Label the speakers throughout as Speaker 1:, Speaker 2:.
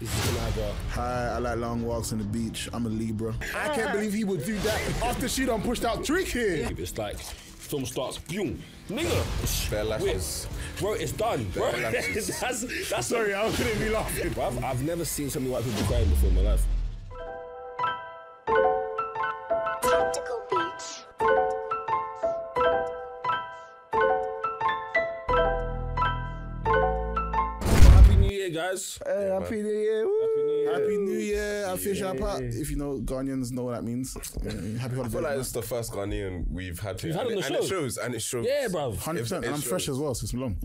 Speaker 1: This is Canada.
Speaker 2: Hi, I like long walks on the beach. I'm a Libra.
Speaker 1: I can't believe he would do that after she done pushed out Trick here. It's like film starts, boom, nigga.
Speaker 3: Bare
Speaker 1: Wait,
Speaker 3: lashes.
Speaker 1: bro, it's done, bro.
Speaker 3: lashes.
Speaker 1: that's that's sorry, I couldn't be laughing. Bro, I've, I've never seen so many white people crying before in my life.
Speaker 4: Tactical Beats.
Speaker 1: Happy New Year, guys.
Speaker 2: Hey, happy New Year. woo.
Speaker 1: Happy New Year.
Speaker 2: Happy New Year. I fish up If you know Ghanaians know what that means. Yeah, Happy
Speaker 3: I feel like
Speaker 2: holidays.
Speaker 3: it's the first Ghanaian we've had here.
Speaker 1: We've had
Speaker 3: and
Speaker 1: on the
Speaker 3: it, and
Speaker 1: show.
Speaker 3: it shows, and it shows.
Speaker 1: Yeah, bro.
Speaker 2: Hundred percent, and I'm
Speaker 3: It's-
Speaker 2: fresh as well, so it's long.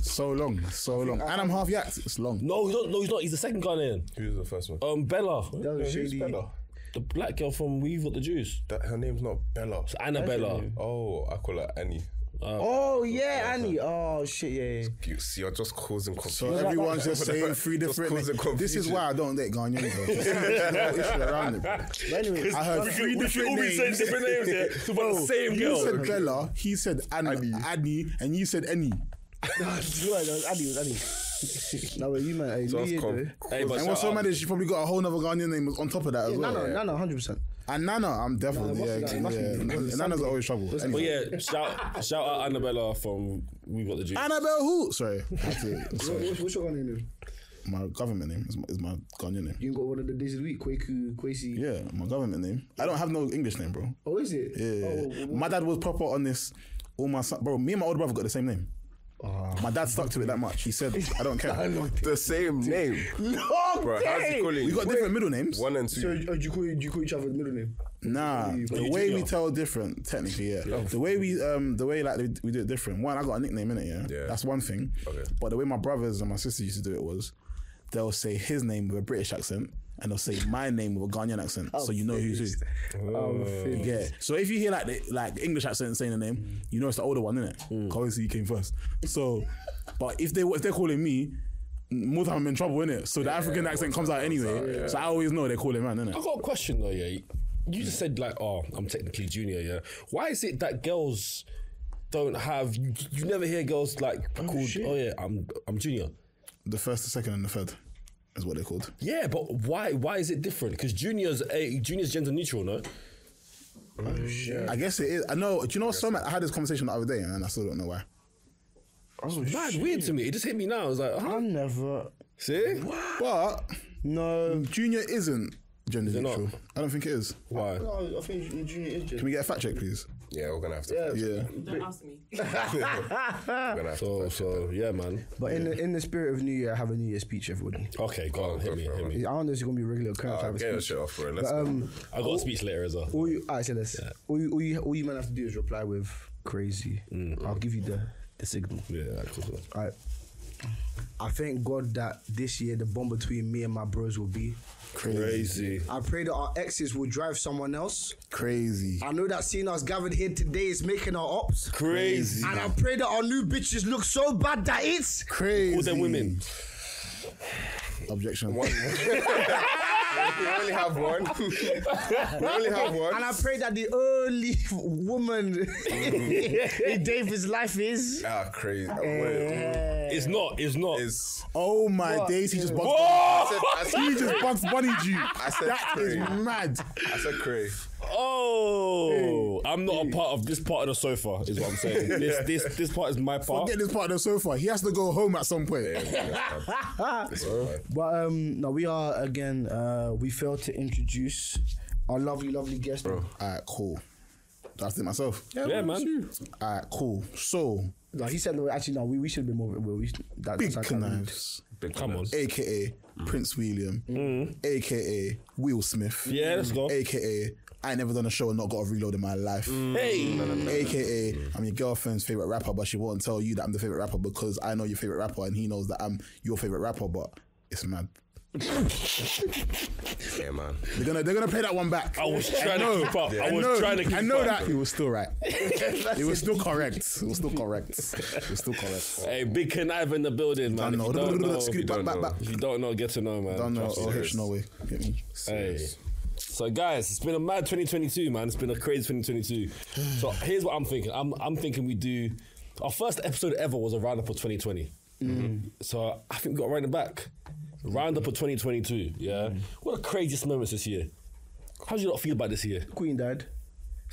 Speaker 2: so long, so long, and I'm half yacked. It's long.
Speaker 1: No, he's not. No, he's not. He's the second Ghanaian.
Speaker 3: Who's the first one?
Speaker 1: Um, Bella,
Speaker 3: Who's Bella?
Speaker 1: the black girl from We've Got the Jews.
Speaker 3: That, her name's not Bella.
Speaker 1: Annabella.
Speaker 3: Oh, I call her Annie.
Speaker 5: Oh yeah, Annie. Oh shit, yeah. yeah.
Speaker 3: You see, you're just causing
Speaker 2: So
Speaker 3: confusion.
Speaker 2: everyone's just
Speaker 3: Whatever.
Speaker 2: saying three
Speaker 3: Just
Speaker 2: different.
Speaker 3: causing
Speaker 2: names. This is
Speaker 3: confusion.
Speaker 2: why I don't date Ghanaians. Bro. There's no issue around it. Bro.
Speaker 5: But anyway,
Speaker 2: I heard three different names.
Speaker 1: different names here to the same
Speaker 2: You said Bella, he said Annie, Annie, and you said Annie.
Speaker 5: no, no, it was Annie, it was Annie. no, but you man, hey, New
Speaker 3: Just
Speaker 5: Year,
Speaker 3: com-
Speaker 5: though.
Speaker 1: Hey, but
Speaker 2: And what's
Speaker 1: shout
Speaker 2: so
Speaker 1: out.
Speaker 2: mad is she probably got a whole nother Ghanaian name on top of that as well.
Speaker 5: Nana, Nana, hundred percent.
Speaker 2: And Nana, I'm definitely
Speaker 5: Nah,
Speaker 2: yeah,
Speaker 5: it must be-
Speaker 2: yeah.
Speaker 5: it must be- it must
Speaker 2: Nana's
Speaker 5: be something.
Speaker 2: always trouble.
Speaker 1: But
Speaker 2: Anyway.
Speaker 1: yeah, shout shout out Annabella from We've Got the Jews.
Speaker 2: Annabelle who? Sorry, That's it. Sorry.
Speaker 5: What's your name? though?
Speaker 2: my government name is my, is my Ghanaian name.
Speaker 5: You got one of the days of the week, Kwaku, Kwesi.
Speaker 2: Yeah, my government name. I don't have no English name, bro.
Speaker 5: Oh, is it?
Speaker 2: Yeah.
Speaker 5: Oh,
Speaker 2: my dad was proper on this. All my son, bro. Me and my older brother got the same name. my dad stuck to it that much. He said, Ah. "I don't care."
Speaker 3: The same name.
Speaker 5: long
Speaker 3: Bro, how's he calling
Speaker 2: We
Speaker 3: you?
Speaker 2: got different middle names.
Speaker 3: One and
Speaker 5: So, uh,
Speaker 3: two.
Speaker 5: do you call do you call each other the middle name?
Speaker 2: Nah, the
Speaker 1: you
Speaker 2: way
Speaker 1: do,
Speaker 2: we
Speaker 1: yeah.
Speaker 2: tell different, technically, yeah. The way we, um, the way like we- we do it different. One, I got a nickname in it, yeah.
Speaker 3: Yeah.
Speaker 2: That's one thing.
Speaker 3: Okay.
Speaker 2: But the way my brothers and my sister used to do it was, they'll say his name with a British accent, and they'll say my name with a Ghanaian accent, so you know who's who.
Speaker 5: Um,
Speaker 2: Yeah. So if you hear like the like English accent saying the name, you know it's the older one, isn't it? Obviously he came first. So, but if they if they're calling me, more time I'm in trouble, innit? So the African accent comes out anyway. So I always know they're calling man,
Speaker 1: I
Speaker 2: innit?
Speaker 1: got a question though, yeah. You just said like, oh, I'm technically junior, yeah. Why is it that girls don't have you, you never hear girls like called oh yeah, I'm I'm junior.
Speaker 2: The first, the second, and the third is what they're called.
Speaker 1: Yeah, but why why is it different? Because juniors a juniors gender neutral, no?
Speaker 2: I guess it is. I know. Do you know what's so mad? I had this conversation the other day, and I still don't know why.
Speaker 1: Mad weird to me. It just hit me now. I was like, huh?
Speaker 5: I never.
Speaker 1: See?
Speaker 2: But
Speaker 5: No.
Speaker 2: junior isn't gender
Speaker 1: not?
Speaker 2: neutral. I don't think it is.
Speaker 1: Why?
Speaker 5: No, I think Ju- Junior is
Speaker 2: Can
Speaker 5: Junior.
Speaker 2: we get a fact check, please?
Speaker 3: Yeah, we're gonna have to.
Speaker 2: Yeah.
Speaker 6: Don't ask me.
Speaker 3: We're gonna have to.
Speaker 1: So so yeah, man.
Speaker 5: But in the in the spirit of New Year, I have a New Year speech, everybody.
Speaker 1: Okay, go on, hit me, hit me.
Speaker 5: I don't know if it's gonna be a regular occurrence. I have a
Speaker 3: Get your
Speaker 5: speech.
Speaker 3: shit off, bro. Let's
Speaker 5: um,
Speaker 3: go.
Speaker 1: I got a speech later as well.
Speaker 5: All you, I say this. All you, all you, all you man have to do is reply with crazy. I'll give you the the signal.
Speaker 1: Yeah, cool.
Speaker 5: All right. I thank God that this year the bond between me and my bros will be.
Speaker 1: Crazy.
Speaker 5: I pray that our exes will drive someone else.
Speaker 2: Crazy.
Speaker 5: I know that seeing us gathered here today is making our ops.
Speaker 1: Crazy.
Speaker 5: And I pray that our new bitches look so bad that it's.
Speaker 2: Crazy.
Speaker 1: All them women.
Speaker 2: Objection.
Speaker 3: we only have one. we only have one.
Speaker 5: And I pray that the only woman in David's life is.
Speaker 3: Ah, crazy. Wait.
Speaker 1: It's not, it's not. Oh!
Speaker 3: Is
Speaker 2: Oh my days, he just bugs.
Speaker 3: I said, I said,
Speaker 2: He just bugs bunny you.
Speaker 3: I said
Speaker 2: That is
Speaker 3: cray.
Speaker 2: mad.
Speaker 3: I said cray.
Speaker 1: Oh, I'm not a part of this part of the sofa, is what I'm saying. this this this part is my
Speaker 3: Oh.
Speaker 1: part.
Speaker 2: Get this part of the sofa. He has to go home at some point.
Speaker 5: But um, no, we are again. Uh, we failed to introduce our lovely, lovely guest. Bro.
Speaker 2: Alright, cool. That's it myself.
Speaker 1: Yeah, man.
Speaker 2: Alright, cool. So,
Speaker 5: No, he said no. Actually, no. We, we should be more. Well, we that,
Speaker 2: Big
Speaker 5: that's-
Speaker 2: Knives,
Speaker 1: Come on.
Speaker 2: aka Prince William,
Speaker 3: Mm.
Speaker 2: aka Will Smith,
Speaker 1: Yeah, let's go.
Speaker 2: aka I ain't never done a show and not got a reload in my life.
Speaker 1: Mm. Hey.
Speaker 2: AKA, I'm your girlfriend's favorite rapper, but she won't tell you that I'm the favorite rapper because I know your favorite rapper and he knows that I'm your favorite rapper, but it's mad.
Speaker 3: Yeah, man.
Speaker 2: They're gonna they're gonna play that one back.
Speaker 1: I was trying to keep up. I was
Speaker 2: know,
Speaker 1: trying to keep
Speaker 2: I know
Speaker 1: up.
Speaker 2: that he was still right. He was still correct. It was still correct. It was still correct.
Speaker 1: Hey, big connive in the building, man.
Speaker 2: know.
Speaker 1: If you don't know,
Speaker 2: Skip back, back, back.
Speaker 1: if you don't know, get to know, man.
Speaker 2: Don't know.
Speaker 1: Trust me.
Speaker 2: Oh, Hitch, no way. Get me.
Speaker 1: Hey. So guys, it's been a mad 2022, man. It's been a crazy 2022. so here's what I'm thinking. I'm I'm thinking we do Mm. Mm-hmm. our first episode ever was a roundup of 2020. So I think we got to run it back. Roundup of 2022. Yeah. What the craziest moments this year? How do you not feel about this year?
Speaker 5: Queen died.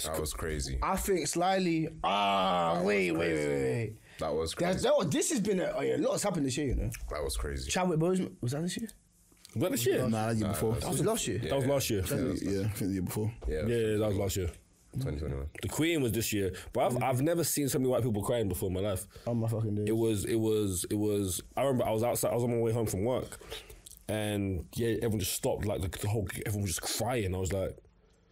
Speaker 3: That was crazy.
Speaker 5: I think slyly. Ah, wait, wait, wait, wait, wait.
Speaker 3: That was
Speaker 5: That's,
Speaker 3: crazy.
Speaker 5: that was, this has been a, oh yeah, a lot's happened this year, you know.
Speaker 3: That was crazy.
Speaker 5: Chadwick Boseman was that this year?
Speaker 1: About this year?
Speaker 2: Nah, that year before.
Speaker 5: That was last year.
Speaker 1: That was last year. Yeah.
Speaker 2: Yeah, I think the year before.
Speaker 3: Yeah,
Speaker 1: yeah, that was last year.
Speaker 3: 2021.
Speaker 1: The Queen was this year, but I've, I've never seen so many white people crying before in my life.
Speaker 5: Oh my fucking days.
Speaker 1: It was it was it was. I remember I was outside. I was on my way home from work, and yeah, everyone just stopped. Like the, the whole everyone was just crying. I was like,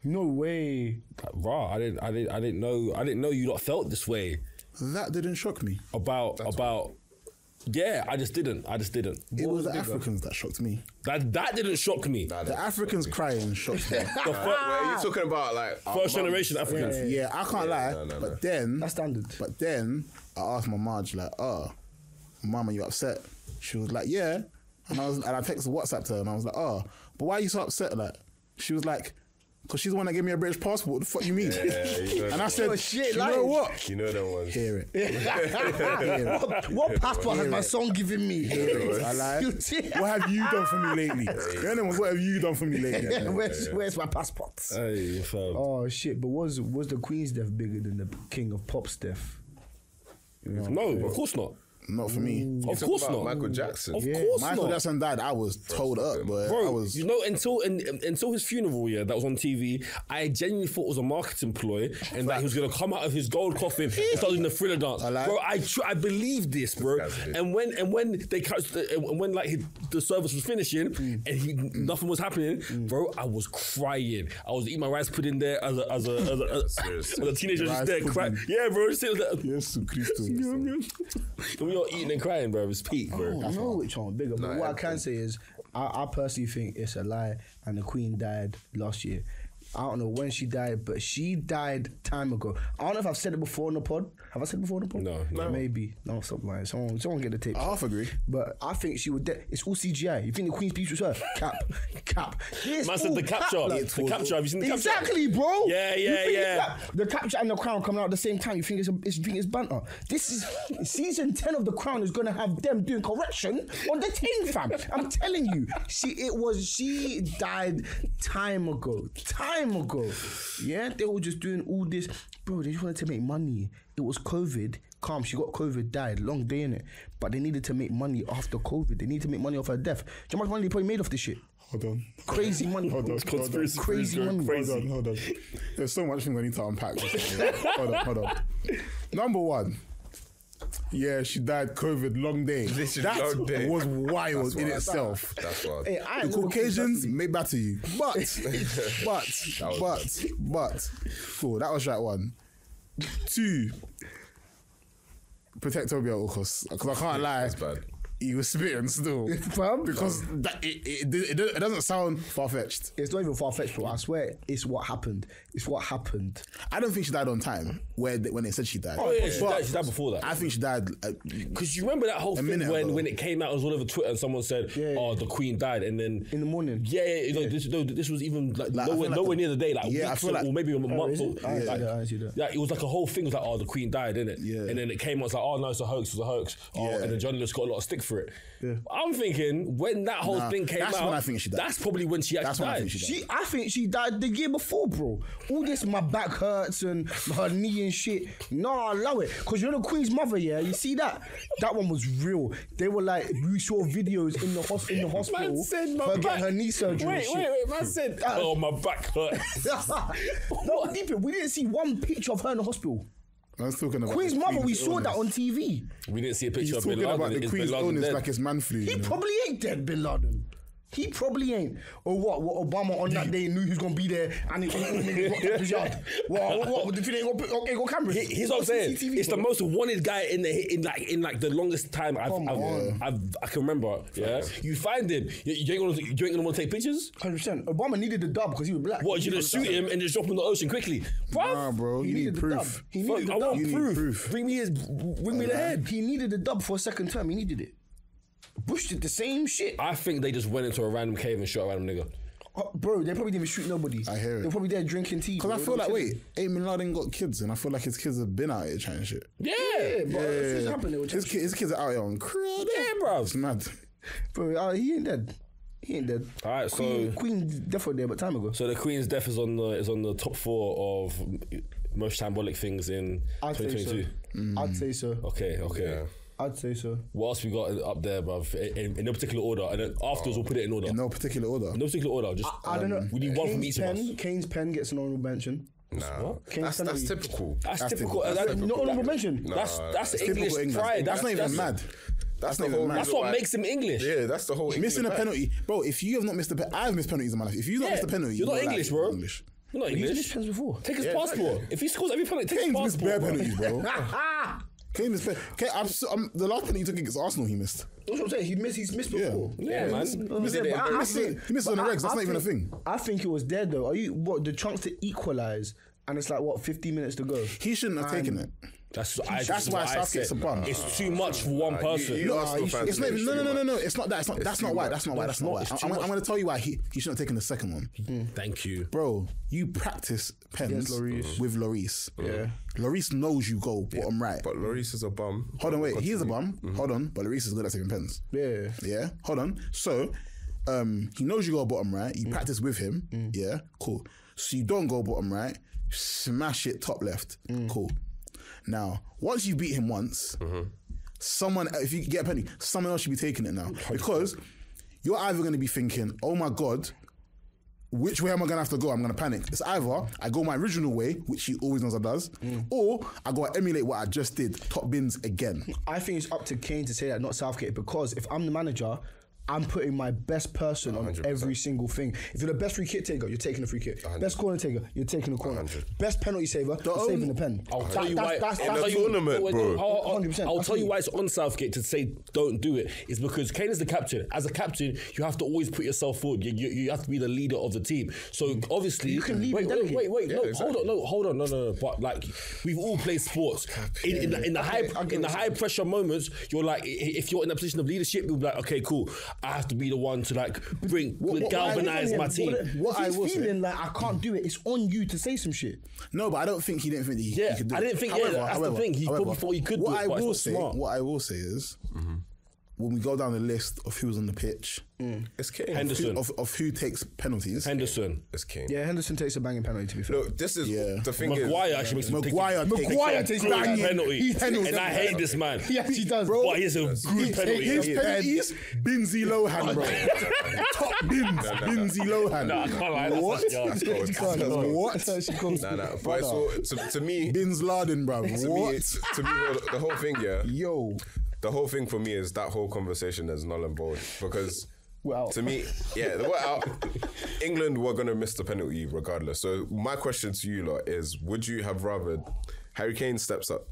Speaker 5: No way.
Speaker 1: like, raw. I didn't I didn't I didn't know I didn't know you lot felt this way
Speaker 2: That didn't shock me.
Speaker 1: about about. Yeah, I just didn't. I just didn't.
Speaker 2: It was the Africans that shocked me.
Speaker 1: That that didn't shock me.
Speaker 2: The Africans crying shocked me.
Speaker 1: The fir-
Speaker 3: Wait, are you talking about like our
Speaker 1: first
Speaker 3: mums?
Speaker 1: generation Africans.
Speaker 2: Yeah, I can't lie.
Speaker 3: no, no,
Speaker 2: but
Speaker 3: no.
Speaker 2: then
Speaker 5: That's standard.
Speaker 2: But then I asked my Marge, like, oh, mum, are you upset? She was like, yeah. And I was and I texted WhatsApp to her and I was like, oh, but why are you so upset? Like, she was like, because she's the one that gave me a British passport. The fuck you mean?
Speaker 3: you know
Speaker 2: and I said,
Speaker 5: Oh, shit,
Speaker 2: you know
Speaker 5: lying.
Speaker 2: what?
Speaker 3: You know them ones.
Speaker 2: Hear it.
Speaker 5: what, what passport has my son given me?
Speaker 2: I lied.
Speaker 5: You did.
Speaker 2: What have you done for me lately? The other one was, what have you done for me lately?
Speaker 5: where's, where's my passport?
Speaker 1: Hey, fam.
Speaker 5: Oh shit! But was was the Queen's death bigger than the King of Pop's death?
Speaker 1: no, of course not.
Speaker 2: Not for me.
Speaker 1: Of course
Speaker 3: About
Speaker 1: not.
Speaker 3: Michael Jackson.
Speaker 1: Of course
Speaker 2: Michael
Speaker 1: not.
Speaker 2: Jackson died. I was told up, but I
Speaker 1: Bro,
Speaker 2: was.
Speaker 1: you know, until and, until his funeral, yeah, that was on TV. I genuinely thought it was a marketing ploy, and that he was gonna come out of his gold coffin and start doing the thriller dance.
Speaker 2: lied.
Speaker 1: Bro, I tr- I believe this, bro.
Speaker 3: guy's a dude.
Speaker 1: And when and when they catch the, and when like he, the service was finishing and he, nothing was happening, bro, I was crying. I was eating my rice pudding there as a as a as a, as a,
Speaker 3: serious.
Speaker 1: teenager just
Speaker 2: Rice
Speaker 1: there
Speaker 2: pudding.
Speaker 1: crying. Yeah, bro, just sitting there.
Speaker 2: Yes, Christo.
Speaker 1: And we all eating and crying, bro. It's peak, bro.
Speaker 5: I know which one bigger, but what I can say is, I, I personally think it's a lie, and the Queen died last year. I don't know when she died, but she died time ago. I don't know if I've said it before in the pod. Have I said it before in the pod?
Speaker 1: No, no.
Speaker 5: Maybe. No, stop lying. Someone, someone get the tape.
Speaker 2: I half agree.
Speaker 5: But I think she would. De- it's all CGI. You think the Queen's speech was her? Cap, cap. It's
Speaker 1: Man said
Speaker 5: all
Speaker 1: the
Speaker 5: cap,
Speaker 1: capture.
Speaker 5: like-
Speaker 1: The capture. Have you seen the capture?
Speaker 5: Exactly, bro.
Speaker 1: Yeah,
Speaker 5: You
Speaker 1: yeah,
Speaker 5: think it's
Speaker 1: yeah.
Speaker 5: cap- the capture and the crown coming out at the same time. You think it's, a, it's, you think it's banter? This is season ten of the crown is gonna have them doing correction on the thing, fam. I'm telling you, she it was she died time ago, time ago. Yeah, they were just doing all this, bro. They just wanted to make money. It was COVID. Calm, she got COVID, died. Long day in it, but they needed to make money after COVID. They need to make money off her death. Do you know how much money they probably made off this shit?
Speaker 2: Hold on.
Speaker 5: Crazy money.
Speaker 1: Conspiracy theories
Speaker 5: Crazy
Speaker 1: going
Speaker 5: money.
Speaker 1: crazy.
Speaker 2: Hold on, hold on. There's so much things I need to unpack. hold on, hold on. Number one. Yeah, she died COVID, long day.
Speaker 3: Literally,
Speaker 2: that
Speaker 3: long day.
Speaker 2: was wild in
Speaker 3: wild.
Speaker 2: itself.
Speaker 3: That's wild.
Speaker 5: Hey, I
Speaker 2: the
Speaker 5: ain't never-
Speaker 2: Caucasians may batter you, but but but but cool. That was right one. Two. Protect Toby at all costs because I can't lie.
Speaker 3: That's bad.
Speaker 2: He was spitting still
Speaker 5: Fam.
Speaker 2: because that, it, it, it, it doesn't sound far fetched.
Speaker 5: It's not even far fetched, bro. I swear, it's what happened. It's what happened.
Speaker 2: I don't think she died on time. Where they, when they said she died.
Speaker 1: Oh, yeah, she died- she died before that.
Speaker 2: I think she died. Uh,
Speaker 1: Because you remember that whole thing
Speaker 2: minute
Speaker 1: when,
Speaker 2: ago.
Speaker 1: when it came out, it was all over Twitter, and someone said,
Speaker 5: yeah.
Speaker 1: "Oh, the Queen died," and then
Speaker 5: In the morning.
Speaker 1: Yeah, yeah, yeah, like, This, no, this was even like, nowhere,
Speaker 2: Like, I feel like
Speaker 1: nowhere
Speaker 2: the-
Speaker 1: near the day, like
Speaker 2: Yeah, I
Speaker 1: weeks
Speaker 2: feel
Speaker 1: or,
Speaker 2: like- Oh,
Speaker 1: or maybe a month.
Speaker 5: is
Speaker 1: Or,
Speaker 5: it? I didn't see
Speaker 1: like,
Speaker 5: that, I didn't see that.
Speaker 1: yeah, it was like a whole thing. It was like, "Oh, the Queen died," didn't it?
Speaker 2: Yeah.
Speaker 1: And then it came out, it was like, "Oh no, it's a hoax, it's a hoax." Oh,
Speaker 2: Yeah.
Speaker 1: and the journalist got a lot of stick for it. I'm thinking when that whole
Speaker 2: Nah,
Speaker 1: thing came
Speaker 2: that's
Speaker 1: out,
Speaker 2: when I think she died.
Speaker 1: that's probably when she actually
Speaker 2: That's
Speaker 1: died.
Speaker 2: when I think she died.
Speaker 5: She, I think she died the year before, bro. All this, my back hurts and her knee and shit. No, I love it. Because you're the Queen's mother, yeah? You see that? That one was real. They were like, we saw videos in the, hos- in the hospital.
Speaker 1: Man said my
Speaker 5: her
Speaker 1: back.
Speaker 5: getting her knee surgery. and
Speaker 1: Wait,
Speaker 5: shit.
Speaker 1: wait, wait. Man said, "Oh, my back hurt."
Speaker 5: no, deep it, we didn't see one picture of her in the hospital.
Speaker 2: I was talking about
Speaker 5: Queen's
Speaker 2: the
Speaker 5: mother, we
Speaker 2: Queen's
Speaker 5: saw that
Speaker 2: illness.
Speaker 5: on TV.
Speaker 1: we didn't see a picture
Speaker 2: He's
Speaker 1: of Bin
Speaker 2: talking
Speaker 1: Laden.
Speaker 2: about the
Speaker 1: Is Bin
Speaker 2: Queen's
Speaker 1: Laden
Speaker 2: illness
Speaker 1: dead?
Speaker 2: like it's man flu.
Speaker 5: He
Speaker 2: you know?
Speaker 5: probably ain't dead, Bin Laden. He probably ain't. Or what? What Obama on that day knew he was gonna be there and he, and he rocked up his yard. What? What? what if he ain't gonna put okay, go cameras?
Speaker 1: He- Here's what I'm
Speaker 5: What's
Speaker 1: saying.
Speaker 5: CCTV
Speaker 1: It's
Speaker 5: for?
Speaker 1: the most wanted guy in the in like in like the longest time I've
Speaker 5: Come
Speaker 1: I've,
Speaker 5: on.
Speaker 1: I've, I can remember. Yeah, you find him. You, you ain't gonna you ain't gonna want to take pictures.
Speaker 5: 100%. Obama needed the dub because he was black.
Speaker 1: What you just shoot him and just drop him in the ocean quickly, bro?
Speaker 2: Nah, bro,
Speaker 5: He
Speaker 2: you need
Speaker 5: needed the
Speaker 2: proof.
Speaker 5: dub. He
Speaker 1: Fuck,
Speaker 5: needed the
Speaker 1: I
Speaker 5: dub.
Speaker 1: want
Speaker 2: You need
Speaker 1: proof.
Speaker 2: proof.
Speaker 1: Bring me his. Bring me the head.
Speaker 5: He needed the dub for a second term. He needed it. Bush did the same shit.
Speaker 1: I think they just went into a random cave and shot a random nigga.
Speaker 5: Oh, bro, they probably didn't shoot nobody.
Speaker 2: I hear it.
Speaker 5: They're probably there drinking tea.
Speaker 2: Because I
Speaker 5: bro.
Speaker 2: feel
Speaker 5: They
Speaker 2: like,
Speaker 5: should-
Speaker 2: wait, Amin Laden got kids, and I feel like his kids have been out here trying shit.
Speaker 1: Yeah,
Speaker 5: Yeah, but if this happened, it would
Speaker 2: His, ki- his kids are out here on crack.
Speaker 1: Yeah, bruv.
Speaker 2: It's mad.
Speaker 5: Bro, uh, he ain't dead. He ain't dead.
Speaker 1: All right,
Speaker 5: Queen,
Speaker 1: so
Speaker 5: Queen definitely dead, but time ago.
Speaker 1: so the Queen's death is on the is on the top four of most symbolic things in
Speaker 5: I'd say so.
Speaker 1: 2022.
Speaker 5: I'd say so.
Speaker 1: Okay, okay.
Speaker 5: I'd say so.
Speaker 1: What else we got up there, bruv? In, in no particular order, and then afterwards we'll put it in order.
Speaker 2: In no particular order.
Speaker 1: No particular order. Just
Speaker 5: I don't know.
Speaker 1: Um, We need one from
Speaker 5: Kane's
Speaker 1: each of
Speaker 5: pen-
Speaker 1: us.
Speaker 5: Kane's pen gets an honorable mention.
Speaker 3: Nah, that's,
Speaker 5: Kane
Speaker 3: that's
Speaker 5: Sanity.
Speaker 3: typical.
Speaker 1: That's, typical. That's,
Speaker 3: That's
Speaker 1: typical.
Speaker 5: No honorable mention.
Speaker 1: That's
Speaker 3: Nah,
Speaker 1: that's
Speaker 3: it's
Speaker 1: English
Speaker 2: Typical England.
Speaker 1: pride.
Speaker 2: That's, not even mad.
Speaker 3: That's,
Speaker 2: not
Speaker 3: the
Speaker 2: even
Speaker 3: whole.
Speaker 2: mad.
Speaker 1: That's
Speaker 3: reason
Speaker 1: what
Speaker 3: why-
Speaker 1: makes him English.
Speaker 3: Yeah, that's the whole.
Speaker 2: Missing
Speaker 3: England
Speaker 2: a
Speaker 3: fact.
Speaker 2: penalty, bro. If you have not missed a penalty, I've missed penalties in my life. If you've not
Speaker 1: Yeah.
Speaker 2: missed a penalty,
Speaker 1: You're not
Speaker 2: like,
Speaker 1: English, bro.
Speaker 2: English.
Speaker 1: You're not
Speaker 5: He's
Speaker 1: English.
Speaker 5: missed pens before.
Speaker 1: Take his
Speaker 3: Yeah,
Speaker 1: passport.
Speaker 3: exactly.
Speaker 1: If he scores every penalty, take
Speaker 2: Kane's
Speaker 1: his
Speaker 2: missed
Speaker 1: passport.
Speaker 2: bare
Speaker 1: bro.
Speaker 2: penalties, bro.
Speaker 5: Ah,
Speaker 2: Kane missed. Bare, Kane, I'm, so- I'm, the last penalty he took against Arsenal, he missed.
Speaker 5: That's what I'm saying. He missed. He's missed before.
Speaker 1: Yeah, man.
Speaker 5: Yeah,
Speaker 3: it.
Speaker 5: but I-
Speaker 3: He
Speaker 5: I
Speaker 2: misses it-
Speaker 5: think-
Speaker 2: he misses it on the
Speaker 5: but I-
Speaker 2: regs. That's
Speaker 5: I
Speaker 2: not even a
Speaker 5: think- I think he was dead though. Are you what the chance to equalize and it's like what 15 minutes to go?
Speaker 2: He shouldn't have taken it.
Speaker 1: That's I,
Speaker 2: That's why
Speaker 1: what I
Speaker 2: Southgate's
Speaker 1: said.
Speaker 2: a bum.
Speaker 1: It's too much for one person.
Speaker 3: you Arsenal
Speaker 2: you should-
Speaker 3: fans
Speaker 2: it's not
Speaker 3: think
Speaker 2: even,
Speaker 3: it's
Speaker 2: no, no,
Speaker 3: too
Speaker 2: no, no, no. It's not that. It's not. that's not
Speaker 3: too
Speaker 2: why.
Speaker 3: much.
Speaker 2: That's not why. That's not why.
Speaker 1: it's too
Speaker 2: I'm, I'm,
Speaker 1: much.
Speaker 2: I'm going to tell you why he, he shouldn't have taken the second one.
Speaker 1: Thank you.
Speaker 2: Bro, you practice pens
Speaker 5: Lloris.
Speaker 2: with Lloris. Yeah. Loris knows you go bottom right.
Speaker 3: But Lloris is a bum.
Speaker 2: Hold on, wait. He is a bum. Hold on, but Lloris is good at saving pens.
Speaker 5: Yeah.
Speaker 2: Yeah. Hold on. So, um, he knows you go bottom right. You practice with him. Yeah. Cool. So you don't go bottom right. Smash it top left. Cool. Now, once you beat him once, someone if you get a penny, someone else should be taking it now because you're either going to be thinking, "Oh my god." Which way am I gonna have to go? I'm gonna panic. It's either I go my original way, which he always knows I does, or I go emulate what I just did, top bins again.
Speaker 5: I think it's up to Kane to say that, not Southgate, because if I'm the manager, I'm putting my best person on every single thing. If you're the best free kick taker, you're taking the free kick. Best corner taker, you're taking the corner. Best penalty saver, you're
Speaker 2: only-
Speaker 5: saving the pen.
Speaker 1: I'll tell you why.
Speaker 5: That's, that's,
Speaker 1: I'll
Speaker 5: that's,
Speaker 1: tell
Speaker 3: the
Speaker 1: you-
Speaker 3: tournament,
Speaker 1: I'll-
Speaker 3: bro.
Speaker 1: I'll- I'll- I'll
Speaker 5: 100%,
Speaker 1: tell you
Speaker 5: absolutely.
Speaker 1: why it's on Southgate to say don't do it. Is because Kane is the captain. As a captain, you have to always put yourself forward. You, you, you have to be the leader of the team. So obviously, you
Speaker 5: can lead
Speaker 1: Wait,
Speaker 5: and
Speaker 1: wait,
Speaker 5: delegate.
Speaker 1: wait, wait. no, hold
Speaker 3: exactly.
Speaker 1: on, no, hold on, no, no, no. But like, we've all played sports. In, in, the, in the high in the high pressure moments, you're like, i- i- if you're in a position of leadership, you'll be like, okay, cool. I have to be the one to like bring
Speaker 2: what-
Speaker 1: galvanize my team.
Speaker 5: What
Speaker 2: What I
Speaker 5: he's
Speaker 2: will say-
Speaker 5: feeling like I can't do it, it's on you to say some shit.
Speaker 2: No, but I don't think he didn't think that he, he
Speaker 1: Yeah,
Speaker 2: could do
Speaker 1: I
Speaker 2: it.
Speaker 1: didn't think- yeah, that's the thing. He probably thought he could do
Speaker 2: what
Speaker 1: it,
Speaker 2: I
Speaker 1: but it's
Speaker 2: will
Speaker 1: not
Speaker 2: say,
Speaker 1: smart.
Speaker 2: What I will say is, when we go down the list of who's on the pitch,
Speaker 3: It's Kane.
Speaker 1: Henderson.
Speaker 2: of, of who takes penalties,
Speaker 1: Henderson.
Speaker 3: It's Kane.
Speaker 5: Yeah, Henderson takes a banging penalty to be fair.
Speaker 3: Look, this is
Speaker 2: Yeah.
Speaker 3: the thing
Speaker 1: Maguire
Speaker 3: is.
Speaker 1: actually makes him
Speaker 2: Maguire
Speaker 1: take
Speaker 2: takes
Speaker 5: Maguire
Speaker 2: a
Speaker 5: takes
Speaker 2: good
Speaker 5: banging.
Speaker 1: penalty.
Speaker 2: He takes
Speaker 1: and I
Speaker 2: a-
Speaker 1: hate this man.
Speaker 5: Yes, he does.
Speaker 2: Bro,
Speaker 1: But he's a good
Speaker 2: his,
Speaker 1: penalty.
Speaker 2: his
Speaker 1: Yeah.
Speaker 2: penalties, Binsy Lohan, bro. Top bins, Binsy Lohan.
Speaker 1: Nah, I can't lie, that's
Speaker 2: what?
Speaker 1: not- yeah, that's cold.
Speaker 3: That's cold.
Speaker 2: what?
Speaker 3: Nah, nah. But it's all, to, to me,
Speaker 2: Bins Laden, bro.
Speaker 3: to me,
Speaker 2: What?
Speaker 3: it's- to me, the- the whole thing, yeah.
Speaker 2: Yo,
Speaker 3: the whole thing for me is that whole conversation is null and void because
Speaker 5: We're out.
Speaker 3: to me, yeah, we're out. England were gonna miss the penalty regardless. So my question to you lot is: Would you have rather Harry Kane steps up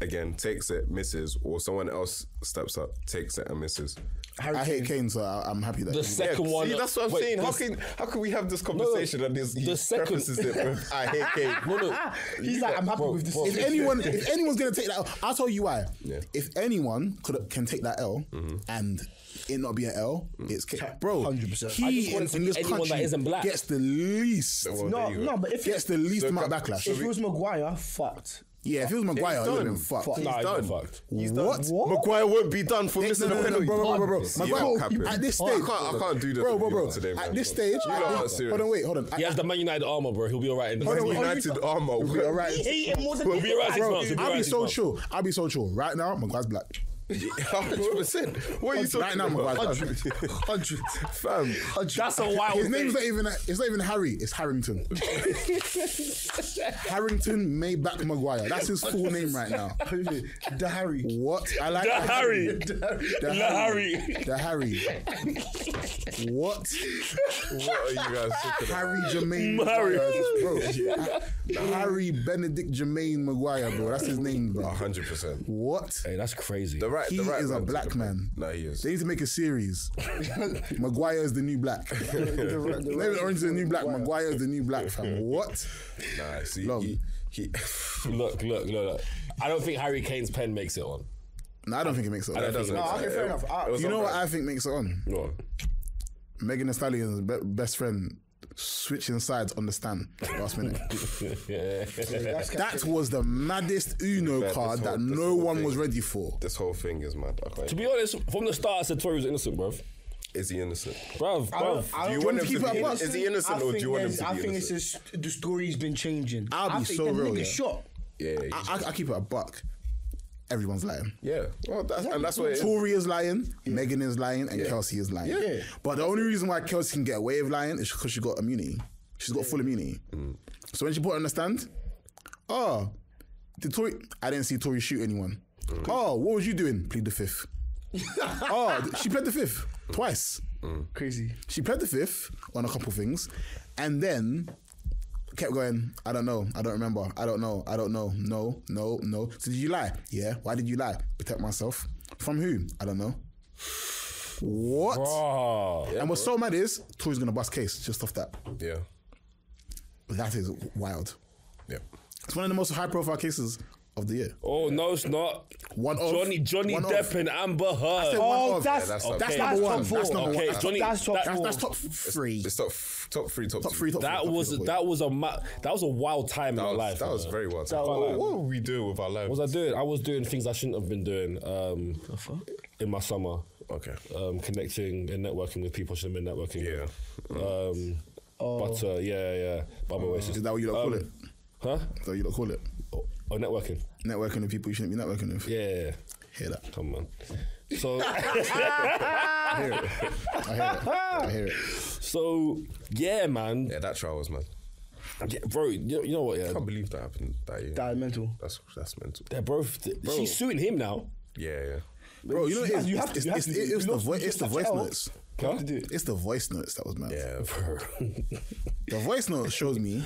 Speaker 3: again, takes it, misses, or someone else steps up, takes it, and misses?
Speaker 2: I hate Kane, so I, I'm happy that.
Speaker 1: The
Speaker 2: he-
Speaker 3: Yeah,
Speaker 1: second one.
Speaker 3: See, that's what I'm
Speaker 1: wait,
Speaker 3: saying. How
Speaker 1: the-
Speaker 3: can how can we have this conversation and this he
Speaker 1: the second-
Speaker 3: prefaces it with I hate Kane?
Speaker 1: No, no.
Speaker 5: He's like, I'm happy with this.
Speaker 2: if anyone, if anyone's gonna take that, L, I'll tell you why.
Speaker 3: Yeah. Mm-hmm.
Speaker 2: If anyone could can take that L and it not be an L,
Speaker 3: Mm.
Speaker 2: it's K- bro.
Speaker 5: 100%.
Speaker 1: I
Speaker 2: He
Speaker 1: just
Speaker 2: in,
Speaker 1: want it to
Speaker 2: in
Speaker 1: be
Speaker 2: this
Speaker 1: anyone
Speaker 2: country
Speaker 1: that isn't black.
Speaker 2: gets the least,
Speaker 3: Well,
Speaker 5: No,
Speaker 3: there you go.
Speaker 5: no, but if
Speaker 2: gets the least
Speaker 3: So,
Speaker 2: amount of
Speaker 3: ca-
Speaker 2: backlash.
Speaker 5: if it was Maguire, fucked.
Speaker 2: yeah, if it was Maguire, it would have been fucked.
Speaker 1: Nah, he's
Speaker 3: done.
Speaker 1: not fucked.
Speaker 2: What?
Speaker 5: What?
Speaker 3: Maguire won't be done for
Speaker 2: No,
Speaker 3: missing
Speaker 2: no, no,
Speaker 3: a
Speaker 2: no,
Speaker 3: penalty.
Speaker 2: bro, bro, bro, bro.
Speaker 3: See,
Speaker 2: Maguire,
Speaker 3: I'm capping.
Speaker 2: at this
Speaker 3: Oh,
Speaker 2: stage,
Speaker 3: I can't, I can't do this.
Speaker 2: bro,
Speaker 3: with
Speaker 2: bro,
Speaker 3: you
Speaker 2: bro.
Speaker 3: lot Today, man.
Speaker 2: at this stage,
Speaker 3: You
Speaker 2: at
Speaker 3: lot are
Speaker 2: this-
Speaker 3: serious.
Speaker 2: hold on, wait, hold on.
Speaker 1: He
Speaker 2: At-
Speaker 1: has the Man United armor, bro. He'll be all right. In
Speaker 2: Hold on,
Speaker 3: Man
Speaker 2: wait, hold on.
Speaker 3: United armor.
Speaker 2: We'll be all right.
Speaker 5: Hate him more than
Speaker 1: We'll be all right six
Speaker 2: Bro,
Speaker 1: months. We'll
Speaker 2: I'll be
Speaker 1: right
Speaker 2: so
Speaker 1: six months.
Speaker 2: chill. I'll be so chill. Right now, Maguire's black.
Speaker 3: Hundred percent. What are you talking
Speaker 2: Right now,
Speaker 3: about?
Speaker 2: Maguire.
Speaker 3: Hundred, fam.
Speaker 1: That's a wild
Speaker 2: His
Speaker 1: thing.
Speaker 2: name's not even it's not even Harry, it's Harrington. Harrington Mayback Maguire. That's his full name right now.
Speaker 5: The Harry.
Speaker 2: What? I like
Speaker 1: The Harry.
Speaker 2: The
Speaker 1: The Harry.
Speaker 2: The Harry. What?
Speaker 3: What are you guys talking about?
Speaker 2: Harry Jermaine
Speaker 1: Harry.
Speaker 2: Maguire, bro. Harry Benedict Jermaine Maguire, bro. That's his name, bro.
Speaker 3: hundred percent.
Speaker 2: What?
Speaker 1: Hey, that's crazy.
Speaker 3: The right,
Speaker 2: He
Speaker 3: the right
Speaker 2: is a
Speaker 3: man's
Speaker 2: black
Speaker 3: talking about-
Speaker 2: man.
Speaker 3: No, he is.
Speaker 2: They need to make a series. Maguire is the new black. David Orange is the new black. Maguire is the new black. Fam. What?
Speaker 3: Nah, see,
Speaker 2: Long.
Speaker 3: he, he
Speaker 1: Look, look, look, look. I don't think Harry Kane's pen makes it on.
Speaker 2: No, I don't think it makes
Speaker 1: I
Speaker 2: it. on.
Speaker 1: don't think
Speaker 3: doesn't.
Speaker 1: it
Speaker 5: okay, fair enough. I-
Speaker 3: It was
Speaker 2: You know
Speaker 3: all
Speaker 2: what
Speaker 3: right.
Speaker 2: I think makes it on?
Speaker 1: No.
Speaker 2: Megan Thee Stallion's be- best friend switching sides on the stand last minute. that was the maddest Uno
Speaker 3: Fair, this
Speaker 2: card
Speaker 3: whole-
Speaker 2: that
Speaker 3: this
Speaker 2: no
Speaker 3: whole
Speaker 2: one
Speaker 3: thing.
Speaker 2: was ready for.
Speaker 3: This whole thing is mad. I can't-
Speaker 1: To be honest, from the start, I said Tory was innocent, bruv.
Speaker 3: Is he innocent?
Speaker 1: Bruv, bruv.
Speaker 3: Do
Speaker 2: Do
Speaker 3: you
Speaker 2: you want
Speaker 3: want him
Speaker 2: to
Speaker 3: to
Speaker 2: keep it
Speaker 3: be
Speaker 2: a buck?
Speaker 3: innocent? Is he innocent or do you want him to be
Speaker 5: I think it's
Speaker 3: innocent?
Speaker 5: just the story's been changing.
Speaker 2: I'll
Speaker 5: I
Speaker 2: be
Speaker 5: think
Speaker 2: so
Speaker 5: the
Speaker 2: real,
Speaker 5: nigga
Speaker 2: yeah.
Speaker 5: shot.
Speaker 3: Yeah, yeah,
Speaker 2: I, I, I keep it a buck. Everyone's lying.
Speaker 3: yeah. Well, Oh, that's, and that's what it is.
Speaker 2: Tory is lying, Megan is lying, and Kelsey is lying.
Speaker 3: Yeah.
Speaker 2: But the only reason why Kelsey can get away with lying is because she got immunity. She's got full immunity.
Speaker 3: Mm.
Speaker 2: So when she put her on the stand, oh, did Tory? I didn't see Tory shoot anyone.
Speaker 3: Mm.
Speaker 2: Oh, what was you doing? Plead the fifth. oh, th- she pled the fifth twice.
Speaker 1: Mm.
Speaker 5: Crazy.
Speaker 2: She pled the fifth on a couple things, and then kept going. I don't know. I don't remember. I don't know. I don't know. No, no, no. So did you lie? Yeah. Why did you lie? Protect myself from who? I don't know. What?
Speaker 1: Bruh.
Speaker 2: and what's so mad is Tory's gonna bust case just off that.
Speaker 3: Yeah.
Speaker 2: That is wild.
Speaker 3: Yeah.
Speaker 2: It's one of the most high-profile cases of the year.
Speaker 1: Oh no, it's not.
Speaker 2: One of
Speaker 1: Johnny Johnny
Speaker 2: one of.
Speaker 1: Depp and Amber Heard.
Speaker 2: said one
Speaker 5: Oh,
Speaker 2: of.
Speaker 5: that's,
Speaker 3: Yeah, that's
Speaker 5: that's,
Speaker 3: okay.
Speaker 5: number
Speaker 2: That's
Speaker 5: one.
Speaker 2: top four.
Speaker 5: That's number
Speaker 1: okay,
Speaker 5: one.
Speaker 1: Johnny.
Speaker 5: That's top
Speaker 1: that,
Speaker 5: four.
Speaker 2: That's top three.
Speaker 3: It's top f- top three, top,
Speaker 2: Top three. Top
Speaker 1: that
Speaker 2: four, top
Speaker 1: was
Speaker 2: three, top four.
Speaker 1: that was a ma- that was a wild time in
Speaker 3: That
Speaker 1: my
Speaker 3: was,
Speaker 1: life.
Speaker 3: that was
Speaker 1: man.
Speaker 3: very well.
Speaker 1: was
Speaker 3: what,
Speaker 1: like-
Speaker 3: what were we doing with our lives?
Speaker 1: What was I doing? I was doing things I shouldn't have been doing. Um, In my summer.
Speaker 3: Okay.
Speaker 1: Um, connecting and networking with people I shouldn't have been networking.
Speaker 3: Yeah.
Speaker 1: With. Um, But uh, yeah, yeah. By the way, it's
Speaker 2: Is
Speaker 1: just,
Speaker 2: that what you lot
Speaker 1: Um,
Speaker 2: call it?
Speaker 1: huh?
Speaker 2: Is that what you lot call it?
Speaker 1: Oh, oh, networking.
Speaker 2: Networking with people you shouldn't be networking with.
Speaker 1: Yeah, yeah, yeah.
Speaker 2: Hear that.
Speaker 1: Come on. So.
Speaker 2: I hear it. I hear it. I hear it.
Speaker 1: So yeah, man,
Speaker 3: Yeah, that trial was mad.
Speaker 1: Yeah, bro. You know, you know what? Yeah,
Speaker 3: I can't believe that happened that year.
Speaker 5: That mental.
Speaker 3: That's that's mental.
Speaker 1: they're both. She's suing him now.
Speaker 3: Yeah, yeah.
Speaker 2: Bro, you know what it is?
Speaker 5: You have to-
Speaker 2: It's-
Speaker 5: you have
Speaker 2: it's-
Speaker 5: to do it.
Speaker 2: It's
Speaker 5: You
Speaker 2: the
Speaker 5: lost-
Speaker 2: voi-
Speaker 5: you
Speaker 2: it's the
Speaker 5: lost
Speaker 2: voice
Speaker 5: out.
Speaker 2: notes.
Speaker 1: Huh?
Speaker 2: It's the voice notes that was mad.
Speaker 3: Yeah.
Speaker 1: Bro.
Speaker 2: The voice notes shows me.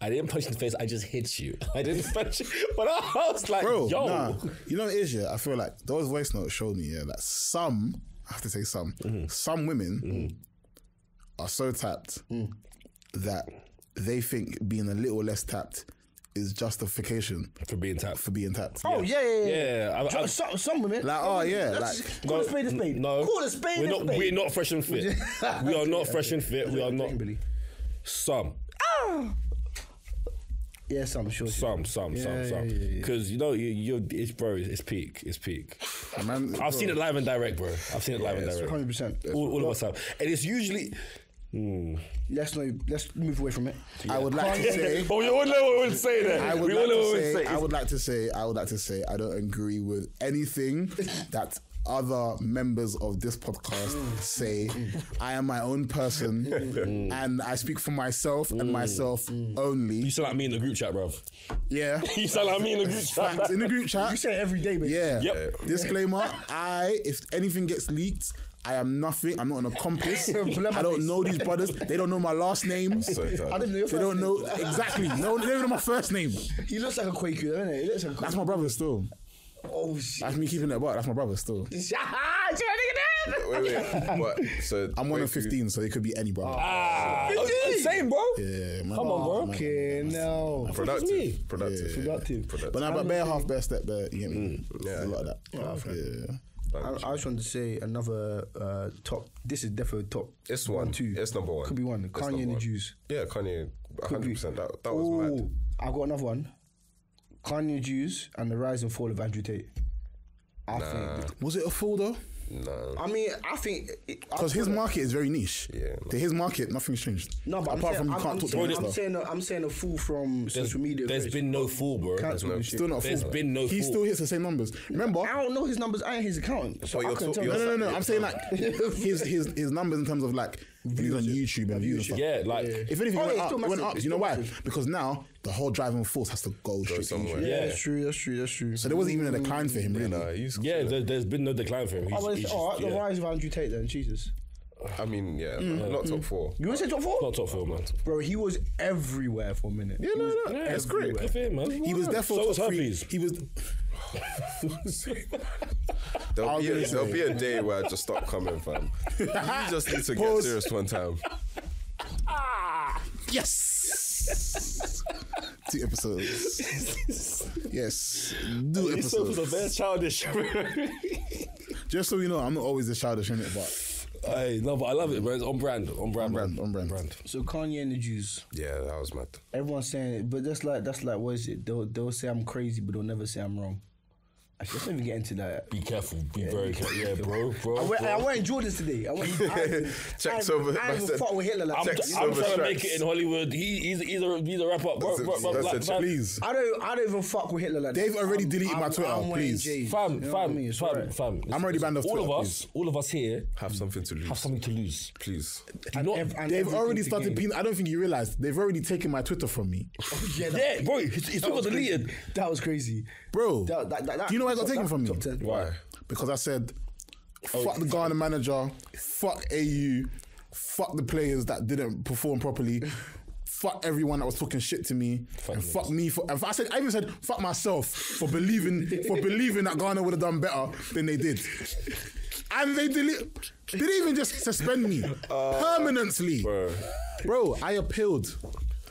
Speaker 1: I didn't punch you in the face. I just hit you. I didn't punch. You. But I was like,
Speaker 2: Bro,
Speaker 1: yo,
Speaker 2: nah. You know what it is, yeah? I feel like those voice notes showed me, yeah, that some, I have to say some,
Speaker 5: Mm-hmm.
Speaker 2: some women are so tapped
Speaker 5: Mm.
Speaker 2: that they think being a little less tapped is justification
Speaker 1: for being tapped.
Speaker 2: for being tapped.
Speaker 5: Oh yeah, yeah, yeah.
Speaker 1: yeah, I, I,
Speaker 5: Some, some women.
Speaker 2: Like, oh, yeah,
Speaker 5: That's-
Speaker 2: like-
Speaker 5: call a spade a spade.
Speaker 1: No,
Speaker 5: Call a spade
Speaker 1: we're
Speaker 5: a
Speaker 1: not.
Speaker 5: spade.
Speaker 1: We're not fresh and fit. we are not fresh and fit. We are not.
Speaker 5: Billy.
Speaker 1: Some,
Speaker 5: Yeah, some sure.
Speaker 1: some, some, some,
Speaker 5: Yeah,
Speaker 1: some.
Speaker 5: yeah, yeah, yeah.
Speaker 1: Because you know, you, you're. It's bro. It's peak. It's peak.
Speaker 2: Man,
Speaker 1: I've seen it live and direct, bro. I've seen it live and direct.
Speaker 5: Hundred percent.
Speaker 1: All, all of us have, and it's usually.
Speaker 5: Let's not. Let's move away from it.
Speaker 2: I would like to say.
Speaker 1: Oh, we all know what we'd say there.
Speaker 2: I would,
Speaker 1: we
Speaker 2: like
Speaker 1: all know
Speaker 2: to
Speaker 1: what we'd
Speaker 2: say,
Speaker 1: say.
Speaker 2: I would like to say I would like to say I don't agree with anything that other members of this podcast say. I am my own person and I speak for myself
Speaker 1: Mm.
Speaker 2: and myself
Speaker 1: You
Speaker 2: only.
Speaker 1: sound like me in the group chat, bruv.
Speaker 2: Yeah.
Speaker 1: You sound like me in the group chat.
Speaker 2: Facts in the group
Speaker 5: You
Speaker 2: chat.
Speaker 5: say it every day, but
Speaker 2: Yeah.
Speaker 1: Yep.
Speaker 2: Disclaimer, I if anything gets leaked I am nothing. I'm not an accomplice. I don't know these brothers. They don't know my last name.
Speaker 3: So uh,
Speaker 2: They
Speaker 5: I
Speaker 3: sad.
Speaker 5: didn't know. Your first
Speaker 2: don't
Speaker 5: name.
Speaker 2: know exactly. No, they don't know my first name.
Speaker 5: He looks like a Quaker, doesn't he? He looks like a
Speaker 2: That's my brother still.
Speaker 5: Oh shit!
Speaker 2: That's me keeping it buck. That's my brother still.
Speaker 3: Wait, wait. What? So
Speaker 2: I'm one
Speaker 3: wait,
Speaker 2: of 15, so it could be any brother.
Speaker 1: Ah, I'm- I'm saying, bro.
Speaker 2: yeah, man.
Speaker 1: Come on, bro.
Speaker 5: Oh, Okay, no.
Speaker 1: me.
Speaker 3: Productive. Productive.
Speaker 5: Productive.
Speaker 2: But now, but bare half, bare step, bare, you get me?
Speaker 5: Mm,
Speaker 2: Yeah, a lot of that. Yeah.
Speaker 5: I, uh, I just wanted to say another uh, top. This is definitely top.
Speaker 3: It's one.
Speaker 5: two.
Speaker 3: It's number one.
Speaker 5: Could be one.
Speaker 3: It's
Speaker 5: Kanye
Speaker 3: number
Speaker 5: and the
Speaker 3: one.
Speaker 5: Jews.
Speaker 3: Yeah, Kanye. 100%. That, that was
Speaker 5: Oh,
Speaker 3: mad.
Speaker 5: I got another one. Kanye Jews and the rise and fall of Andrew Tate. I think.
Speaker 2: Was it a fool though?
Speaker 3: No.
Speaker 5: I mean, I think. it- I
Speaker 2: Because his
Speaker 5: feel like-
Speaker 2: market is very niche.
Speaker 3: Yeah, no.
Speaker 2: To his market, nothing's changed.
Speaker 5: No,
Speaker 2: apart
Speaker 5: but I'm saying,
Speaker 2: from you
Speaker 5: I'm,
Speaker 2: can't
Speaker 5: I'm
Speaker 2: talk to
Speaker 5: saying,
Speaker 2: him
Speaker 5: I'm
Speaker 2: stuff.
Speaker 5: saying, a, I'm saying a fool from social media.
Speaker 1: There's
Speaker 5: Chris.
Speaker 1: been no fool, bro.
Speaker 5: Cancel
Speaker 1: There's
Speaker 5: this
Speaker 1: no-
Speaker 5: shit.
Speaker 2: Still not a
Speaker 1: There's
Speaker 2: fool.
Speaker 1: been no
Speaker 2: He's
Speaker 1: fool.
Speaker 2: still hits the same numbers. Remember?
Speaker 5: I don't know his numbers. I ain't his account. So
Speaker 3: But
Speaker 5: I
Speaker 3: you're
Speaker 5: can
Speaker 3: talk-
Speaker 5: tell.
Speaker 2: No,
Speaker 3: you're-
Speaker 2: no, no, no. I'm saying like his his his numbers in terms of like when he's on YouTube and views and stuff.
Speaker 1: Yeah, like
Speaker 2: If anything,
Speaker 5: Oh,
Speaker 2: it went
Speaker 5: yeah, it's
Speaker 2: up.
Speaker 5: still
Speaker 2: It went
Speaker 5: massive.
Speaker 2: up.
Speaker 5: It's
Speaker 2: You know
Speaker 5: still
Speaker 2: why?
Speaker 5: massive.
Speaker 2: Because now the whole driving force has to go
Speaker 3: Go
Speaker 2: straight to
Speaker 3: somewhere.
Speaker 2: YouTube.
Speaker 1: Yeah.
Speaker 5: That's true. That's true. That's true.
Speaker 2: So there wasn't even a decline for him, really.
Speaker 3: Nah, he's
Speaker 1: Mm, yeah, there, there's been no decline for him. He's,
Speaker 5: Oh, but
Speaker 1: he's
Speaker 5: it's,
Speaker 1: just-
Speaker 5: all right, the
Speaker 1: yeah.
Speaker 5: rise of Andrew Tate then, Jesus.
Speaker 3: I mean, yeah, not top four.
Speaker 5: You want to say top four?
Speaker 1: Not top four, man.
Speaker 5: Bro, he was everywhere for a minute. Yeah, no, no.
Speaker 1: Yeah,
Speaker 3: it's great.
Speaker 1: Good for him, man.
Speaker 2: He was there for
Speaker 1: so was
Speaker 2: top three.
Speaker 1: herpes.
Speaker 2: He was
Speaker 3: There'll,
Speaker 2: I'll
Speaker 3: be
Speaker 2: give
Speaker 3: a,
Speaker 2: it to
Speaker 3: there'll
Speaker 2: you.
Speaker 3: be a day where I just stop coming, fam. you just need to get
Speaker 2: Pause.
Speaker 3: serious one time.
Speaker 2: yes. Two episodes. yes, two
Speaker 1: He's so was a
Speaker 2: episodes.
Speaker 1: very childish.
Speaker 2: Just so you know, I'm not always the childish in it, but
Speaker 1: I love it. I love it, bro. It's on brand. On brand.
Speaker 2: brand,
Speaker 1: man.
Speaker 2: on brand.
Speaker 5: So Kanye and the Jews.
Speaker 3: Yeah, that was mad.
Speaker 5: Everyone's saying it, but that's like that's like what is it? They'll they'll say I'm crazy, but they'll never say I'm wrong. Actually, let's not even get into that.
Speaker 1: Be careful. Be very careful. Yeah, bro, bro.
Speaker 5: I wear,
Speaker 1: bro.
Speaker 5: I wear Jordans today. I wear,
Speaker 3: Checks
Speaker 5: I, I,
Speaker 3: over-
Speaker 5: I ain't even
Speaker 3: that's it.
Speaker 5: fuck with Hitler like
Speaker 1: I'm,
Speaker 5: that.
Speaker 3: Text
Speaker 1: I'm
Speaker 3: over
Speaker 1: trying to make
Speaker 3: strikes.
Speaker 1: it in Hollywood. He, he's, he's a he's a rapper. Bro,
Speaker 3: That's a-
Speaker 1: bro, bro,
Speaker 3: that's a-
Speaker 1: like, man,
Speaker 2: Please.
Speaker 5: I don't I don't even fuck with Hitler like that.
Speaker 2: They've already deleted my Twitter,
Speaker 5: wearing
Speaker 2: please.
Speaker 5: J's,
Speaker 1: Fam,
Speaker 5: you know what I
Speaker 1: fam,
Speaker 5: mean? It's
Speaker 1: fam,
Speaker 5: alright.
Speaker 1: fam. Listen,
Speaker 2: already
Speaker 1: listen.
Speaker 2: banned off
Speaker 1: All
Speaker 2: Twitter,
Speaker 1: of us, all of us here
Speaker 3: Have something to lose.
Speaker 1: have something to lose.
Speaker 3: Please.
Speaker 1: Do not,
Speaker 5: ev- and
Speaker 2: They've
Speaker 5: everything
Speaker 2: already
Speaker 5: to
Speaker 2: started.
Speaker 5: gain.
Speaker 2: Being, I don't think you realize they've already taken my Twitter from me,
Speaker 5: Yeah,
Speaker 1: yeah, bro, his, his tweet got
Speaker 5: was crazy.
Speaker 1: deleted.
Speaker 5: That was crazy.
Speaker 2: bro.
Speaker 5: That- that- that- that-
Speaker 2: do you know why it got
Speaker 5: that-
Speaker 2: taken from me?
Speaker 5: top 10.
Speaker 3: Why?
Speaker 2: Because I said, fuck the Ghana manager, fuck AU, fuck the players that didn't perform properly. Fuck everyone that was talking shit to me, and fuck me for. And I said, I even said, fuck myself for believing for believing that Ghana would have done better than they did. And they delete. They didn't even just suspend me permanently, Uh, bro. I appealed.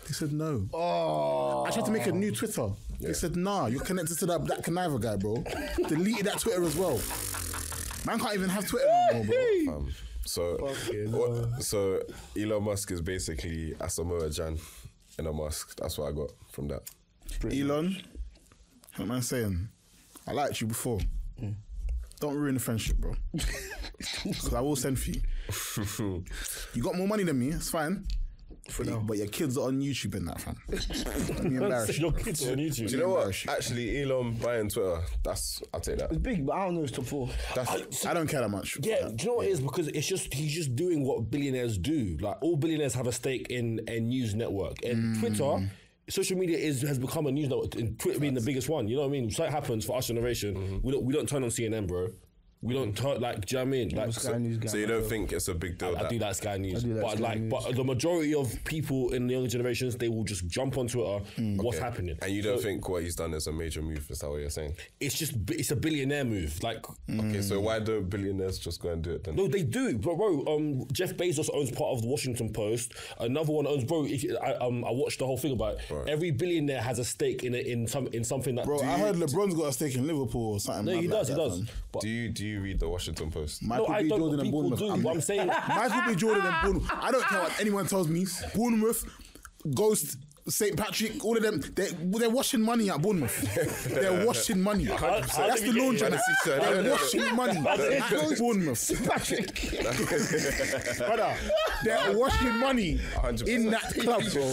Speaker 2: They said no. I tried to
Speaker 1: Oh,
Speaker 2: make a new Twitter. They said, nah, you're connected to that, that conniver guy, bro. Deleted that Twitter as well. Man can't even have Twitter no more, bro.
Speaker 3: Um, so, what, so Elon Musk is basically a Samoa Jan in a mask. That's what I got from that.
Speaker 2: Elon, what am I saying? I liked you before.
Speaker 1: Hmm.
Speaker 2: Don't ruin the friendship, bro. Because I will send for you. you got more money than me, it's fine. But, you- but your kids are on YouTube and that, fam. Don't be embarrassed.
Speaker 1: Your kids on YouTube.
Speaker 3: Do you know what? Actually, Elon buying Twitter. That's I'll take that.
Speaker 5: It's big, but I don't know. It's top four.
Speaker 2: That's, I don't care that much.
Speaker 1: Yeah, do you know what it is? Because it's just he's just doing what billionaires do. Like all billionaires have a stake in a news network. And Twitter, social media is has become a news network. And Twitter being the biggest one. You know what I mean? So it happens for our generation. We don't we don't turn on CNN, bro. We don't turn like do you know what I mean? Like
Speaker 5: Sky News guy.
Speaker 3: So you don't think it's a big deal?
Speaker 1: I
Speaker 3: that
Speaker 1: do like Sky News,
Speaker 5: do like
Speaker 1: but
Speaker 5: Sky
Speaker 1: like,
Speaker 5: News.
Speaker 1: but the majority of people in the younger generations, they will just jump on Twitter. What's happening?
Speaker 3: And you don't think what he's done is a major move? Is that what you're saying?
Speaker 1: It's just, b- it's a billionaire move. Like,
Speaker 3: Okay, so why don't billionaires just go and do it then?
Speaker 1: No, they do, bro. bro um, Jeff Bezos owns part of the Washington Post. Another one owns, bro. If, you- I, um, I watched the whole thing about it. Every billionaire has a stake in a, in some in something that.
Speaker 2: Bro,
Speaker 1: Do
Speaker 2: I
Speaker 1: you-
Speaker 2: heard LeBron's got a stake in Liverpool or something.
Speaker 1: No,
Speaker 2: mad
Speaker 1: he
Speaker 2: like
Speaker 1: does.
Speaker 2: that,
Speaker 1: he does.
Speaker 2: fam.
Speaker 1: But
Speaker 3: Do you do you read the Washington Post?
Speaker 1: no,
Speaker 2: Michael
Speaker 1: I
Speaker 2: B.
Speaker 1: don't.
Speaker 2: Jordan
Speaker 1: But
Speaker 2: and
Speaker 1: people
Speaker 2: Bournemouth.
Speaker 1: do.
Speaker 2: I'm-
Speaker 1: but I'm saying.
Speaker 2: Michael B. Jordan and Bournemouth. I don't care what anyone tells me. Bournemouth, Ghost, St. Patrick, all of them, they're, they're washing money at Bournemouth. they're washing money.
Speaker 1: how
Speaker 2: That's
Speaker 1: did
Speaker 2: the
Speaker 1: we get here?
Speaker 2: laundromat. They're washing money at Bournemouth.
Speaker 5: Patrick.
Speaker 2: Brother, they're washing money
Speaker 3: 100%.
Speaker 2: in that club, bro.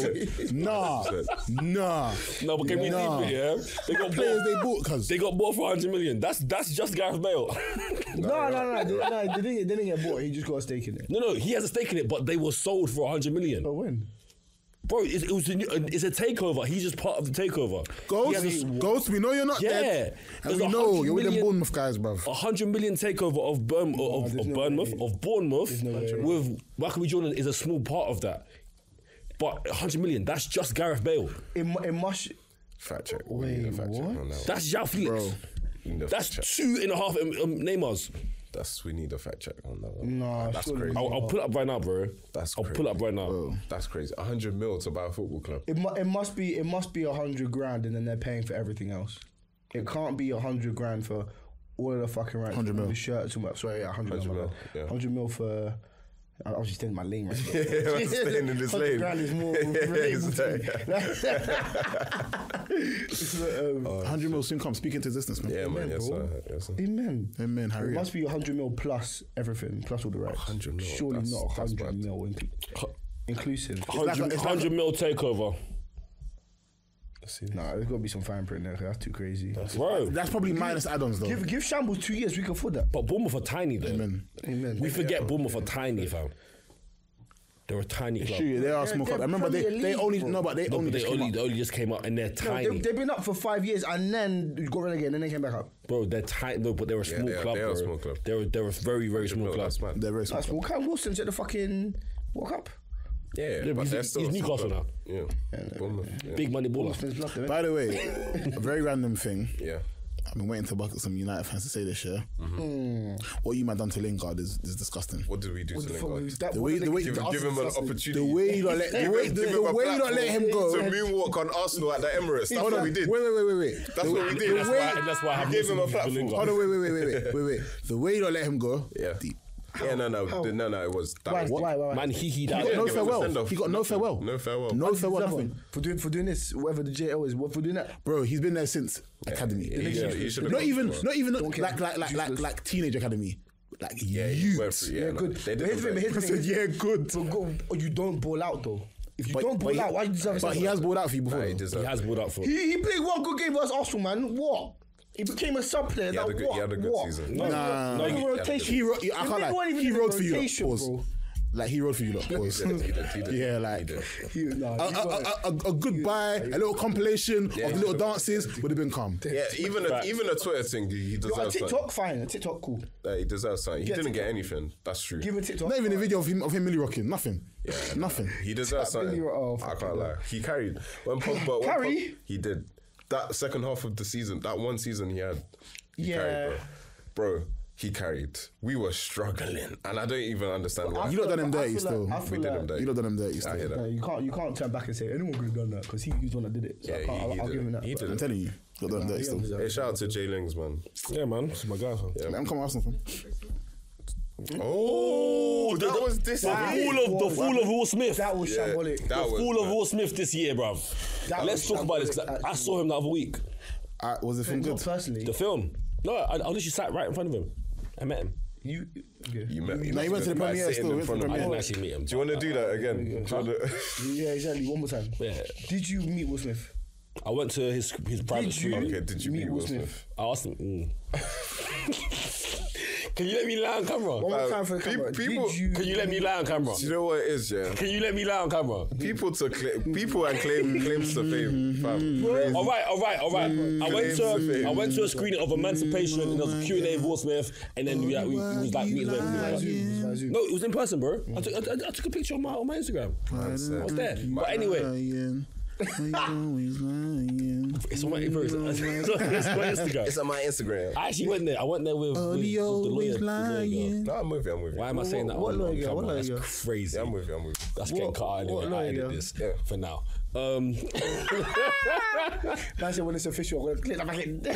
Speaker 2: Nah, nah.
Speaker 1: no, but can we
Speaker 2: Nah.
Speaker 1: leave it? Yeah, they got
Speaker 2: Players they
Speaker 1: bought.
Speaker 2: bought, cuz.
Speaker 1: They got bought for 100 million. That's that's just Gareth Bale.
Speaker 5: No, no, no, no, no. They didn't, they didn't get bought. He just got a stake in it.
Speaker 1: no, no, he has a stake in it, but they were sold for 100 million.
Speaker 5: But when?
Speaker 1: Bro, it's, it was a new, it's a takeover. He's just part of the takeover. He has a s-
Speaker 2: Ghost, Ghost, we know you're not
Speaker 1: Yeah.
Speaker 2: dead. And
Speaker 1: There's
Speaker 2: we
Speaker 1: a
Speaker 2: know
Speaker 1: hundred
Speaker 2: you're with them
Speaker 1: million-
Speaker 2: Bournemouth guys, bruv.
Speaker 1: a hundred million takeover of Burm, of,
Speaker 5: there's
Speaker 1: of
Speaker 5: no
Speaker 1: Bournemouth
Speaker 5: way.
Speaker 1: of Bournemouth
Speaker 5: no way.
Speaker 1: with Michael B. Jordan is a small part of that. But a hundred million, that's just Gareth Bale.
Speaker 5: It, mu- it must.
Speaker 3: Fact check. We need a fact check on that one.
Speaker 1: That's Jao Felix.
Speaker 3: We need a
Speaker 1: That's
Speaker 3: fact check.
Speaker 1: two and a half um, um, Neymars.
Speaker 3: That's we need a fact check on that one.
Speaker 5: Nah,
Speaker 3: Ah, that's
Speaker 5: surely
Speaker 3: crazy.
Speaker 1: I'll, I'll pull it up right now, bro.
Speaker 3: That's
Speaker 1: I'll pull it up right now.
Speaker 3: That's crazy. hundred mil to buy a football club.
Speaker 5: It, mu- it must be. It must be a hundred grand, and then they're paying for everything else. It can't be a hundred grand for all of the fucking rights. Hundred mil. The shirts and what? Sorry, yeah, hundred mil.
Speaker 3: mil, yeah.
Speaker 5: Hundred mil for. I was just staying in my lane right now.
Speaker 3: I'm staying in this
Speaker 5: 100
Speaker 3: lane.
Speaker 5: grand is more
Speaker 3: Yeah,
Speaker 5: relatable to me.
Speaker 3: exactly.
Speaker 5: Um,
Speaker 2: 100 mil soon come. Speak into existence, man.
Speaker 3: Oh, Yeah, man. Yes,
Speaker 5: bro.
Speaker 3: sir. Yes, sir.
Speaker 5: Amen.
Speaker 2: Amen, Harry.
Speaker 5: It must be 100 mil plus everything, plus all the rights.
Speaker 3: 100 mil,
Speaker 5: Surely
Speaker 3: that's-
Speaker 5: not
Speaker 3: that's
Speaker 5: 100
Speaker 3: bad.
Speaker 5: mil inc- inclusive.
Speaker 1: Hundred
Speaker 2: it's like a-
Speaker 1: hundred mil takeover,
Speaker 5: Nah, there's got to be some fine print there. 'cause That's too crazy.
Speaker 1: bro.
Speaker 2: That's probably minus add-ons though.
Speaker 5: Give, give Shambles two years, we can afford that.
Speaker 1: But Bournemouth are tiny, though.
Speaker 2: Amen.
Speaker 5: Amen.
Speaker 1: We forget Bournemouth are tiny, fam. They're a tiny club.
Speaker 2: Shoot, they are a small
Speaker 5: they're
Speaker 2: club. I remember they,
Speaker 5: Premier
Speaker 2: they
Speaker 5: League,
Speaker 2: only
Speaker 5: bro.
Speaker 2: no, but they
Speaker 1: No,
Speaker 2: only
Speaker 1: but they
Speaker 2: just came
Speaker 1: only,
Speaker 2: up.
Speaker 1: they only just came out and they're
Speaker 5: No,
Speaker 1: tiny.
Speaker 5: they, they've been up for five years and then you got relegated and then they came back up.
Speaker 1: Bro, they're tiny. No, but they're a small
Speaker 3: they are-
Speaker 1: club.
Speaker 3: they are a
Speaker 1: bro.
Speaker 3: small club.
Speaker 1: They're they're a very very small
Speaker 3: Bro,
Speaker 1: club.
Speaker 3: that's mad.
Speaker 2: They're very small.
Speaker 5: That's well, Cam Wilson's at the fucking World Cup.
Speaker 3: Yeah,
Speaker 1: but
Speaker 3: but
Speaker 1: he's-
Speaker 3: they're still
Speaker 1: he's
Speaker 3: a small
Speaker 1: Newcastle
Speaker 3: club.
Speaker 1: now.
Speaker 3: Yeah. Bournemouth, yeah.
Speaker 1: Big money baller.
Speaker 5: Spins blood, though, innit?
Speaker 2: By the way, a very random thing.
Speaker 3: Yeah.
Speaker 2: I've been waiting to bucket some United fans to say this year. What you man done to Lingard is, is disgusting.
Speaker 3: Mm-hmm. What did we do
Speaker 5: What
Speaker 3: to
Speaker 5: the fuck was
Speaker 3: Lingard?
Speaker 5: that?
Speaker 2: The
Speaker 5: What
Speaker 2: way,
Speaker 5: did
Speaker 2: the way,
Speaker 5: they-
Speaker 3: Give,
Speaker 2: the,
Speaker 3: give him an opportunity.
Speaker 2: the way you don't let the way, the,
Speaker 3: Give him
Speaker 2: the
Speaker 3: a
Speaker 2: way you don't let him
Speaker 3: platform
Speaker 2: go.
Speaker 3: To moonwalk on Arsenal at the Emirates. That's what we did.
Speaker 2: Wait, wait, wait, wait, wait.
Speaker 3: That's
Speaker 2: The-
Speaker 3: what we did.
Speaker 2: The
Speaker 1: That's
Speaker 2: way,
Speaker 1: why, that's why I have
Speaker 3: Give him a
Speaker 1: Muslim
Speaker 3: platform.
Speaker 1: Lingard.
Speaker 2: Hold on, wait, wait, wait, wait, wait, wait, wait. The way you don't let him go,
Speaker 3: Yeah.
Speaker 2: deep.
Speaker 3: Yeah, no, no,
Speaker 5: How?
Speaker 3: no, no. It was that.
Speaker 5: Why?
Speaker 3: was
Speaker 5: Why? Why? why?
Speaker 1: Man, he he
Speaker 2: got no
Speaker 1: died.
Speaker 3: give us a
Speaker 2: farewell.
Speaker 3: send-off.
Speaker 2: He got no farewell.
Speaker 3: No farewell.
Speaker 2: No farewell.
Speaker 5: Whatever.
Speaker 2: Nothing,
Speaker 5: For doing for doing this, whatever the JL is, what for doing that?
Speaker 2: bro. He's been there since academy.
Speaker 3: he should- he should have
Speaker 2: not
Speaker 3: gone
Speaker 2: even,
Speaker 3: for it.
Speaker 2: not even like
Speaker 5: care.
Speaker 2: like like like like,
Speaker 5: Useless.
Speaker 2: like teenage academy. Like
Speaker 3: Yeah,
Speaker 2: yeah,
Speaker 3: you
Speaker 2: youth.
Speaker 3: went through, yeah, no,
Speaker 5: good.
Speaker 3: They
Speaker 5: But here's the thing,
Speaker 3: did
Speaker 5: here's the
Speaker 2: I
Speaker 5: thing.
Speaker 2: said, yeah, good.
Speaker 5: But go, or you don't ball out though. If you
Speaker 2: But-
Speaker 5: don't ball
Speaker 2: but he-
Speaker 5: out, why you deserve a
Speaker 2: But he
Speaker 5: second?
Speaker 2: has balled out for you before.
Speaker 3: Nah, he
Speaker 2: though.
Speaker 1: He
Speaker 3: deserved.
Speaker 1: has balled out for.
Speaker 5: He, he played one good game versus Arsenal, man. What? He became a sub player.
Speaker 3: He
Speaker 5: now
Speaker 3: had a good-
Speaker 5: what?
Speaker 3: he had a good
Speaker 5: what?
Speaker 3: season.
Speaker 5: No,
Speaker 2: Nah.
Speaker 5: no,
Speaker 2: No,
Speaker 5: no,
Speaker 3: he-
Speaker 5: rotation.
Speaker 2: He wrote. I
Speaker 5: The
Speaker 2: can't
Speaker 5: man
Speaker 2: lie.
Speaker 5: wasn't even
Speaker 2: He
Speaker 5: in
Speaker 2: wrote for you. Like,
Speaker 5: rotation,
Speaker 2: pause.
Speaker 5: bro.
Speaker 2: Like he wrote for you. Like, pause.
Speaker 3: did, he did, he did.
Speaker 2: Yeah, like.
Speaker 5: He- nah,
Speaker 2: A,
Speaker 5: he
Speaker 2: a,
Speaker 5: got-
Speaker 2: a, a, a goodbye, a little compilation of little dances would have been calm.
Speaker 3: Yeah, even a, even a Twitter thing, he
Speaker 5: Yo, a
Speaker 3: deserves something.
Speaker 5: TikTok, fine. A TikTok, cool.
Speaker 3: Like, he deserves something. He
Speaker 5: Get
Speaker 3: didn't get
Speaker 5: TikTok.
Speaker 3: anything. That's true.
Speaker 5: Give a TikTok.
Speaker 2: Not even a video of him of him really rocking. Nothing. Nothing.
Speaker 3: He deserves
Speaker 5: That
Speaker 3: something.
Speaker 5: video- oh,
Speaker 3: I
Speaker 5: fucking
Speaker 3: can't lie. He carried when Pogba. when
Speaker 5: Carry?
Speaker 3: Pog- he did that second half of the season. That one season he had. He
Speaker 5: Yeah.
Speaker 3: carried, bro. bro. He carried. We were struggling, and I don't even understand why.
Speaker 2: You lot done him dirty
Speaker 5: I feel
Speaker 2: still.
Speaker 5: Like, I
Speaker 2: We
Speaker 5: feel
Speaker 3: did
Speaker 5: like,
Speaker 3: him dirty.
Speaker 2: You lot done him dirty.
Speaker 3: I hear
Speaker 2: Still.
Speaker 3: that.
Speaker 5: No, you can't. You can't turn back and say anyone could have done that because he was the one that did it. So I
Speaker 3: Yeah,
Speaker 5: can't,
Speaker 3: he-
Speaker 5: I'll,
Speaker 3: he
Speaker 5: I'll
Speaker 3: did
Speaker 5: give
Speaker 3: it.
Speaker 5: him that.
Speaker 3: He did
Speaker 2: I'm
Speaker 3: it.
Speaker 2: telling you, you lot done him dirty. Still.
Speaker 3: Hey, shout out to Jay Lings, man.
Speaker 1: Yeah, man, this is my guy. fam.
Speaker 2: Let him come Arsenal. Fam.
Speaker 5: Mm-hmm.
Speaker 3: Oh, that, was this.
Speaker 5: Wow.
Speaker 3: year.
Speaker 1: Fool of the fool of Will Smith.
Speaker 5: That was
Speaker 3: Yeah,
Speaker 5: shambolic.
Speaker 3: that was
Speaker 1: Fool of
Speaker 3: mad.
Speaker 1: Will Smith this year, bruv.
Speaker 5: That
Speaker 1: Let's
Speaker 5: was
Speaker 1: talk about this. 'cause
Speaker 5: shambolic,
Speaker 1: I, I saw him the other week.
Speaker 2: Uh, was the film
Speaker 5: Not
Speaker 2: good?
Speaker 5: personally,
Speaker 1: The film. No, I, I literally sat right in front of him. I met him.
Speaker 5: you. Okay.
Speaker 3: You met.
Speaker 2: No, he went to the
Speaker 3: met
Speaker 2: premiere still,
Speaker 3: sitting in
Speaker 2: went to
Speaker 3: front
Speaker 2: the
Speaker 3: of
Speaker 1: I didn't
Speaker 3: me.
Speaker 2: premiere.
Speaker 1: actually meet him.
Speaker 3: Do you want to do that again? Do you wanna-
Speaker 5: Yeah, exactly. One more time.
Speaker 1: Yeah.
Speaker 5: Did you meet Will Smith?
Speaker 1: I went to his his private
Speaker 5: you?
Speaker 1: studio.
Speaker 3: okay, did you meet Will Smith?
Speaker 1: I asked him. Mm. Can you let me lie on
Speaker 5: One
Speaker 1: camera?
Speaker 5: more
Speaker 3: Uh,
Speaker 5: time for the
Speaker 3: pe-
Speaker 5: camera.
Speaker 3: people-
Speaker 5: did you?
Speaker 1: Can you let me lie on camera?
Speaker 3: Do you know what it is, yeah?
Speaker 1: Can you let me lie on camera?
Speaker 3: People to cla- people and claim claims to fame, fam. Crazy.
Speaker 1: All right, all right, all right. I went to
Speaker 3: Mm.
Speaker 1: I went to a screening of Emancipation and there was a Q and A of Will Smith, and then we, we, we was like meeting him.
Speaker 5: Zoom, zoom, zoom.
Speaker 1: No, it was in person, bro. I took, I, I- I took a picture on my on my Instagram. I was there. But anyway,
Speaker 2: Lying. You're always lying.
Speaker 1: it's on my bro, it's, it's, it's on my
Speaker 3: It's
Speaker 1: Instagram.
Speaker 3: on my Instagram.
Speaker 1: I actually went there. I went there with, with, with the
Speaker 2: You're
Speaker 1: lawyer.
Speaker 2: always
Speaker 1: with the lawyer girl.
Speaker 2: lying.
Speaker 3: No, I'm with you. I'm with you.
Speaker 1: Why am I saying that?
Speaker 5: What
Speaker 1: on- on
Speaker 5: lawyer girl?
Speaker 1: camera?
Speaker 5: What lawyer
Speaker 1: That's
Speaker 5: girl?
Speaker 1: crazy.
Speaker 3: Yeah, I'm with you. I'm with you.
Speaker 1: That's getting cut out anyway.
Speaker 5: what
Speaker 1: I
Speaker 5: lawyer
Speaker 1: edit
Speaker 5: girl?
Speaker 1: this
Speaker 3: Yeah.
Speaker 1: for now. Um,
Speaker 5: That's it. When it's official, I'm gonna click that back in.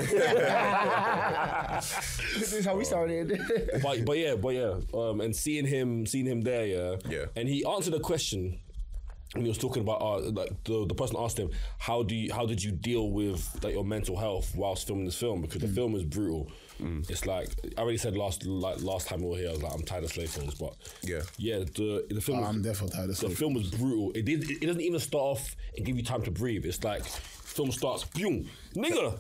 Speaker 5: This is how we started.
Speaker 1: but but yeah, but yeah, um, and seeing him, seeing him there, yeah,
Speaker 3: Yeah.
Speaker 1: and he answered a question. And he was talking about uh, like the, the person asked him how do you how did you deal with like your mental health whilst filming this film because the
Speaker 3: Mm.
Speaker 1: film is brutal. It's like I already said last like last time we were here I was like I'm tired of slave films but
Speaker 3: Yeah.
Speaker 1: yeah the the film
Speaker 2: I'm
Speaker 1: was,
Speaker 2: definitely tired of
Speaker 1: the
Speaker 2: stuff.
Speaker 1: film was brutal. It did it doesn't even start off and give you time to breathe. It's like film starts boom nigga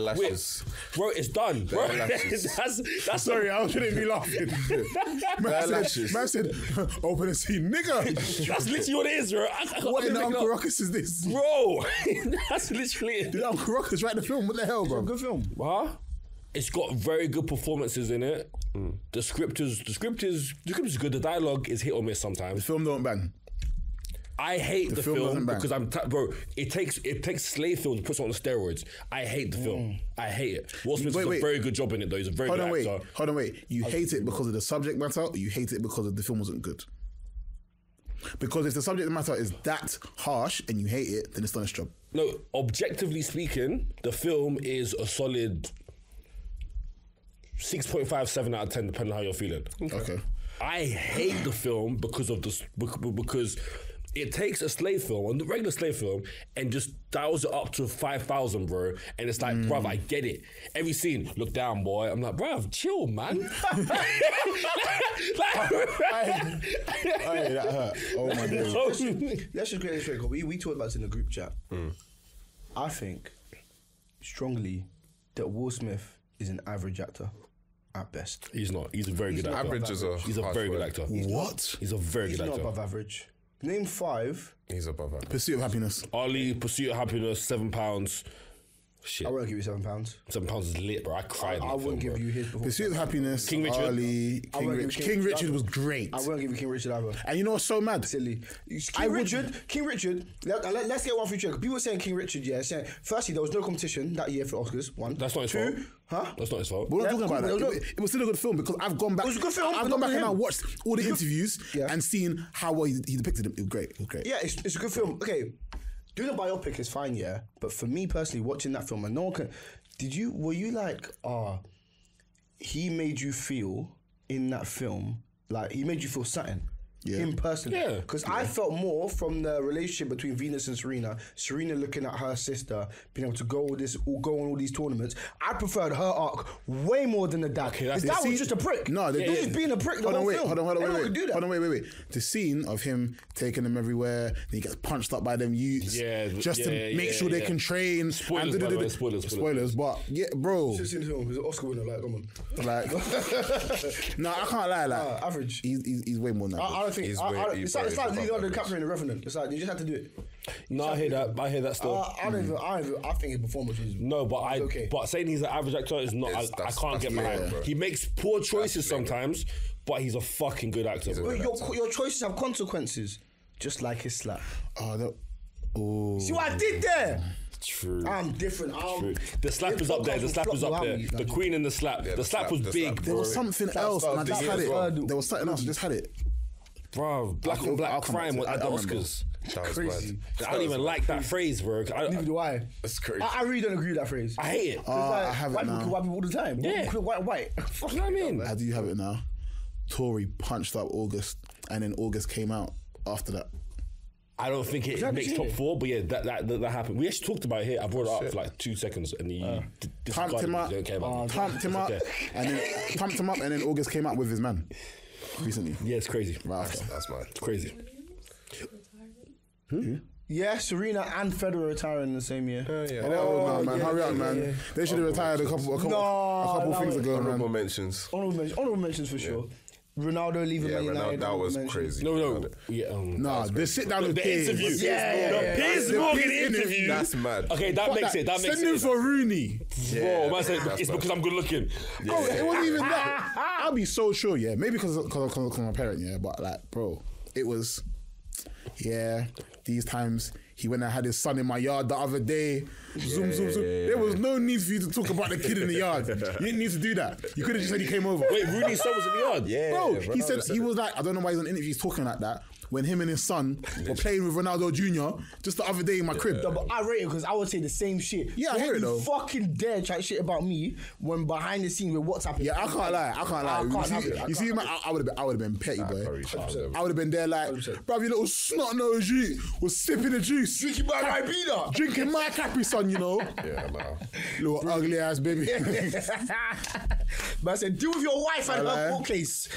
Speaker 1: Wait.
Speaker 3: lashes.
Speaker 1: bro it's done bro
Speaker 3: Bare lashes.
Speaker 1: that's that's
Speaker 2: Sorry, I shouldn't be laughing.
Speaker 3: Bad
Speaker 2: man, said,
Speaker 3: lashes.
Speaker 2: man said, open and see, nigga.
Speaker 1: That's literally what it is, bro. I, I,
Speaker 2: What
Speaker 1: I
Speaker 2: in the
Speaker 1: don't
Speaker 2: Uncle
Speaker 1: know.
Speaker 2: Ruckus is this?
Speaker 1: Bro, that's literally it.
Speaker 2: Did Uncle Ruckus write the film? What the hell, bro?
Speaker 5: Good film.
Speaker 1: Huh? It's got very good performances in it.
Speaker 2: Mm.
Speaker 1: The script is the script is the script is good. The dialogue is hit or miss sometimes.
Speaker 2: Film don't ban.
Speaker 1: I hate the,
Speaker 2: film
Speaker 1: film,
Speaker 2: doesn't bang.
Speaker 1: because I'm t- bro. It takes it takes slave film to put on the steroids. I hate the film. I hate it. Will Smith
Speaker 2: Mm. Wait,
Speaker 1: does a
Speaker 2: wait.
Speaker 1: very good job in it though. He's a very
Speaker 2: Hold
Speaker 1: good
Speaker 2: on, wait.
Speaker 1: actor.
Speaker 2: Hold on, wait. You hate it because of the subject matter, or you hate it because of the film wasn't good? Because if the subject matter is that harsh and you hate it, then it's not a job.
Speaker 1: No, objectively speaking, the film is a solid 6.5, 7 out of ten, depending on how you're feeling.
Speaker 2: Okay.
Speaker 1: I hate the film because of this bec- bec- because it takes a slave film, a regular slave film, and just dials it up to five thousand, bro. And it's like, bruv, I get it. Every scene, look down, boy. I'm like, bruv, chill, man. like,
Speaker 2: Hey, that hurt. Oh my god.
Speaker 5: Let's just get this straight. 'cause We we talked about this in the group chat.
Speaker 1: Hmm.
Speaker 5: I think strongly that Will Smith is an average actor at best.
Speaker 1: he's not. He's a very good actor.
Speaker 3: Average is a
Speaker 1: He's a
Speaker 3: harsh
Speaker 1: very good
Speaker 3: word.
Speaker 1: actor.
Speaker 2: What?
Speaker 1: He's a very
Speaker 5: He's
Speaker 1: good
Speaker 5: not
Speaker 1: actor.
Speaker 5: above average. Name five.
Speaker 3: He's above that.
Speaker 2: Pursuit of happiness.
Speaker 1: Ali, Pursuit of Happiness, Seven Pounds.
Speaker 5: I
Speaker 1: Shit,
Speaker 5: won't give you seven pounds.
Speaker 1: Seven Pounds is lit, bro. I cried. in that
Speaker 5: I
Speaker 1: film,
Speaker 5: won't give
Speaker 1: bro.
Speaker 5: you his. Before.
Speaker 2: Pursuit of happiness. King
Speaker 1: Richard.
Speaker 2: Ali,
Speaker 5: I
Speaker 2: King
Speaker 5: won't
Speaker 2: Richard.
Speaker 5: give
Speaker 2: King
Speaker 5: King-
Speaker 2: Richard was great.
Speaker 5: I won't give you King Richard either.
Speaker 2: And you know what's so mad?
Speaker 5: Silly. King
Speaker 2: I would-
Speaker 5: Richard, King Richard, let, us get one for each other. People were saying King Richard, yeah, saying, firstly, there was no competition that year for Oscars. One.
Speaker 1: That's not his
Speaker 5: Two,
Speaker 1: fault.
Speaker 5: Huh?
Speaker 1: That's not his fault.
Speaker 2: We're not
Speaker 5: Yeah,
Speaker 2: talking about
Speaker 5: cool,
Speaker 2: that.
Speaker 5: no, no.
Speaker 2: It, it was still a good film because I've gone back.
Speaker 5: It was a good film,
Speaker 2: I've gone
Speaker 5: but not
Speaker 2: back
Speaker 5: for
Speaker 2: and I
Speaker 5: him.
Speaker 2: watched all the interviews
Speaker 5: Yeah.
Speaker 2: and seen how well he, he depicted him. It was great. It was great.
Speaker 5: Yeah, it's, it's a good film. Okay, doing a biopic is fine, yeah. But for me personally, watching that film, and no one can. Did you? Were you like, ah, he made you feel in that film Like he made you feel something.
Speaker 2: Yeah.
Speaker 5: Him personally.
Speaker 1: Yeah.
Speaker 5: Because I felt more from the relationship between Venus and Serena. Serena looking at her sister, being able to go all this, all go on all these tournaments. I preferred her arc way more than the dad.
Speaker 1: that's-
Speaker 5: Because that
Speaker 2: See-
Speaker 5: was just a prick.
Speaker 2: No, they
Speaker 5: he was
Speaker 2: did.
Speaker 5: just being a prick the
Speaker 2: hold
Speaker 5: whole
Speaker 2: on, wait,
Speaker 5: film.
Speaker 2: Hold on, hold on,
Speaker 5: Anyone
Speaker 2: wait,
Speaker 5: could
Speaker 2: wait,
Speaker 5: do that.
Speaker 2: hold on, wait, wait, wait. The scene of him taking them everywhere, then he gets punched up by them youths,
Speaker 1: Yeah,
Speaker 2: just to
Speaker 1: yeah,
Speaker 2: make
Speaker 1: yeah,
Speaker 2: sure they
Speaker 1: yeah.
Speaker 2: can train.
Speaker 1: Spoilers,
Speaker 2: and
Speaker 1: by the way,
Speaker 2: da-da-da-da.
Speaker 1: spoilers, spoilers.
Speaker 2: spoilers, but yeah, bro,
Speaker 5: Just seen the film. It was an Oscar winner. Like, come on.
Speaker 2: like, no, I can't lie, like,
Speaker 5: Uh, average.
Speaker 2: he's, he's, he's way more than that.
Speaker 5: I, I
Speaker 2: bro.
Speaker 5: don't think.
Speaker 3: He's
Speaker 5: I, I
Speaker 3: way-
Speaker 5: don't,
Speaker 3: he's
Speaker 5: it's like, it's
Speaker 3: very-
Speaker 5: like
Speaker 3: he's
Speaker 5: Leonardo
Speaker 3: above
Speaker 5: DiCaprio in The Revenant. It's like you just had to do it.
Speaker 1: No, I hear that. I hear that still.
Speaker 5: I, I don't even. I, don't even, I think his performance was
Speaker 1: No, but I.
Speaker 5: Ah. okay.
Speaker 1: But saying he's an average actor is not.
Speaker 3: It's-
Speaker 1: I, I
Speaker 3: that's-
Speaker 1: can't
Speaker 3: that's
Speaker 1: get
Speaker 3: lame,
Speaker 1: behind.
Speaker 3: bro.
Speaker 1: He makes poor choices sometimes, but he's a fucking good actor. bro.
Speaker 5: But your, your choices have consequences, just like his slap.
Speaker 2: Oh, that, oh.
Speaker 5: See what I did there?
Speaker 1: True.
Speaker 5: I'm different. I'm,
Speaker 1: True. The slap
Speaker 5: This
Speaker 1: is up there. The
Speaker 5: podcast
Speaker 1: slap
Speaker 5: will
Speaker 1: is
Speaker 5: flop
Speaker 1: up
Speaker 5: around
Speaker 1: there.
Speaker 5: you,
Speaker 1: The
Speaker 5: man.
Speaker 1: queen and the slap.
Speaker 3: Yeah,
Speaker 1: the
Speaker 3: the
Speaker 1: slap
Speaker 3: slap,
Speaker 1: was
Speaker 3: the
Speaker 1: big,
Speaker 3: slap.
Speaker 2: There
Speaker 1: bro.
Speaker 2: was something else,
Speaker 3: was
Speaker 2: and I
Speaker 3: the
Speaker 2: just
Speaker 3: year
Speaker 2: had
Speaker 3: as
Speaker 2: it.
Speaker 3: well.
Speaker 2: There was something else, I just had it.
Speaker 1: Bruv, black
Speaker 2: I'll-
Speaker 1: on
Speaker 2: I'll
Speaker 1: black
Speaker 2: come back
Speaker 1: crime
Speaker 2: to it.
Speaker 1: at the
Speaker 2: I remember.
Speaker 1: Oscars.
Speaker 3: That was
Speaker 5: Crazy.
Speaker 3: mad.
Speaker 1: I don't even like that phrase, bro. I,
Speaker 5: Neither
Speaker 1: I,
Speaker 5: do I.
Speaker 3: That's crazy.
Speaker 5: I, I really don't agree with that phrase.
Speaker 1: I hate it.
Speaker 2: Uh,
Speaker 3: Ah.
Speaker 5: It's like,
Speaker 2: I have it
Speaker 5: white
Speaker 2: now.
Speaker 5: people kill white people all the time. White
Speaker 1: Yeah.
Speaker 5: people kill White, white. Fuck
Speaker 1: you know what I mean?
Speaker 2: How do you have it now? Tory punched up August, and then August came out after that.
Speaker 1: I don't think it
Speaker 5: that
Speaker 1: makes
Speaker 5: shit?
Speaker 1: top four, but yeah, that that, that, that happened. We actually talked about it here. I brought it up for like two seconds, and you
Speaker 5: Uh.
Speaker 1: d-
Speaker 2: Pumped
Speaker 1: disregarded
Speaker 2: him
Speaker 1: it.
Speaker 2: up, Oh,
Speaker 1: You don't care
Speaker 5: Ah,
Speaker 1: about me.
Speaker 2: pumped him up,
Speaker 1: It's okay.
Speaker 2: and then pumped him up, and then August came out with his man recently.
Speaker 1: Yeah, it's crazy.
Speaker 2: Right
Speaker 3: That's,
Speaker 2: after.
Speaker 3: that's mad.
Speaker 1: It's crazy.
Speaker 5: Yeah, Serena and Federer retiring in the same year.
Speaker 2: Oh, no, man, hurry up, man. They
Speaker 1: Oh,
Speaker 2: should have retired a couple, a couple,
Speaker 5: No,
Speaker 2: a couple
Speaker 5: no,
Speaker 2: things
Speaker 5: wait.
Speaker 2: ago,
Speaker 3: Honorable
Speaker 2: man.
Speaker 3: mentions.
Speaker 5: Honorable, mentions, honorable mentions for sure. Ronaldo leaving
Speaker 3: Yeah,
Speaker 5: Man
Speaker 3: man, that,
Speaker 5: United.
Speaker 3: that
Speaker 5: honorable
Speaker 3: was
Speaker 5: mentions.
Speaker 3: crazy.
Speaker 1: No, no, yeah, um,
Speaker 2: Nah, the sit down with
Speaker 1: the
Speaker 2: Piers.
Speaker 1: interview.
Speaker 2: Piers
Speaker 5: Yeah, yeah,
Speaker 1: the
Speaker 5: yeah.
Speaker 1: Piers
Speaker 2: The
Speaker 1: Morgan
Speaker 2: Piers interview.
Speaker 1: interview.
Speaker 3: That's mad.
Speaker 1: Okay, that
Speaker 2: Fuck
Speaker 1: makes it. That makes
Speaker 2: Send him
Speaker 1: it.
Speaker 2: for Rooney.
Speaker 1: Bro, man
Speaker 3: that's-
Speaker 1: said
Speaker 3: that's
Speaker 1: it's
Speaker 3: mad.
Speaker 1: because I'm good looking.
Speaker 2: Bro, Oh, it wasn't even that. I'll be so sure, yeah. Maybe because because I'm a parent, yeah. But like, bro, it was, yeah. These times he went and had his son in my yard the other day. Zoom, zoom, zoom. There was no need for you to talk about the kid in the yard. You didn't need to do that. You could have just said he came over.
Speaker 1: Wait, Rooney's son was in the yard.
Speaker 3: Yeah,
Speaker 2: Bro, he
Speaker 3: Ronaldo
Speaker 2: said he was like, I don't know why he's on interviews talking like that. When him and his son were playing with Ronaldo Jr. just the other day in my crib.
Speaker 5: No, but I rate it because I would say the same shit.
Speaker 2: Yeah, I
Speaker 5: Don't
Speaker 2: hear it
Speaker 5: you
Speaker 2: though.
Speaker 5: Fucking dare chat shit about me when behind the scene with what's happening.
Speaker 2: Yeah, I can't lie. I can't lie.
Speaker 5: Ah, I can't
Speaker 2: you
Speaker 5: have
Speaker 2: see,
Speaker 5: it. I
Speaker 2: you see
Speaker 5: can't
Speaker 2: man, I, I would have been, I would have been petty, boy.
Speaker 3: Curry, Ronaldo.
Speaker 2: I would have been there like, bruv, your little snot nosed you was sipping the juice.
Speaker 5: Drinking my Ribena.
Speaker 2: Drinking my Capri Sun, you know.
Speaker 3: Yeah, nah.
Speaker 2: Little ugly ass baby.
Speaker 5: but I said, deal with your wife and
Speaker 2: Hello.
Speaker 5: her bookcase.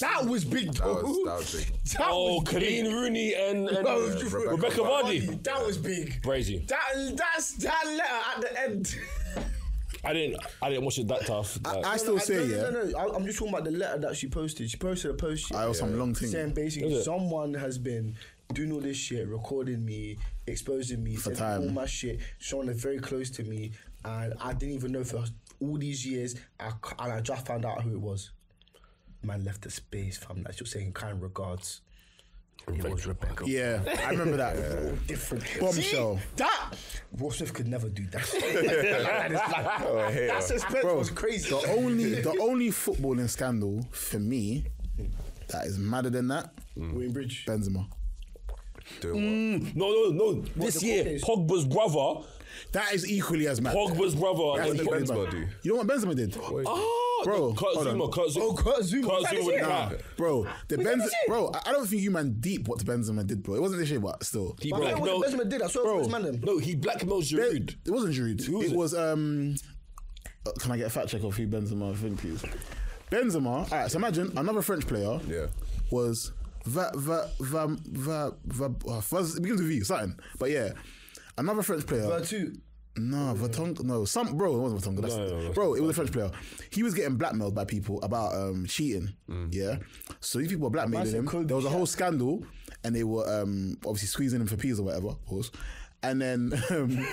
Speaker 5: That was big,
Speaker 3: That
Speaker 5: though.
Speaker 3: was, that was big.
Speaker 5: That
Speaker 1: Oh,
Speaker 5: was big.
Speaker 1: Colleen Rooney and, and
Speaker 5: That was-
Speaker 3: Rebecca
Speaker 1: Rebecca Vardy.
Speaker 5: That was big.
Speaker 1: Crazy.
Speaker 5: That that's that letter at the end.
Speaker 1: I didn't. I didn't watch it that tough. Like,
Speaker 2: I still say,
Speaker 5: no,
Speaker 2: yeah.
Speaker 5: No, no, no. I, I'm just talking about the letter that she posted. She posted a post.
Speaker 2: I was some long thing.
Speaker 5: saying basically
Speaker 1: Is it?
Speaker 5: someone has been doing all this shit, recording me, exposing me, sending
Speaker 2: time.
Speaker 5: all my shit, showing it very close to me, and I didn't even know for all these years, I, c- and I just found out who it was. Man left the space, fam. That's just saying kind regards. It was Rebecca.
Speaker 2: Yeah, I remember that.
Speaker 5: Different.
Speaker 2: Bombshell.
Speaker 5: See, that Will Smith could never do that. that is like,
Speaker 3: Oh, hey,
Speaker 5: that suspense
Speaker 2: Bro,
Speaker 5: was crazy.
Speaker 2: The only, the only footballing scandal for me that is madder than that,
Speaker 5: Wayne Bridge.
Speaker 2: Benzema.
Speaker 3: Doing what?
Speaker 1: no, no, no. This
Speaker 5: the
Speaker 1: year,
Speaker 5: court
Speaker 1: Pogba's
Speaker 5: case?
Speaker 1: brother.
Speaker 2: That is equally as mad.
Speaker 1: Pogba's brother.
Speaker 2: That's
Speaker 1: and
Speaker 3: did
Speaker 2: equally as
Speaker 3: Benzema
Speaker 2: mad.
Speaker 3: do?
Speaker 2: You know what Benzema did?
Speaker 1: Oh,
Speaker 2: Bro,
Speaker 1: Kurt
Speaker 2: hold on.
Speaker 1: Zuma. Kurt Zuma.
Speaker 5: Oh, Kurt Zuma.
Speaker 1: Kurt
Speaker 5: Was that
Speaker 1: Zuma with
Speaker 5: this
Speaker 1: the
Speaker 5: year?
Speaker 1: clap.
Speaker 2: Bro, the
Speaker 5: that
Speaker 2: Benz-
Speaker 5: this year?
Speaker 2: bro, I I don't think you man deep what Benzema did, bro. It wasn't this year, but still.
Speaker 1: He
Speaker 5: Bro,
Speaker 1: blackmailed.
Speaker 5: what Benzema did, I saw it
Speaker 2: Bro.
Speaker 5: was man them.
Speaker 1: No, he blackmailed Giroud.
Speaker 2: It wasn't Giroud.
Speaker 1: Who was
Speaker 2: it,
Speaker 1: it?
Speaker 2: was um. uh, Can I get a fact check of who Benzema? I think please. Benzema. All right. So imagine another French player.
Speaker 3: Yeah.
Speaker 2: Was va va va va va. uh, Vaz- It begins with V. Something. But yeah, another French player.
Speaker 5: But two.
Speaker 2: No, Vertonghen. No, some bro. It wasn't Vertonghen. That's,
Speaker 1: No, no, no,
Speaker 2: bro, it was a French player. He was getting blackmailed by people about um, cheating. Yeah. So these people were blackmailing
Speaker 5: said
Speaker 2: him.
Speaker 5: Mm. Kobe
Speaker 2: There was a whole scandal, and they were um, obviously squeezing him for peas or whatever, of course. And then, um,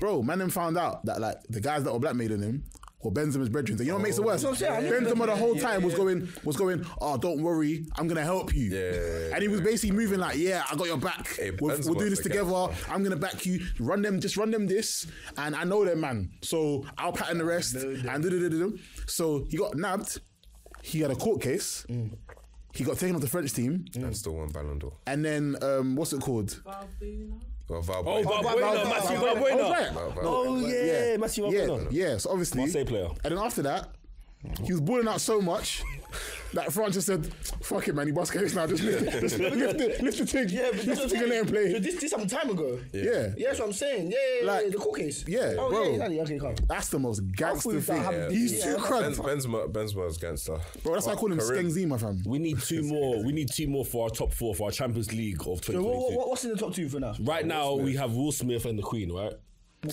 Speaker 2: bro, man, then found out that like the guys that were blackmailing him. were Benzema's brethren. You know what makes it worse?
Speaker 5: Oh, That's what I'm saying. I knew
Speaker 2: Benzema the
Speaker 5: that.
Speaker 2: whole
Speaker 5: Yeah,
Speaker 2: time was going, was going. Oh, don't worry, I'm gonna help you.
Speaker 3: Yeah.
Speaker 2: And he was basically moving like, yeah, I got your back.
Speaker 3: Hey,
Speaker 2: we're, we're doing
Speaker 3: Benzema's
Speaker 2: this
Speaker 3: the guy.
Speaker 2: together. Well, I'm gonna back you. Run them, just run them this, and I know them, man. So I'll pattern the rest. And do-do-do-do-do. so he got nabbed. He had a court case. He got taken off the French team,
Speaker 3: And still won Ballon d'Or.
Speaker 2: and then um, what's it called?
Speaker 3: Well, Valbuena.
Speaker 1: Oh, Valbuena,
Speaker 2: Valbuena.
Speaker 1: Matthew
Speaker 2: Valbuena. I was right.
Speaker 1: Valbuena.
Speaker 3: Valbuena.
Speaker 1: Oh yeah, Matthew
Speaker 2: yeah,
Speaker 1: Valbuena.
Speaker 2: yeah. So obviously,
Speaker 1: Marseille player.
Speaker 2: And then after that, he was balling out so much. Like France just said, fuck it, man, you bust case now. Just lift, it, just lift, it, lift the thing.
Speaker 5: Yeah, but
Speaker 2: lift
Speaker 5: this
Speaker 2: the
Speaker 5: was
Speaker 2: thing and let him
Speaker 5: So
Speaker 2: play.
Speaker 5: this this some time ago.
Speaker 2: Yeah.
Speaker 5: Yeah, that's what I'm saying. Yeah, yeah, yeah,
Speaker 2: Like-
Speaker 5: yeah the cookies.
Speaker 2: Yeah,
Speaker 5: oh,
Speaker 2: bro.
Speaker 5: Yeah, exactly. Okay, calm.
Speaker 2: That's the most
Speaker 5: we
Speaker 2: gangster
Speaker 5: thought
Speaker 2: thing.
Speaker 5: happened-
Speaker 2: He's
Speaker 5: Yeah.
Speaker 2: too
Speaker 3: Benz,
Speaker 2: crud.
Speaker 3: Benzema, Benzema's gangster.
Speaker 2: Bro, that's why I
Speaker 3: Oh,
Speaker 2: call him
Speaker 3: Karim.
Speaker 2: Skengzi, my fam.
Speaker 1: We need two more. We need two more for our top four for our Champions League of
Speaker 5: So
Speaker 1: 2022.
Speaker 5: what, what- what, what's in the top two for now?
Speaker 1: Right now we have Will Smith and the Queen, right?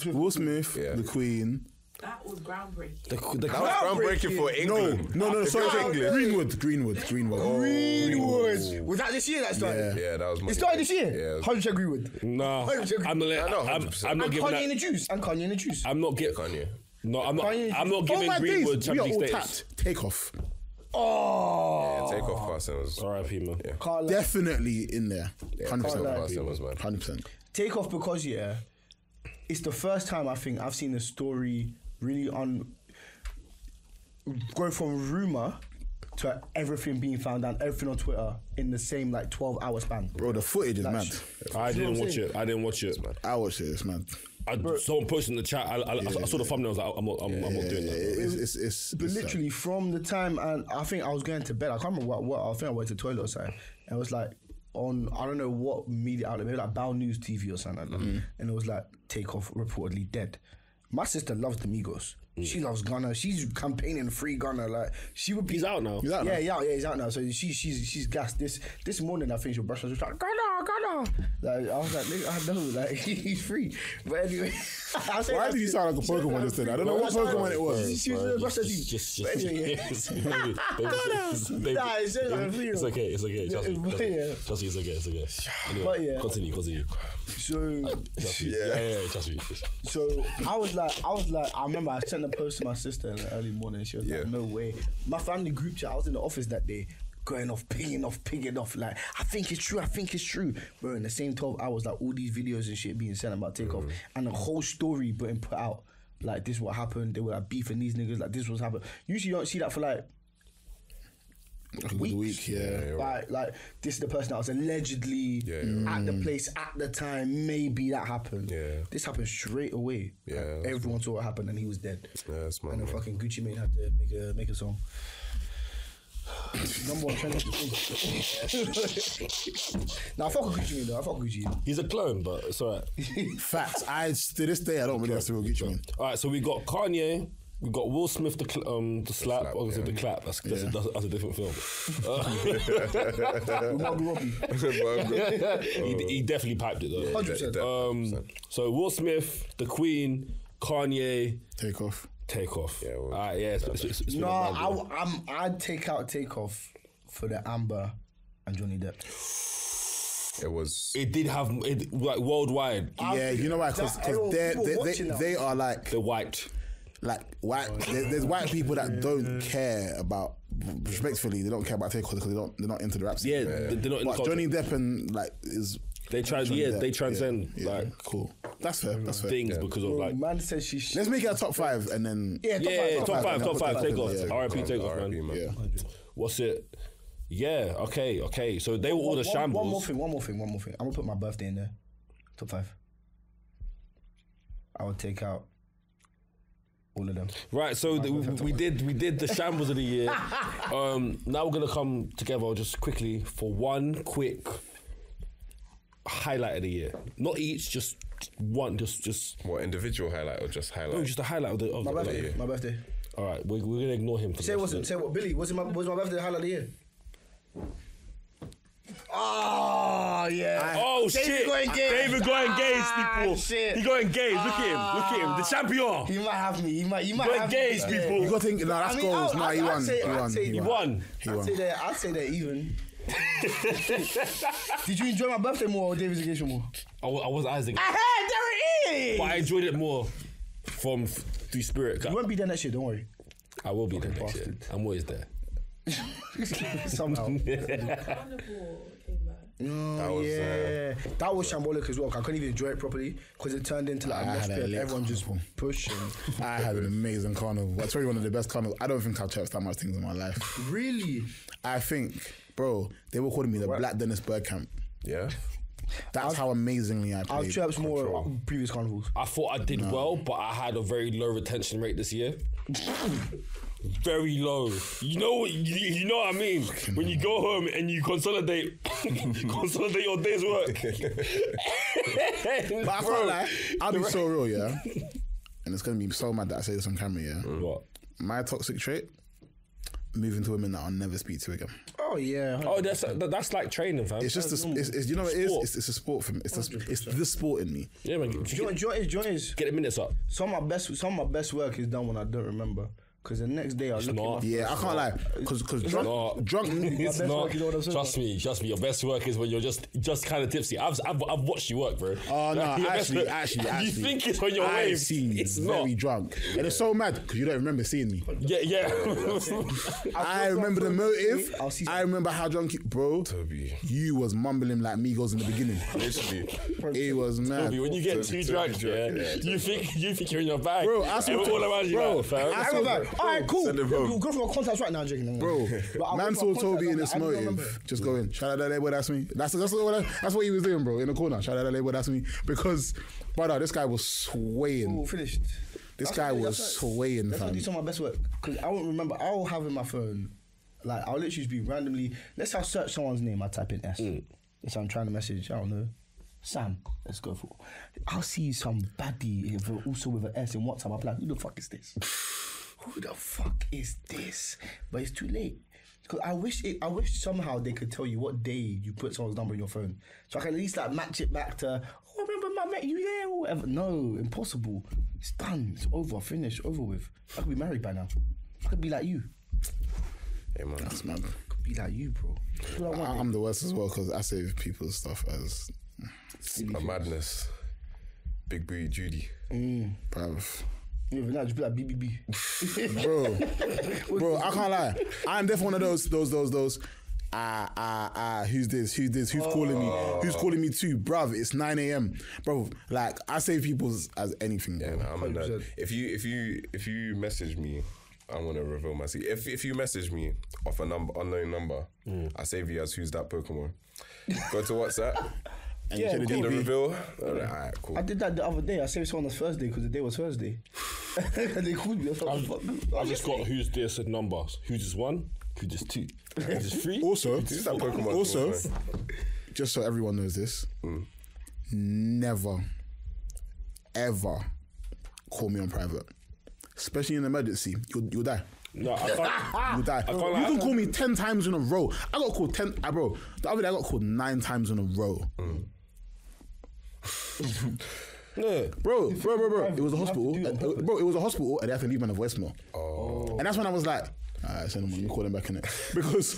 Speaker 2: Will Smith,
Speaker 3: Yeah.
Speaker 2: the Queen.
Speaker 6: That was groundbreaking.
Speaker 1: The, the
Speaker 3: That was groundbreaking
Speaker 2: No,
Speaker 3: for England.
Speaker 2: no, no, no
Speaker 3: If
Speaker 2: sorry.
Speaker 3: you're
Speaker 2: sorry.
Speaker 3: English-
Speaker 2: Greenwood, Greenwood, Greenwood.
Speaker 5: Greenwood. Was that this year that started?
Speaker 3: Yeah, that was.
Speaker 5: It
Speaker 3: money.
Speaker 5: started this year.
Speaker 3: Yeah.
Speaker 5: Hundred percent Greenwood.
Speaker 1: Nah, I'm, not
Speaker 3: I know,
Speaker 1: I'm,
Speaker 3: 100%.
Speaker 1: I'm not
Speaker 5: And
Speaker 1: giving
Speaker 5: Kanye in the
Speaker 1: that.
Speaker 5: juice. And Kanye in the juice.
Speaker 1: I'm not giving.
Speaker 3: Kanye.
Speaker 1: No, I'm not.
Speaker 5: Kanye-
Speaker 1: I'm not
Speaker 2: Oh
Speaker 1: giving
Speaker 2: my
Speaker 1: Greenwood
Speaker 2: days, we are
Speaker 1: Champions
Speaker 2: all
Speaker 1: League
Speaker 2: tapped.
Speaker 1: status.
Speaker 2: Take off.
Speaker 5: Oh.
Speaker 3: Take off Barcelona's.
Speaker 1: R.I.P. Man.
Speaker 5: Carla,
Speaker 2: Definitely in there. Hundred
Speaker 3: Take off
Speaker 2: percent.
Speaker 3: Barcelona's man.
Speaker 2: Hundred percent.
Speaker 5: take off because yeah, it's the first time I think I've seen a story really on go from rumor to everything being found out, everything on Twitter in the same like twelve hour span.
Speaker 2: Bro, the footage is mad.
Speaker 1: I didn't
Speaker 5: I'm
Speaker 1: watch
Speaker 5: saying.
Speaker 1: it. I didn't watch it.
Speaker 2: I watched it. It's mad.
Speaker 1: I, someone posted in the chat. I, I, I saw the thumbnail. I was like, I'm not. I'm, I'm not doing
Speaker 2: Yeah,
Speaker 1: that.
Speaker 2: It's it's it's,
Speaker 5: But
Speaker 2: it's
Speaker 5: literally from the time and I think I was going to bed. I can't remember what, what I think I went to the toilet or something. And it was like on I don't know what media outlet, maybe like Bow News TV or something like that.
Speaker 1: Mm-hmm.
Speaker 5: And it was like take off reportedly dead. My sister loves the Migos. She loves Ghana. She's campaigning free Ghana. Like she would be.
Speaker 1: He's out now.
Speaker 2: He's out now.
Speaker 5: yeah, yeah, yeah, he's out now. So she, she's she's gassed. This this morning, I think she'll brush her teeth, like Ghana, Ghana. Like I was like, nigga, I know, like he's free. But anyway, I said
Speaker 2: Why
Speaker 5: that
Speaker 2: did you
Speaker 5: to-
Speaker 2: sound like a Pokemon just then? I don't know what Pokemon it
Speaker 5: She,
Speaker 2: was.
Speaker 5: she was gonna brush her teeth.
Speaker 1: Just, just,
Speaker 5: But
Speaker 1: just-
Speaker 5: anyway, yeah.
Speaker 1: It's- baby, baby, it's- baby.
Speaker 5: Nah, it's just like a video.
Speaker 1: It's okay. It's okay. Trust me.
Speaker 5: but
Speaker 1: Trust me.
Speaker 5: yeah.
Speaker 1: Trust me, It's okay. It's okay.
Speaker 5: But
Speaker 1: Anyway,
Speaker 5: yeah.
Speaker 1: continue. Continue.
Speaker 5: So
Speaker 1: Trust me. Yeah. Yeah. yeah, Trust me.
Speaker 5: so I was like I was like I remember I sent a post to my sister in the early morning. She was
Speaker 3: Yeah.
Speaker 5: like, No way. My family group chat, I was in the office that day. Going off, pinging off, pinging off. Like, I think it's true. I think it's true. Bro, in the same 12 hours, like all these videos and shit being sent about
Speaker 2: Mm.
Speaker 5: takeoff and the whole story being put out. Like, this is what happened. They were like beefing these niggas. Like, this was happened. Usually, you don't see that for like
Speaker 2: Good week, yeah.
Speaker 5: Like, like this is the person that was allegedly at
Speaker 2: Mm.
Speaker 5: the place at the time. Maybe that happened.
Speaker 3: Yeah.
Speaker 5: This happened straight away.
Speaker 3: Yeah,
Speaker 5: Like,
Speaker 3: that's
Speaker 5: everyone saw what happened, and he was dead.
Speaker 3: Yeah, that's my
Speaker 5: and then
Speaker 3: man.
Speaker 5: fucking Gucci Mane had to make a make a song. Number one trend. now I fuck with Gucci Mane though. I fuck with Gucci.
Speaker 1: He's a clone, but it's alright.
Speaker 2: Facts. I to this day I don't believe that's the real Gucci man.
Speaker 1: All right, so we got Kanye, we got Will Smith, the, cl- um, the slap,
Speaker 3: slap,
Speaker 1: obviously
Speaker 3: yeah.
Speaker 1: the clap. That's, that's,
Speaker 2: Yeah.
Speaker 1: a, that's, that's a different film. Uh,
Speaker 5: Margot Robbie.
Speaker 1: he, he definitely piped it though.
Speaker 5: 100%.
Speaker 1: Um, so Will Smith, the Queen, Kanye,
Speaker 2: Take off.
Speaker 1: take off.
Speaker 3: Yeah, well,
Speaker 1: All right, yeah. It's, it's, it's, it's been
Speaker 5: No,
Speaker 1: a mad
Speaker 5: I,
Speaker 1: one.
Speaker 5: w- I'm I'd take out takeoff for the Amber and Johnny Depp.
Speaker 3: It was.
Speaker 1: it did have it, like worldwide.
Speaker 2: Yeah, you know why? Because
Speaker 5: That- everyone-
Speaker 2: they
Speaker 5: people
Speaker 2: they
Speaker 5: watching
Speaker 2: they
Speaker 5: that.
Speaker 2: they are like
Speaker 1: The white.
Speaker 2: like white. There, there's white people that don't care about respectfully. They don't care about takeoff because they don't they're not into the rap.
Speaker 1: Yeah,
Speaker 2: scene.
Speaker 1: they- they're not in the
Speaker 2: But
Speaker 1: culture.
Speaker 2: Johnny Depp and like is
Speaker 1: They trans.
Speaker 2: Johnny
Speaker 1: Yeah,
Speaker 2: Depp,
Speaker 1: they transcend
Speaker 2: yeah, yeah,
Speaker 1: like
Speaker 2: cool. That's fair. That's fair.
Speaker 1: things because of like.
Speaker 5: Man says she's
Speaker 2: Let's make it a top five and then
Speaker 5: yeah, top
Speaker 1: Yeah,
Speaker 5: five,
Speaker 1: top five, top five,
Speaker 2: Yeah,
Speaker 1: take off.
Speaker 2: yeah,
Speaker 1: RIP, take off,
Speaker 3: RIP,
Speaker 1: man.
Speaker 3: man.
Speaker 2: yeah.
Speaker 1: What's it? Yeah. Okay. Okay. So they were all the
Speaker 5: one,
Speaker 1: shambles.
Speaker 5: One more thing, one more thing, one more thing. I'm gonna put my birthday in there. Top five. I would take out all of them.
Speaker 1: Right, so the, we did we did the shambles of the year. Um, now we're gonna come together just quickly for one quick highlight of the year. Not each, just one, just just oh,
Speaker 3: What individual highlight or just highlight?
Speaker 1: just a highlight of the. Of
Speaker 5: My
Speaker 1: the
Speaker 5: birthday. My birthday.
Speaker 1: All right, we're, we're gonna ignore him for
Speaker 5: Say
Speaker 1: the
Speaker 5: what's
Speaker 1: rest
Speaker 5: it?
Speaker 1: of
Speaker 5: Say what? Billy, was it my was my birthday the highlight of the year? Oh yeah.
Speaker 1: the- Oh shit!
Speaker 5: got engaged.
Speaker 1: David got engaged,
Speaker 5: Ah,
Speaker 1: people.
Speaker 5: shit. Ah.
Speaker 1: He got engaged. Look at him. Look at him. The champion.
Speaker 5: He Oh, might have me. He might. He might
Speaker 1: Got
Speaker 5: have
Speaker 1: engaged,
Speaker 5: me.
Speaker 1: people.
Speaker 2: You got to think. Nah, that's
Speaker 5: I mean,
Speaker 2: goals.
Speaker 5: I'll-
Speaker 2: Nah, he
Speaker 5: I'll- I'll
Speaker 2: won.
Speaker 5: say-
Speaker 2: He
Speaker 5: I'll
Speaker 2: won.
Speaker 5: say-
Speaker 2: He
Speaker 1: He
Speaker 2: won.
Speaker 1: won.
Speaker 2: He
Speaker 5: I'd
Speaker 2: won.
Speaker 5: say that. I'd say that even. Did you enjoy my birthday more or David's engagement more?
Speaker 1: I, wa- I was Isaac,
Speaker 5: Hey, there it is.
Speaker 1: but I enjoyed it more from f- through spirit.
Speaker 5: You won't be there next year. Don't worry.
Speaker 1: I will be there next year. I'm always there.
Speaker 5: Somehow.
Speaker 6: Carnival thing, man.
Speaker 2: Oh,
Speaker 3: that was, uh,
Speaker 5: Yeah, that was shambolic as well. 'cause I couldn't even enjoy it properly because it turned into like a
Speaker 2: I
Speaker 5: mosh
Speaker 2: had a
Speaker 5: pit.
Speaker 2: lit
Speaker 5: Everyone just
Speaker 2: carnival.
Speaker 5: pushing.
Speaker 2: I had an amazing carnival. That's probably one of the best carnivals. I don't think I've touched that much things in my life.
Speaker 5: really?
Speaker 2: I think, bro, they were calling me the Black Dennis Bergkamp.
Speaker 3: yeah.
Speaker 2: That's how amazingly I
Speaker 5: I've
Speaker 2: played.
Speaker 5: chirped more at previous carnivals.
Speaker 1: I thought I did well, but I had a very low retention rate this year. very low. You know what you, you know what I mean? When you go home and you consolidate consolidate your day's work.
Speaker 2: But I
Speaker 1: Bro,
Speaker 2: can't lie. I'll be so real, yeah. And it's gonna be so mad that I say this on camera, yeah.
Speaker 1: What?
Speaker 2: My toxic trait: moving to women that I'll never speak to again.
Speaker 5: Oh yeah.
Speaker 1: Oh, that's that- that's like training, fam.
Speaker 2: It's just, a, it's, it's, you know, what it is.
Speaker 1: Sport.
Speaker 2: It's, it's a sport for me. It's, a, it's the sport in me.
Speaker 1: yeah, man.
Speaker 5: Do you,
Speaker 1: Get,
Speaker 5: know, do you know what it is? Do you know what it is?
Speaker 1: get the minutes up.
Speaker 5: Some of my best some of my best work is done when I don't remember. Cause the next day I look
Speaker 1: not.
Speaker 5: at my
Speaker 2: Yeah, I can't lie, because drunk,
Speaker 1: not.
Speaker 2: drunk. mm, uh,
Speaker 1: It's
Speaker 5: best
Speaker 1: not.
Speaker 5: work, you know what I'm saying?
Speaker 1: trust me, trust me. Your best work is when you're just just kind of tipsy. I've I've, I've watched you work, bro.
Speaker 2: Oh no!
Speaker 1: Like, your best
Speaker 2: Actually,
Speaker 1: work-
Speaker 2: actually,
Speaker 1: you
Speaker 2: actually,
Speaker 1: think it's on your
Speaker 2: I've
Speaker 1: wave?
Speaker 2: seen you
Speaker 1: It's
Speaker 2: very
Speaker 1: not.
Speaker 2: drunk, and it's so mad because you don't remember seeing me.
Speaker 1: Yeah, yeah.
Speaker 2: I remember the motive.
Speaker 5: I'll see
Speaker 2: I remember how drunk you, bro.
Speaker 3: Toby.
Speaker 2: You was mumbling like Migos in the beginning.
Speaker 3: Literally.
Speaker 2: it was mad.
Speaker 1: Toby, when you get too
Speaker 3: Toby, Toby
Speaker 1: drunk, yeah,
Speaker 3: drunk, yeah.
Speaker 1: you think you think you're in your bag.
Speaker 2: Bro, I saw
Speaker 1: and all
Speaker 2: Toby-
Speaker 1: around you,
Speaker 2: bro,
Speaker 1: like, fam.
Speaker 2: I
Speaker 5: I remember. All right, cool.
Speaker 3: Send it home.
Speaker 5: We'll go for my contacts right now, Jake.
Speaker 2: Bro, man saw Toby in his motive,
Speaker 5: motive.
Speaker 2: just going, shout out that label, that's me. That's that's what that's what he was doing, bro, in the corner. Shout out that label, that's me. Because, brother, this guy was swaying.
Speaker 5: finished.
Speaker 2: This guy
Speaker 5: what-
Speaker 2: was
Speaker 5: that's what-
Speaker 2: swaying,
Speaker 5: That's what I
Speaker 2: fam.
Speaker 5: do some of my best work because I won't remember. I'll have in my phone, like I'll literally just be randomly. Let's say I search someone's name. I type in S. So I'm trying to message. I don't know. Sam, let's go for. I'll see some baddie if- also with an S in WhatsApp. I'm like, who the fuck is this? who the fuck is this? But it's too late. Cause I wish it, I wish somehow they could tell you what day you put someone's number in your phone, so I can at least like match it back to. Oh, remember I met you there or whatever. No, impossible. It's done. It's over. Finished. Over with. I could be married by now. I could be like you.
Speaker 3: Hey, man.
Speaker 2: That's mad.
Speaker 5: Could be like you, bro. That's what I want.
Speaker 2: I- I'm the worst as well because I save people's stuff as,
Speaker 3: A madness. Big booty Judy.
Speaker 2: bruv.
Speaker 5: Even now, just be like BBB.
Speaker 2: bro, bro, I can't lie. I'm definitely one of those, those, those, those. Ah, ah, ah, who's this? Who's this? Who's calling me? Who's calling me too? Bruv, it's 9 a.m. Bro, like, I save people's as anything, bro.
Speaker 3: Yeah, nah, I'm a nerd. If you if you if you message me, I'm gonna reveal my secret. If if you message me off a number unknown number,
Speaker 2: Mm.
Speaker 3: I save you as who's that Pokemon. Go to WhatsApp.
Speaker 2: and you check the
Speaker 3: get the
Speaker 2: DP.
Speaker 3: reveal. All right, all right cool.
Speaker 5: I did that the other day. I saved someone on Thursday because the day was Thursday. and they called me. I was like, what the fuck?
Speaker 1: I've just got who's this and numbers. Who's this one? Who's this two? Who's this three?
Speaker 2: Also,
Speaker 3: Who's that Pokemon?
Speaker 2: also, just so everyone knows this, never, ever call me on private, especially in an emergency. You'll, you'll die.
Speaker 1: No, I
Speaker 5: Ah.
Speaker 1: can't.
Speaker 2: You'll die.
Speaker 1: can't lie,
Speaker 2: you
Speaker 1: I
Speaker 2: can
Speaker 1: can't-
Speaker 2: call me ten times in a row. I got called ten, ah, bro. The other day I got called nine times in a row,
Speaker 1: No.
Speaker 2: bro, bro, bro, bro. It was a
Speaker 5: You have to
Speaker 2: hospital,
Speaker 5: do it on
Speaker 2: and-
Speaker 5: purpose.
Speaker 2: bro. It was a hospital, and they had to leave me on a voicemail. Oh. And that's when I was like. Alright, send them on. You call them back in it because,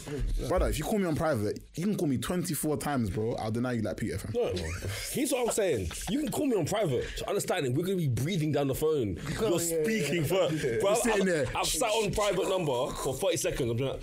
Speaker 2: brother, if you call me on private, you can call me twenty four times, bro. I'll deny you like Peter. Fam.
Speaker 1: No. Here's what I'm saying. You can call me on private. So Understanding, we're gonna be breathing down the phone. You're speaking first. Bro, I've-
Speaker 2: sitting
Speaker 1: I've,
Speaker 2: there.
Speaker 1: I've sat on private number for 30 seconds. I'm like,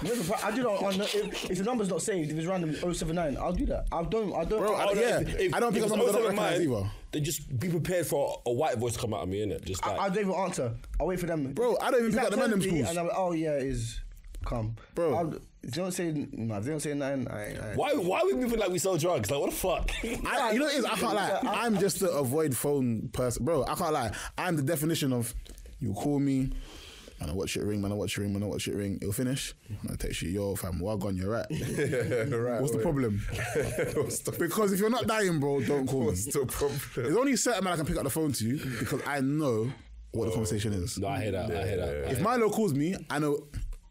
Speaker 5: Remember, but I do that on if, if the number's not saved, if it's randomly 079, I'll do that. I don't. I don't.
Speaker 2: Bro, I-
Speaker 5: I,
Speaker 2: yeah, I don't think
Speaker 1: oh, if it's
Speaker 2: I'm gonna
Speaker 1: 07
Speaker 2: recognise
Speaker 1: mine,
Speaker 2: either.
Speaker 1: Then just be prepared for a, a white voice to come out of me, innit? Just like
Speaker 5: I don't even answer. I wait for them.
Speaker 2: Bro, I don't even
Speaker 5: It's
Speaker 2: pick
Speaker 5: like
Speaker 2: up the man them
Speaker 5: 10,
Speaker 2: schools.
Speaker 5: And I'm like, oh yeah, it is come,
Speaker 2: Bro.
Speaker 5: I'll, if they don't say no, if they don't say nine, I. ain't- I ain't.
Speaker 1: why why are we moving like we sell drugs? Like what the fuck?
Speaker 2: I, you know what it is? I can't lie. I'm just the avoid phone person. Bro, I can't lie. I'm the definition of you call me, man, I watch it ring, man, I watch it ring, man, I watch it ring. It'll finish. Man, I text you, yo, fam, well gone, you're right.
Speaker 3: right,
Speaker 2: What's the
Speaker 3: wait.
Speaker 2: problem?
Speaker 3: What's the
Speaker 2: Because if you're not dying, bro, don't call me.
Speaker 3: what's the
Speaker 2: There's
Speaker 3: problem?
Speaker 2: only a certain man I can pick up the phone to you because I know what
Speaker 1: Oh,
Speaker 2: the conversation is.
Speaker 1: no, I hear that. I hear that.
Speaker 2: If my Milo calls me, I know,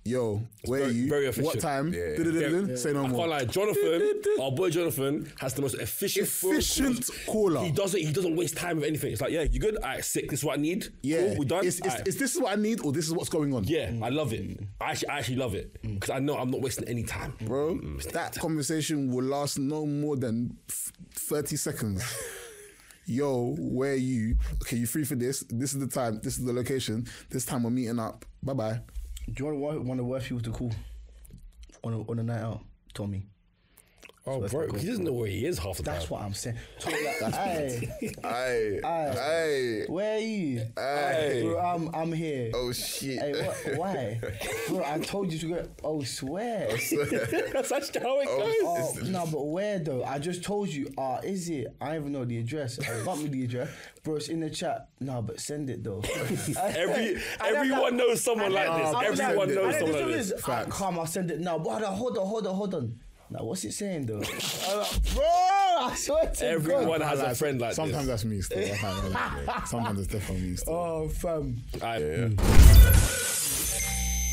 Speaker 2: yo, where
Speaker 1: very-
Speaker 2: are you?
Speaker 1: very
Speaker 2: what
Speaker 1: efficient.
Speaker 2: time?
Speaker 3: Yeah, yeah.
Speaker 2: Duh-duh-duh-duh-duh. Say no
Speaker 1: I
Speaker 2: more.
Speaker 1: can't lie, Jonathan, our boy Jonathan has the most efficient phone
Speaker 2: Efficient
Speaker 1: calls.
Speaker 2: caller.
Speaker 1: He doesn't he doesn't waste time with anything. It's like, yeah, you good? Alright, sick, this is what I need.
Speaker 2: Yeah,
Speaker 1: Cool, we done.
Speaker 2: Is, is,
Speaker 1: Alright.
Speaker 2: is this what I need or this is what's going on?
Speaker 1: yeah, I love it. I actually, I actually love it. Because I know I'm not wasting any time.
Speaker 2: bro.
Speaker 1: Mm.
Speaker 2: That conversation will last no more than f- 30 seconds. Yo, where you? Okay, you free for this? This is the time. This is the location. This time we're meeting up. Bye bye.
Speaker 5: Do you want one of the worst people to call on a, on a night out? Tommy.
Speaker 1: Oh, bro, he doesn't know where he is half the
Speaker 5: That's
Speaker 1: time.
Speaker 5: what I'm saying. Talk like, aye,
Speaker 3: Aye. Aye.
Speaker 5: where are you?
Speaker 3: Aye.
Speaker 5: Bro, I'm, I'm here.
Speaker 3: Oh shit.
Speaker 5: Hey, what, why? Bro, I told you to go. Oh, swear.
Speaker 1: That's actually how it goes.
Speaker 5: Oh, no, but where though? I just told you. Ah, is it? I don't even know the address. I got me the address, bro. It's in the chat. No, but send it though.
Speaker 1: Every-
Speaker 5: And
Speaker 1: everyone knows someone
Speaker 5: and
Speaker 1: like
Speaker 5: then-
Speaker 1: this.
Speaker 5: I was
Speaker 1: Everyone
Speaker 5: and
Speaker 1: knows
Speaker 5: then
Speaker 1: someone like
Speaker 5: this. one is, ah, Calm, I'll send it now. But hold on, hold on, hold on, hold on. Now, what's it saying though? I'm like, bro, I swear to
Speaker 1: Everyone
Speaker 5: God.
Speaker 1: has a friend like
Speaker 2: Sometimes
Speaker 1: this.
Speaker 2: that's me still. I can't lie. Sometimes it's definitely me still.
Speaker 5: Oh, fam.
Speaker 1: I,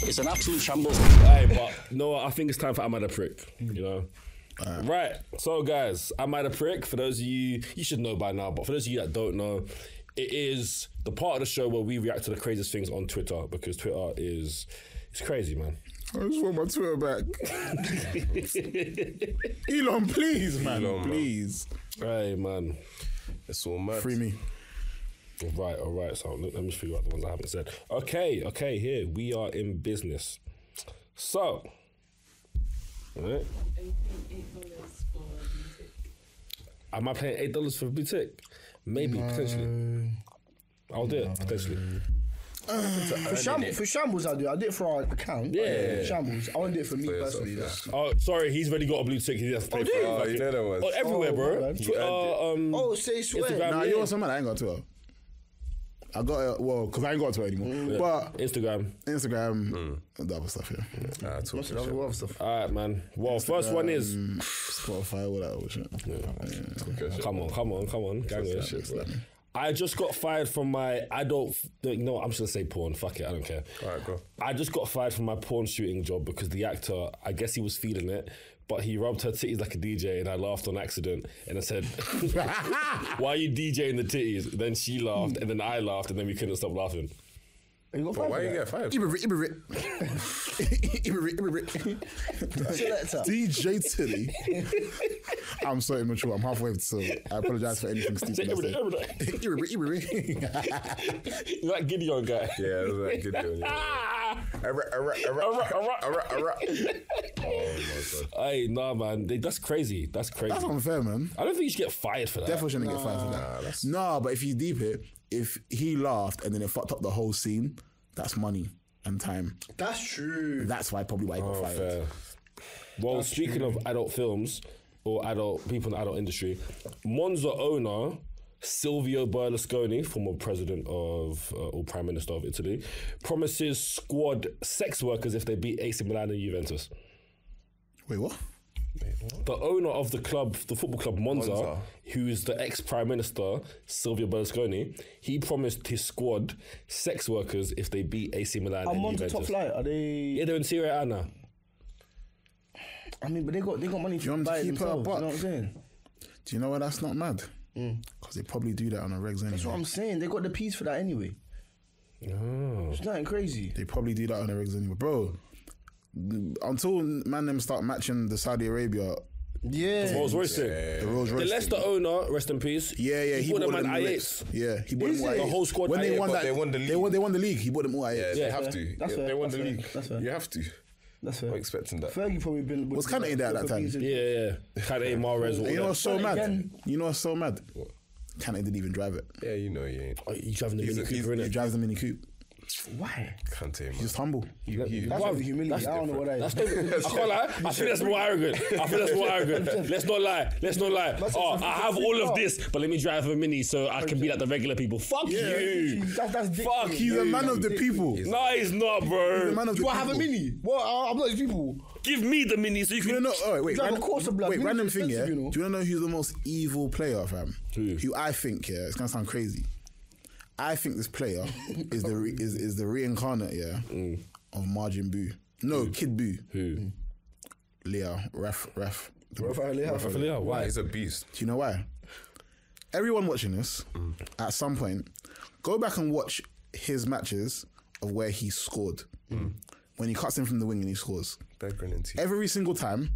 Speaker 7: It's an absolute shambles.
Speaker 1: Aye, but no, I think it's time for I'm at a prick. You know. Right, so guys, I'm at a prick. For those of you, you should know by now, but for those of you that don't know, it is the part of the show where we react to the craziest things on Twitter because Twitter is it's crazy, man.
Speaker 2: I just want my Twitter back. Elon, please, man.
Speaker 3: Elon, man.
Speaker 2: please.
Speaker 1: Hey, man.
Speaker 3: It's all mad.
Speaker 2: Free me.
Speaker 1: All right, all right. So let, let me just figure out the ones I haven't said. Okay, okay. Here we are in business. So, all right.
Speaker 6: eight dollars for music.
Speaker 1: Am I paying eight dollars for a boutique? Maybe potentially. I'll do it potentially.
Speaker 5: For, shamb- for shambles, I do. I did it for our account.
Speaker 1: Yeah.
Speaker 5: Shambles. I won't do it for me
Speaker 3: yourself,
Speaker 5: personally.
Speaker 3: yeah.
Speaker 5: though.
Speaker 1: Oh, sorry, he's already got a blue tick. He has to pay for it.
Speaker 3: Oh, you know that was.
Speaker 1: Oh, everywhere, bro.
Speaker 5: man.
Speaker 1: Twitter, um,
Speaker 5: Oh, say swear.
Speaker 1: Instagram,
Speaker 2: Nah,
Speaker 1: yeah.
Speaker 2: you know what's something? I ain't got Twitter. I got it, well, because I ain't got Twitter anymore. But
Speaker 1: Instagram.
Speaker 2: Instagram, and the other stuff, yeah.
Speaker 3: Nah, talking Hmm. Ah, shit.
Speaker 1: All right, man. Well, first one is.
Speaker 2: Spotify, all that other shit. Yeah.
Speaker 3: Talking shit.
Speaker 1: Come on, come on, come on. Gang with that shit, bro. I just got fired from my adult. You know, what, I'm just gonna say porn. Fuck it, I don't care.
Speaker 3: Alright, go.
Speaker 1: I just got fired from my porn shooting job because the actor, I guess he was feeling it, but he rubbed her titties like a DJ, and I laughed on accident, and I said, "Why are you DJing the titties?" Then she laughed, and then I laughed, and then we couldn't stop laughing.
Speaker 5: You got five
Speaker 3: Why
Speaker 5: for
Speaker 3: you
Speaker 5: that?
Speaker 3: get fired?
Speaker 2: Iberit, Iberit. Iberit, Iberit.
Speaker 5: Selector.
Speaker 2: DJ Tilly. I'm so immature. I'm halfway so I apologize for anything stupid. I
Speaker 1: Iberit,
Speaker 2: said. Iberit, Iberit.
Speaker 1: You're like Gideon guy.
Speaker 3: Yeah, it was like good doing.
Speaker 1: Ah!
Speaker 3: Oh, Alright,
Speaker 1: Hey, nah, man, they- that's crazy. That's crazy.
Speaker 2: That's unfair, man.
Speaker 1: I don't think you should get fired for that.
Speaker 2: Definitely shouldn't get fired for that. Nah, but if you deep it, if he laughed and then it fucked up the whole scene, that's money and time.
Speaker 5: That's true.
Speaker 2: That's why probably why he got fired.
Speaker 1: Fair. Well, speaking of adult films or adult people in the adult industry, Monza owner Silvio Berlusconi, former president of uh, or prime minister of Italy, promises squad sex workers if they beat AC Milan and Juventus.
Speaker 2: Wait, what?
Speaker 1: The owner of the club, the football club Monza, who is the ex prime minister Silvio Berlusconi, he promised his squad sex workers if they beat AC Milan
Speaker 5: I'm
Speaker 1: and
Speaker 5: on the
Speaker 1: Juventus.
Speaker 5: top flight. Are they?
Speaker 1: Yeah, they're in Serie A now.
Speaker 5: I mean, but they got they got money to
Speaker 2: want me to
Speaker 5: buy it
Speaker 2: keep her a
Speaker 5: themselves. You
Speaker 2: buck?
Speaker 5: know what I'm saying?
Speaker 2: Do you know why that's not mad? Because they probably do that on a regs
Speaker 5: That's what
Speaker 2: anyway.
Speaker 5: I'm saying. They got the piece for that anyway. It's nothing crazy.
Speaker 2: They probably do that on a regs anyway, bro. Until man them start matching the Saudi Arabia,
Speaker 5: Yeah.
Speaker 1: Rolls Royce thing.
Speaker 2: the Rolls
Speaker 1: The
Speaker 2: Royce. thing.
Speaker 1: Leicester owner, rest in peace.
Speaker 2: Yeah, yeah,
Speaker 1: he, bought them an
Speaker 2: them
Speaker 1: i8.
Speaker 2: lips. Yeah, he bought them all
Speaker 1: it?
Speaker 2: i8.
Speaker 1: The whole squad
Speaker 2: When they
Speaker 1: i8,
Speaker 2: won
Speaker 1: but
Speaker 2: that,
Speaker 3: they won the
Speaker 2: They
Speaker 3: league.
Speaker 2: won, they won the league. He bought them all i8.
Speaker 3: Yeah,
Speaker 2: It
Speaker 3: they have to.
Speaker 5: That's
Speaker 3: Yeah,
Speaker 5: fair,
Speaker 3: They won
Speaker 5: that's
Speaker 3: the
Speaker 5: fair,
Speaker 3: league.
Speaker 5: that's fair.
Speaker 3: You have to.
Speaker 5: That's fair.
Speaker 3: We're expecting that.
Speaker 5: Fergie probably been.
Speaker 2: Was Kante there at that time?
Speaker 1: Yeah, yeah. Kante, Mahrez, all
Speaker 2: You know
Speaker 1: that.
Speaker 2: what's so
Speaker 5: But
Speaker 2: mad?
Speaker 5: again-
Speaker 2: You know what's so mad? Kante didn't even drive it.
Speaker 3: Yeah, you know you ain't.
Speaker 1: Oh, you driving the Mini
Speaker 3: he's-
Speaker 1: Cooper,
Speaker 2: He
Speaker 1: innit?
Speaker 2: drives the Mini Coupe.
Speaker 5: Why?
Speaker 3: Can't tell you,
Speaker 2: He's just humble.
Speaker 5: That's
Speaker 1: Why-
Speaker 5: not humility. I don't know what that is.
Speaker 1: That's not, I can't lie. I think that's more arrogant. I think that's more arrogant. Let's not lie. Let's not lie. Oh, I have all of this, but let me drive a mini so I can be like the regular people. Fuck you.
Speaker 5: That's- that's dick
Speaker 1: Fuck
Speaker 5: thing.
Speaker 2: He's
Speaker 1: you.
Speaker 2: a man of the people. He's
Speaker 1: No, he's not,
Speaker 2: a
Speaker 1: bro.
Speaker 2: man of the
Speaker 5: Do
Speaker 2: people.
Speaker 5: I have a mini? Well, I- I'm not these people.
Speaker 1: Give me the mini so you
Speaker 2: Do you
Speaker 1: can.
Speaker 2: know? Oh, wait,
Speaker 5: Drive a
Speaker 2: random,
Speaker 5: Corsa, blood.
Speaker 2: wait,
Speaker 5: Mini's
Speaker 2: random thing, yeah.
Speaker 5: expensive, you know.
Speaker 2: Do you know who's the most evil player, fam?
Speaker 1: Who?
Speaker 2: Who I think, yeah, it's gonna sound crazy. I think this player is the re- is is the reincarnate, yeah, of Margin Boo. No, Kid Boo.
Speaker 5: Mm.
Speaker 1: Who?
Speaker 2: Leo, ref, ref.
Speaker 1: Rafael Leao,
Speaker 3: Nah,
Speaker 1: Why?
Speaker 3: He's a beast.
Speaker 2: Do you know why? Everyone watching this, at some point, go back and watch his matches of where he scored. When he cuts in from the wing and he scores.
Speaker 3: Bear grin and teeth.
Speaker 2: Every single time,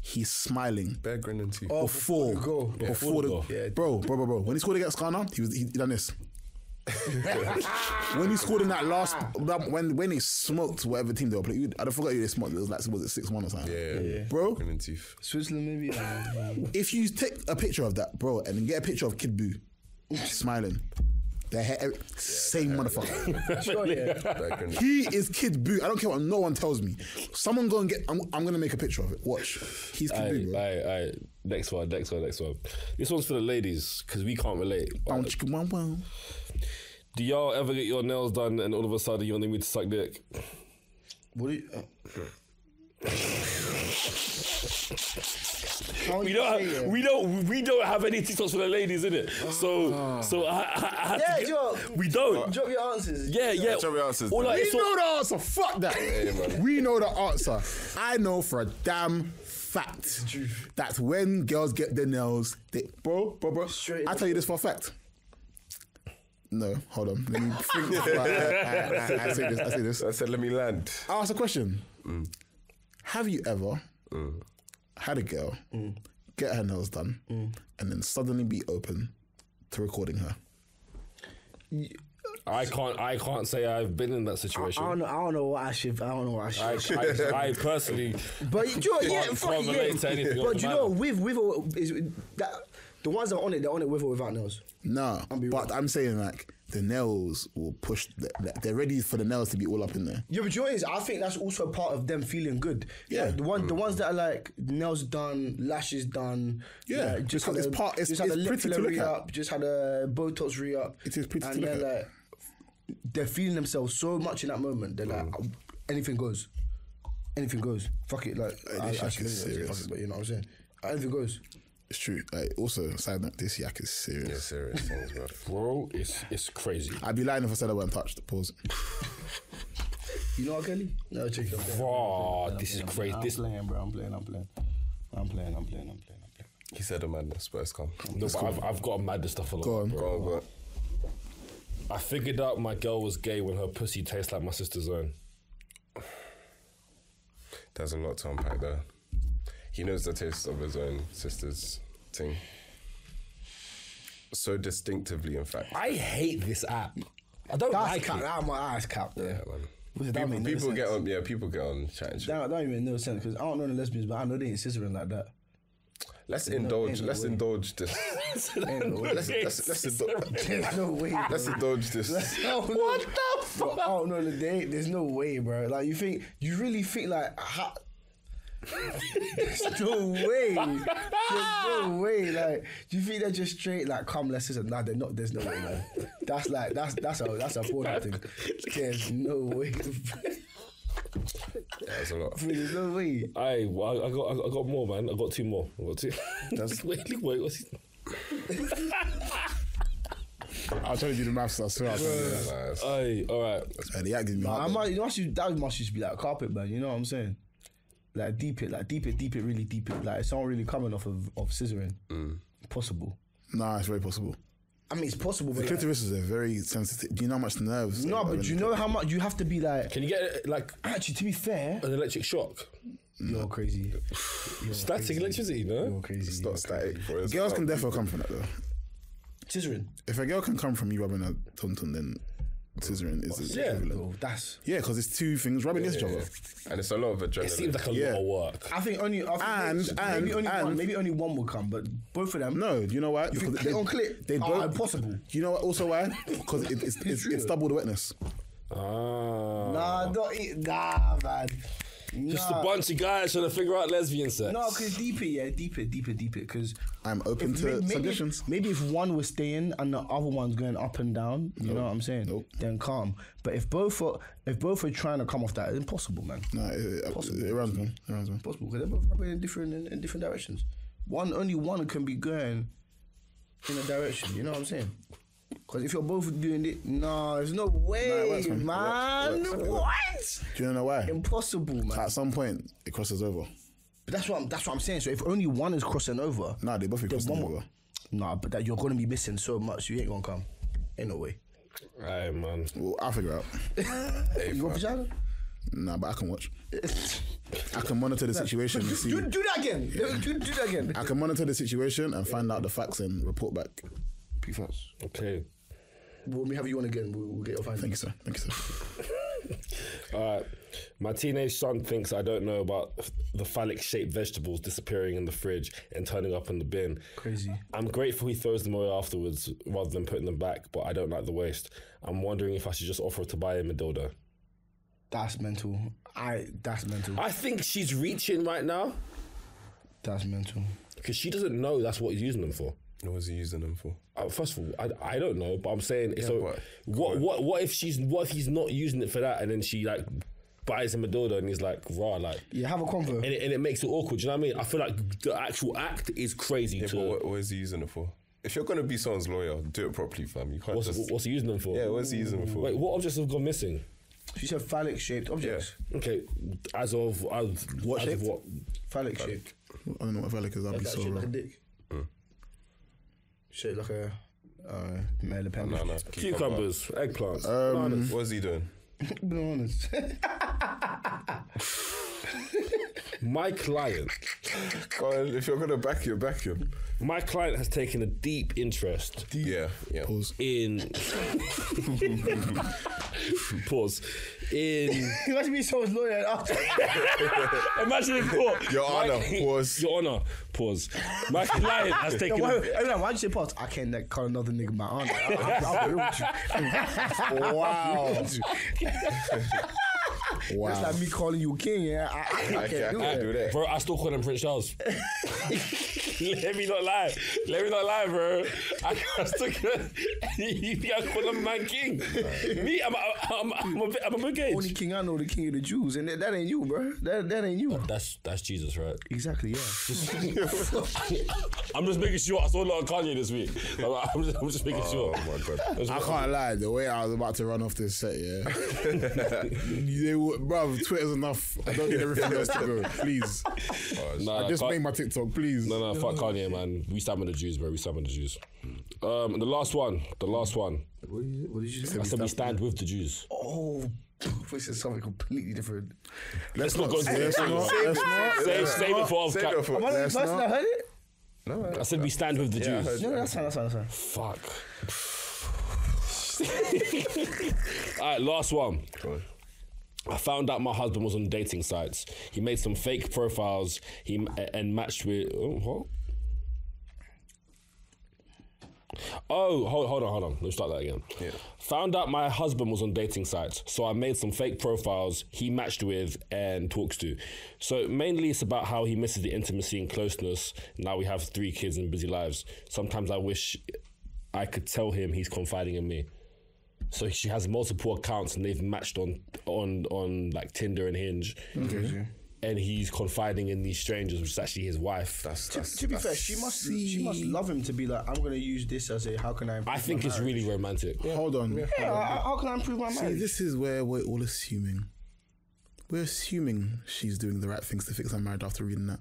Speaker 2: he's smiling.
Speaker 3: Bear grin and
Speaker 5: Oh,
Speaker 3: teeth.
Speaker 2: Oh, before,
Speaker 5: goal.
Speaker 2: before, the,
Speaker 1: goal.
Speaker 2: bro, bro, bro, bro. When he scored against Ghana, he was he done this. when he scored in that last that- when when he smoked whatever team they were playing, I forgot who they smoked. It was like was it six one or something?
Speaker 3: Yeah,
Speaker 2: Bro,
Speaker 3: Pen and teeth.
Speaker 5: Switzerland, maybe. Uh,
Speaker 2: if you take a picture of that, bro, and then get a picture of Kid Boo smiling, the hair, same motherfucker.
Speaker 5: sure, yeah.
Speaker 3: That can-
Speaker 2: he is Kid Boo. I don't care what no one tells me. Someone go and get. I'm, I'm gonna make a picture of it. Watch. He's Kid Boo,
Speaker 1: Aye,
Speaker 2: bro.
Speaker 1: aye, aye. Next one, next one, next one. This one's for the ladies because we can't relate.
Speaker 2: Bow, chicka, wow, wow.
Speaker 1: Do y'all ever get your nails done and all of a sudden you want me to suck dick?
Speaker 5: What do you? Uh,
Speaker 1: We don't, have, we don't, we don't have any TikToks for the ladies, in it. So, so I, I, I had to
Speaker 5: Yeah,
Speaker 1: get-
Speaker 5: yo.
Speaker 1: we don't.
Speaker 5: Drop your answers.
Speaker 1: Yeah, yeah.
Speaker 3: Uh, Tell me your answers,
Speaker 1: All
Speaker 3: man.
Speaker 1: I
Speaker 2: We
Speaker 1: saw-
Speaker 2: know the answer. Fuck that.
Speaker 3: man.
Speaker 2: we know the answer. I know for a damn fact that when girls get their nails, they bro, bro, bro.
Speaker 5: Straight
Speaker 2: I
Speaker 5: up.
Speaker 2: tell you this for a fact. No, hold on. Let me think. before I, I, I, I say this. I say this.
Speaker 3: I said, let me land.
Speaker 2: I'll ask a question. Have you ever Mm. had a girl
Speaker 5: Mm.
Speaker 2: get her nails done and then suddenly be open to recording her?
Speaker 1: I can't, I can't say I've been in that
Speaker 5: I
Speaker 1: situation.
Speaker 5: don't know. I don't know what I should. I don't know what I should.
Speaker 1: I, I, I personally,
Speaker 5: But you know, yeah,
Speaker 1: Can't-
Speaker 5: fuck
Speaker 1: can't
Speaker 5: yeah.
Speaker 1: relate to anything on
Speaker 5: But
Speaker 1: the
Speaker 5: you know,
Speaker 1: matter.
Speaker 5: with with or, is that the ones that are on it, they're on it with or without nails.
Speaker 2: No, but I'm saying like the nails will push. The, the- they're ready for the nails to be all up in there.
Speaker 5: Yeah, but you know what it is? I think that's also a part of them feeling good.
Speaker 2: Yeah. Mm.
Speaker 5: Like, the one, the ones that are like nails done, lashes done.
Speaker 2: Yeah,
Speaker 5: like,
Speaker 2: because it's part- it's-
Speaker 5: just had
Speaker 2: it's
Speaker 5: a lip
Speaker 2: pretty to
Speaker 5: filler
Speaker 2: look at.
Speaker 5: re-up, just had a Botox re-up.
Speaker 2: It is pretty to
Speaker 5: and
Speaker 2: look
Speaker 5: they're
Speaker 2: at.
Speaker 5: like, they're feeling themselves so much in that moment. They're like,
Speaker 2: Mm.
Speaker 5: anything goes, anything goes. Fuck it, like I, I
Speaker 2: this shit
Speaker 5: should
Speaker 2: is
Speaker 5: fuck
Speaker 2: serious.
Speaker 5: it, but you know what I'm saying. Anything goes.
Speaker 2: It's true. Like, also, side note: this yak is serious.
Speaker 3: Yeah, serious things, bro.
Speaker 1: bro, it's it's crazy.
Speaker 2: I'd be lying if I said I weren't touched. Pause.
Speaker 5: You know what, Kelly? No, check it out.
Speaker 1: Bro, this is crazy.
Speaker 7: I'm
Speaker 1: This
Speaker 7: playing, bro. I'm playing. I'm playing. I'm playing. I'm playing. I'm playing. I'm playing.
Speaker 3: He said a madness, but it's come.
Speaker 1: No, but I've, I've got a mad stuff a lot.
Speaker 2: Go on.
Speaker 1: bro.
Speaker 3: Go on, go on.
Speaker 1: I figured out my girl was gay when her pussy tastes like my sister's own.
Speaker 3: There's a lot to unpack there. He knows the taste of his own sister's thing. So distinctively, in fact.
Speaker 1: I hate this app. I don't
Speaker 5: That's
Speaker 1: like
Speaker 5: cap.
Speaker 1: it.
Speaker 5: That, my eyes cap. Yeah.
Speaker 3: Yeah, man.
Speaker 5: That
Speaker 3: people
Speaker 5: make no
Speaker 3: people
Speaker 5: sense.
Speaker 3: get on, yeah, people get on chat and shit.
Speaker 5: That, that don't even make no sense because I don't know the lesbians, but I know they ain't scissoring like that.
Speaker 3: Let's indulge.
Speaker 5: ain't no
Speaker 3: Let's
Speaker 5: way.
Speaker 3: indulge this. Let's let's- let's indulge.
Speaker 5: There's no way. bro.
Speaker 3: Let's indulge this.
Speaker 5: what the fuck? I don't know. They, ain't- there's no way, bro. Like you think you really think like ha- there's no way. There's no way. Like you think they're just straight? Like come, let's just nah. They're not. There's no way, man. That's like that's that's a that's a border thing. There's no way.
Speaker 3: That's a lot.
Speaker 5: there's no way.
Speaker 1: I, well, I I got I got more man. I got two more. I got two. wait, wait, what's he?
Speaker 2: I'll try to do the maths. I swear. I'll try to do that.
Speaker 3: Nice.
Speaker 1: Aye, all right.
Speaker 2: Uh, the yak gives me
Speaker 5: I
Speaker 2: heartburn.
Speaker 5: might, you must use, that must just be like carpet, man. You know what I'm saying? Like deep it, like deep it, deep it, really deep it. Like it's not really coming off of, of scissoring.
Speaker 2: Mm.
Speaker 5: Possible.
Speaker 2: Nah, it's very possible.
Speaker 5: I mean, it's possible,
Speaker 2: The
Speaker 5: but like,
Speaker 2: clitoris is a very sensitive. Do you know how much nerves?
Speaker 5: no.
Speaker 2: are in
Speaker 5: But
Speaker 2: the
Speaker 5: you know how much you have to be like.
Speaker 1: Can you get like
Speaker 5: Actually, to be fair,
Speaker 1: an electric shock?
Speaker 2: Mm.
Speaker 5: you're crazy.
Speaker 1: Static electricity, no?
Speaker 5: You're crazy.
Speaker 3: Not static, bro. It's
Speaker 2: Girls
Speaker 3: not-
Speaker 2: can definitely come from that though.
Speaker 5: Scissoring.
Speaker 2: If a girl can come from you rubbing a tonton, then scissoring is
Speaker 1: Yeah.
Speaker 2: equivalent.
Speaker 5: Bro, that's.
Speaker 2: Yeah, because it's two things rubbing against each other.
Speaker 3: And it's a lot of adrenaline.
Speaker 1: It seems like a
Speaker 2: Yeah.
Speaker 1: lot of work.
Speaker 5: I think only. I think
Speaker 2: And- and-
Speaker 5: maybe, maybe only one.
Speaker 2: and-
Speaker 5: Maybe only one will come, but both of them.
Speaker 2: No, do you know why?
Speaker 5: think
Speaker 2: Because
Speaker 5: click on click
Speaker 2: They
Speaker 5: are
Speaker 2: both
Speaker 5: impossible.
Speaker 2: Do you know what- also why? Because it, it's, it's, it's double the wetness.
Speaker 1: Ah.
Speaker 5: Nah, don't eat. Nah, man. Nah.
Speaker 1: Just a bunch of guys trying to figure out lesbian sex.
Speaker 5: No, because deep it, yeah, deep it, deep it, deep it. Because
Speaker 2: I'm open to suggestions.
Speaker 5: Maybe if one was staying and the other one's going up and down, you know what I'm saying?
Speaker 2: Nope.
Speaker 5: Then calm. But if both are if both are trying to come off that, it's impossible, man.
Speaker 2: No, it, it, it, runs me. It runs me.
Speaker 5: Impossible because they're both rubbing in different in, in different directions. One only one can be going in a direction. You know what I'm saying? Because if you're both doing it, no, there's no way,
Speaker 2: works, man. It
Speaker 5: man.
Speaker 2: works, it works, it
Speaker 5: What?
Speaker 2: Do you know why?
Speaker 5: Impossible, man.
Speaker 2: At some point, it crosses over.
Speaker 5: But that's what I'm, that's what I'm saying. So if only one is crossing over,
Speaker 2: No, they both be crossing
Speaker 5: one-
Speaker 2: over.
Speaker 5: Nah, but that you're gonna be missing so much. You ain't gonna come. Ain't no way.
Speaker 1: Aye, man.
Speaker 2: Well, I'll figure it out.
Speaker 5: you got vagina?
Speaker 2: Nah, but I can watch. I can monitor the situation and see.
Speaker 5: You do that again. Do, do that again.
Speaker 2: I can monitor the situation and find out the facts and report back.
Speaker 1: Okay.
Speaker 8: When we have you on again, we'll, we'll get your findings.
Speaker 2: Thank you, sir. Thank you, sir.
Speaker 1: All right. My teenage son thinks I don't know about f- the phallic shaped vegetables disappearing in the fridge and turning up in the bin. Crazy. I'm grateful he throws them away afterwards rather than putting them back, but I don't like the waste. I'm wondering if I should just offer to buy him a dildo.
Speaker 5: That's mental. I. That's mental.
Speaker 1: I think she's reaching right now
Speaker 5: That's mental.
Speaker 1: because she doesn't know that's what he's using them for.
Speaker 3: What was he using them for?
Speaker 1: Uh, First of all, I, I don't know, but I'm saying so.
Speaker 3: but-
Speaker 1: what what what if she's what if he's not using it for that, and then she like buys him a dildo, and he's like, raw, like
Speaker 5: Yeah, have a convo.
Speaker 1: and it, and it makes it awkward. Do you know what I mean? I feel like the actual act is crazy.
Speaker 3: Yeah,
Speaker 1: to,
Speaker 3: but what, what is he using it for? If you're gonna be someone's lawyer, do it properly, fam. You can't
Speaker 1: what's,
Speaker 3: just.
Speaker 1: what's he using them for?
Speaker 3: yeah, what's he using it for?
Speaker 1: Wait, what objects have gone missing?
Speaker 5: She said phallic shaped objects.
Speaker 1: Okay, as of as,
Speaker 5: What
Speaker 1: as
Speaker 5: shape?
Speaker 1: of what?
Speaker 5: Phallic shaped.
Speaker 2: I don't know what Valak is. I'll be
Speaker 8: Like
Speaker 2: so
Speaker 8: shaped like a
Speaker 2: wrong.
Speaker 8: dick. Shaped like a.
Speaker 5: Uh, male appendage.
Speaker 3: No, no,
Speaker 1: Cucumbers, eggplants.
Speaker 3: Cucumber. What's he doing?
Speaker 5: Bananas.
Speaker 1: my client,
Speaker 3: Well, if you're gonna back him, back him.
Speaker 1: my client has taken a deep interest
Speaker 3: Yeah, yeah.
Speaker 1: in. Pause. In
Speaker 5: Imagine being someone's lawyer and after.
Speaker 1: imagine if pause.
Speaker 3: Your
Speaker 1: My-
Speaker 3: Honor, pause.
Speaker 1: Your honor. Pause. My client has taken.
Speaker 5: Why,
Speaker 1: a-
Speaker 5: every time, why'd you say pause? I can't like, call another nigga my aunt. I- I- I'll be real with you. wow. That's like me calling you king, yeah? I, I,
Speaker 3: I can,
Speaker 5: can't do
Speaker 3: I
Speaker 5: it.
Speaker 3: can do that.
Speaker 1: Bro, I still call him Prince Charles. Let me not lie. Let me not lie, bro. I, I still call, you think I call him my king. Me, I'm, I'm, I'm, I'm, a, bit- I'm a big age.
Speaker 5: Only king I know, the king of the Jews, and that, that ain't you, bro. That, that ain't you.
Speaker 1: That's that's Jesus, right?
Speaker 5: Exactly, yeah.
Speaker 1: I'm just making sure. I saw a lot of Kanye this week. I'm, I'm just, I'm just making sure.
Speaker 3: Oh my god.
Speaker 1: That's
Speaker 2: I
Speaker 1: what-
Speaker 2: can't lie, the way I was about to run off this set, yeah. they were, bruv, Twitter's enough. I don't need everything else to go, please.
Speaker 1: Nah,
Speaker 2: I just
Speaker 1: Ka-
Speaker 2: make my TikTok, please.
Speaker 1: No, no, fuck Kanye, man. We stand with the Jews, bro. We stand with the Jews. Um, the last one. The last one.
Speaker 8: What did you, what did you say?
Speaker 1: I said we stand with the Jews.
Speaker 8: Oh, this is something completely different.
Speaker 1: Let's not go into
Speaker 2: Let's
Speaker 1: the
Speaker 2: not, let's not.
Speaker 1: Save, save it for
Speaker 3: Save it
Speaker 1: off.
Speaker 3: for.
Speaker 5: Am I the
Speaker 3: Nah,
Speaker 5: only person that heard it?
Speaker 1: I said we stand with the
Speaker 3: yeah, I
Speaker 1: Jews.
Speaker 3: heard
Speaker 5: No,
Speaker 3: you.
Speaker 5: that's fine, that's fine, that's fine.
Speaker 1: Fuck. All right, last one.
Speaker 3: Go on.
Speaker 1: I found out my husband was on dating sites. He made some fake profiles. He m- and matched with oh, what? Oh, hold, hold on, hold on. Let's start that again.
Speaker 3: Yeah.
Speaker 1: Found out my husband was on dating sites, so I made some fake profiles he matched with and talks to. So mainly it's about how he misses the intimacy and closeness. Now we have three kids and busy lives. Sometimes I wish I could tell him he's confiding in me. So she has multiple accounts and they've matched on on on like Tinder and Hinge. And he's confiding in these strangers, which is actually his wife.
Speaker 3: That's, that's,
Speaker 5: To be
Speaker 3: that's-
Speaker 5: fair, she must she must love him to be like, I'm gonna use this as a how can I improve
Speaker 1: I think
Speaker 5: my
Speaker 1: it's
Speaker 5: marriage?"
Speaker 1: really romantic.
Speaker 2: Hold on.
Speaker 5: Yeah, I- how can I improve my
Speaker 2: See,
Speaker 5: marriage?
Speaker 2: this is where we're all assuming. We're assuming she's doing the right things to fix her marriage after reading that.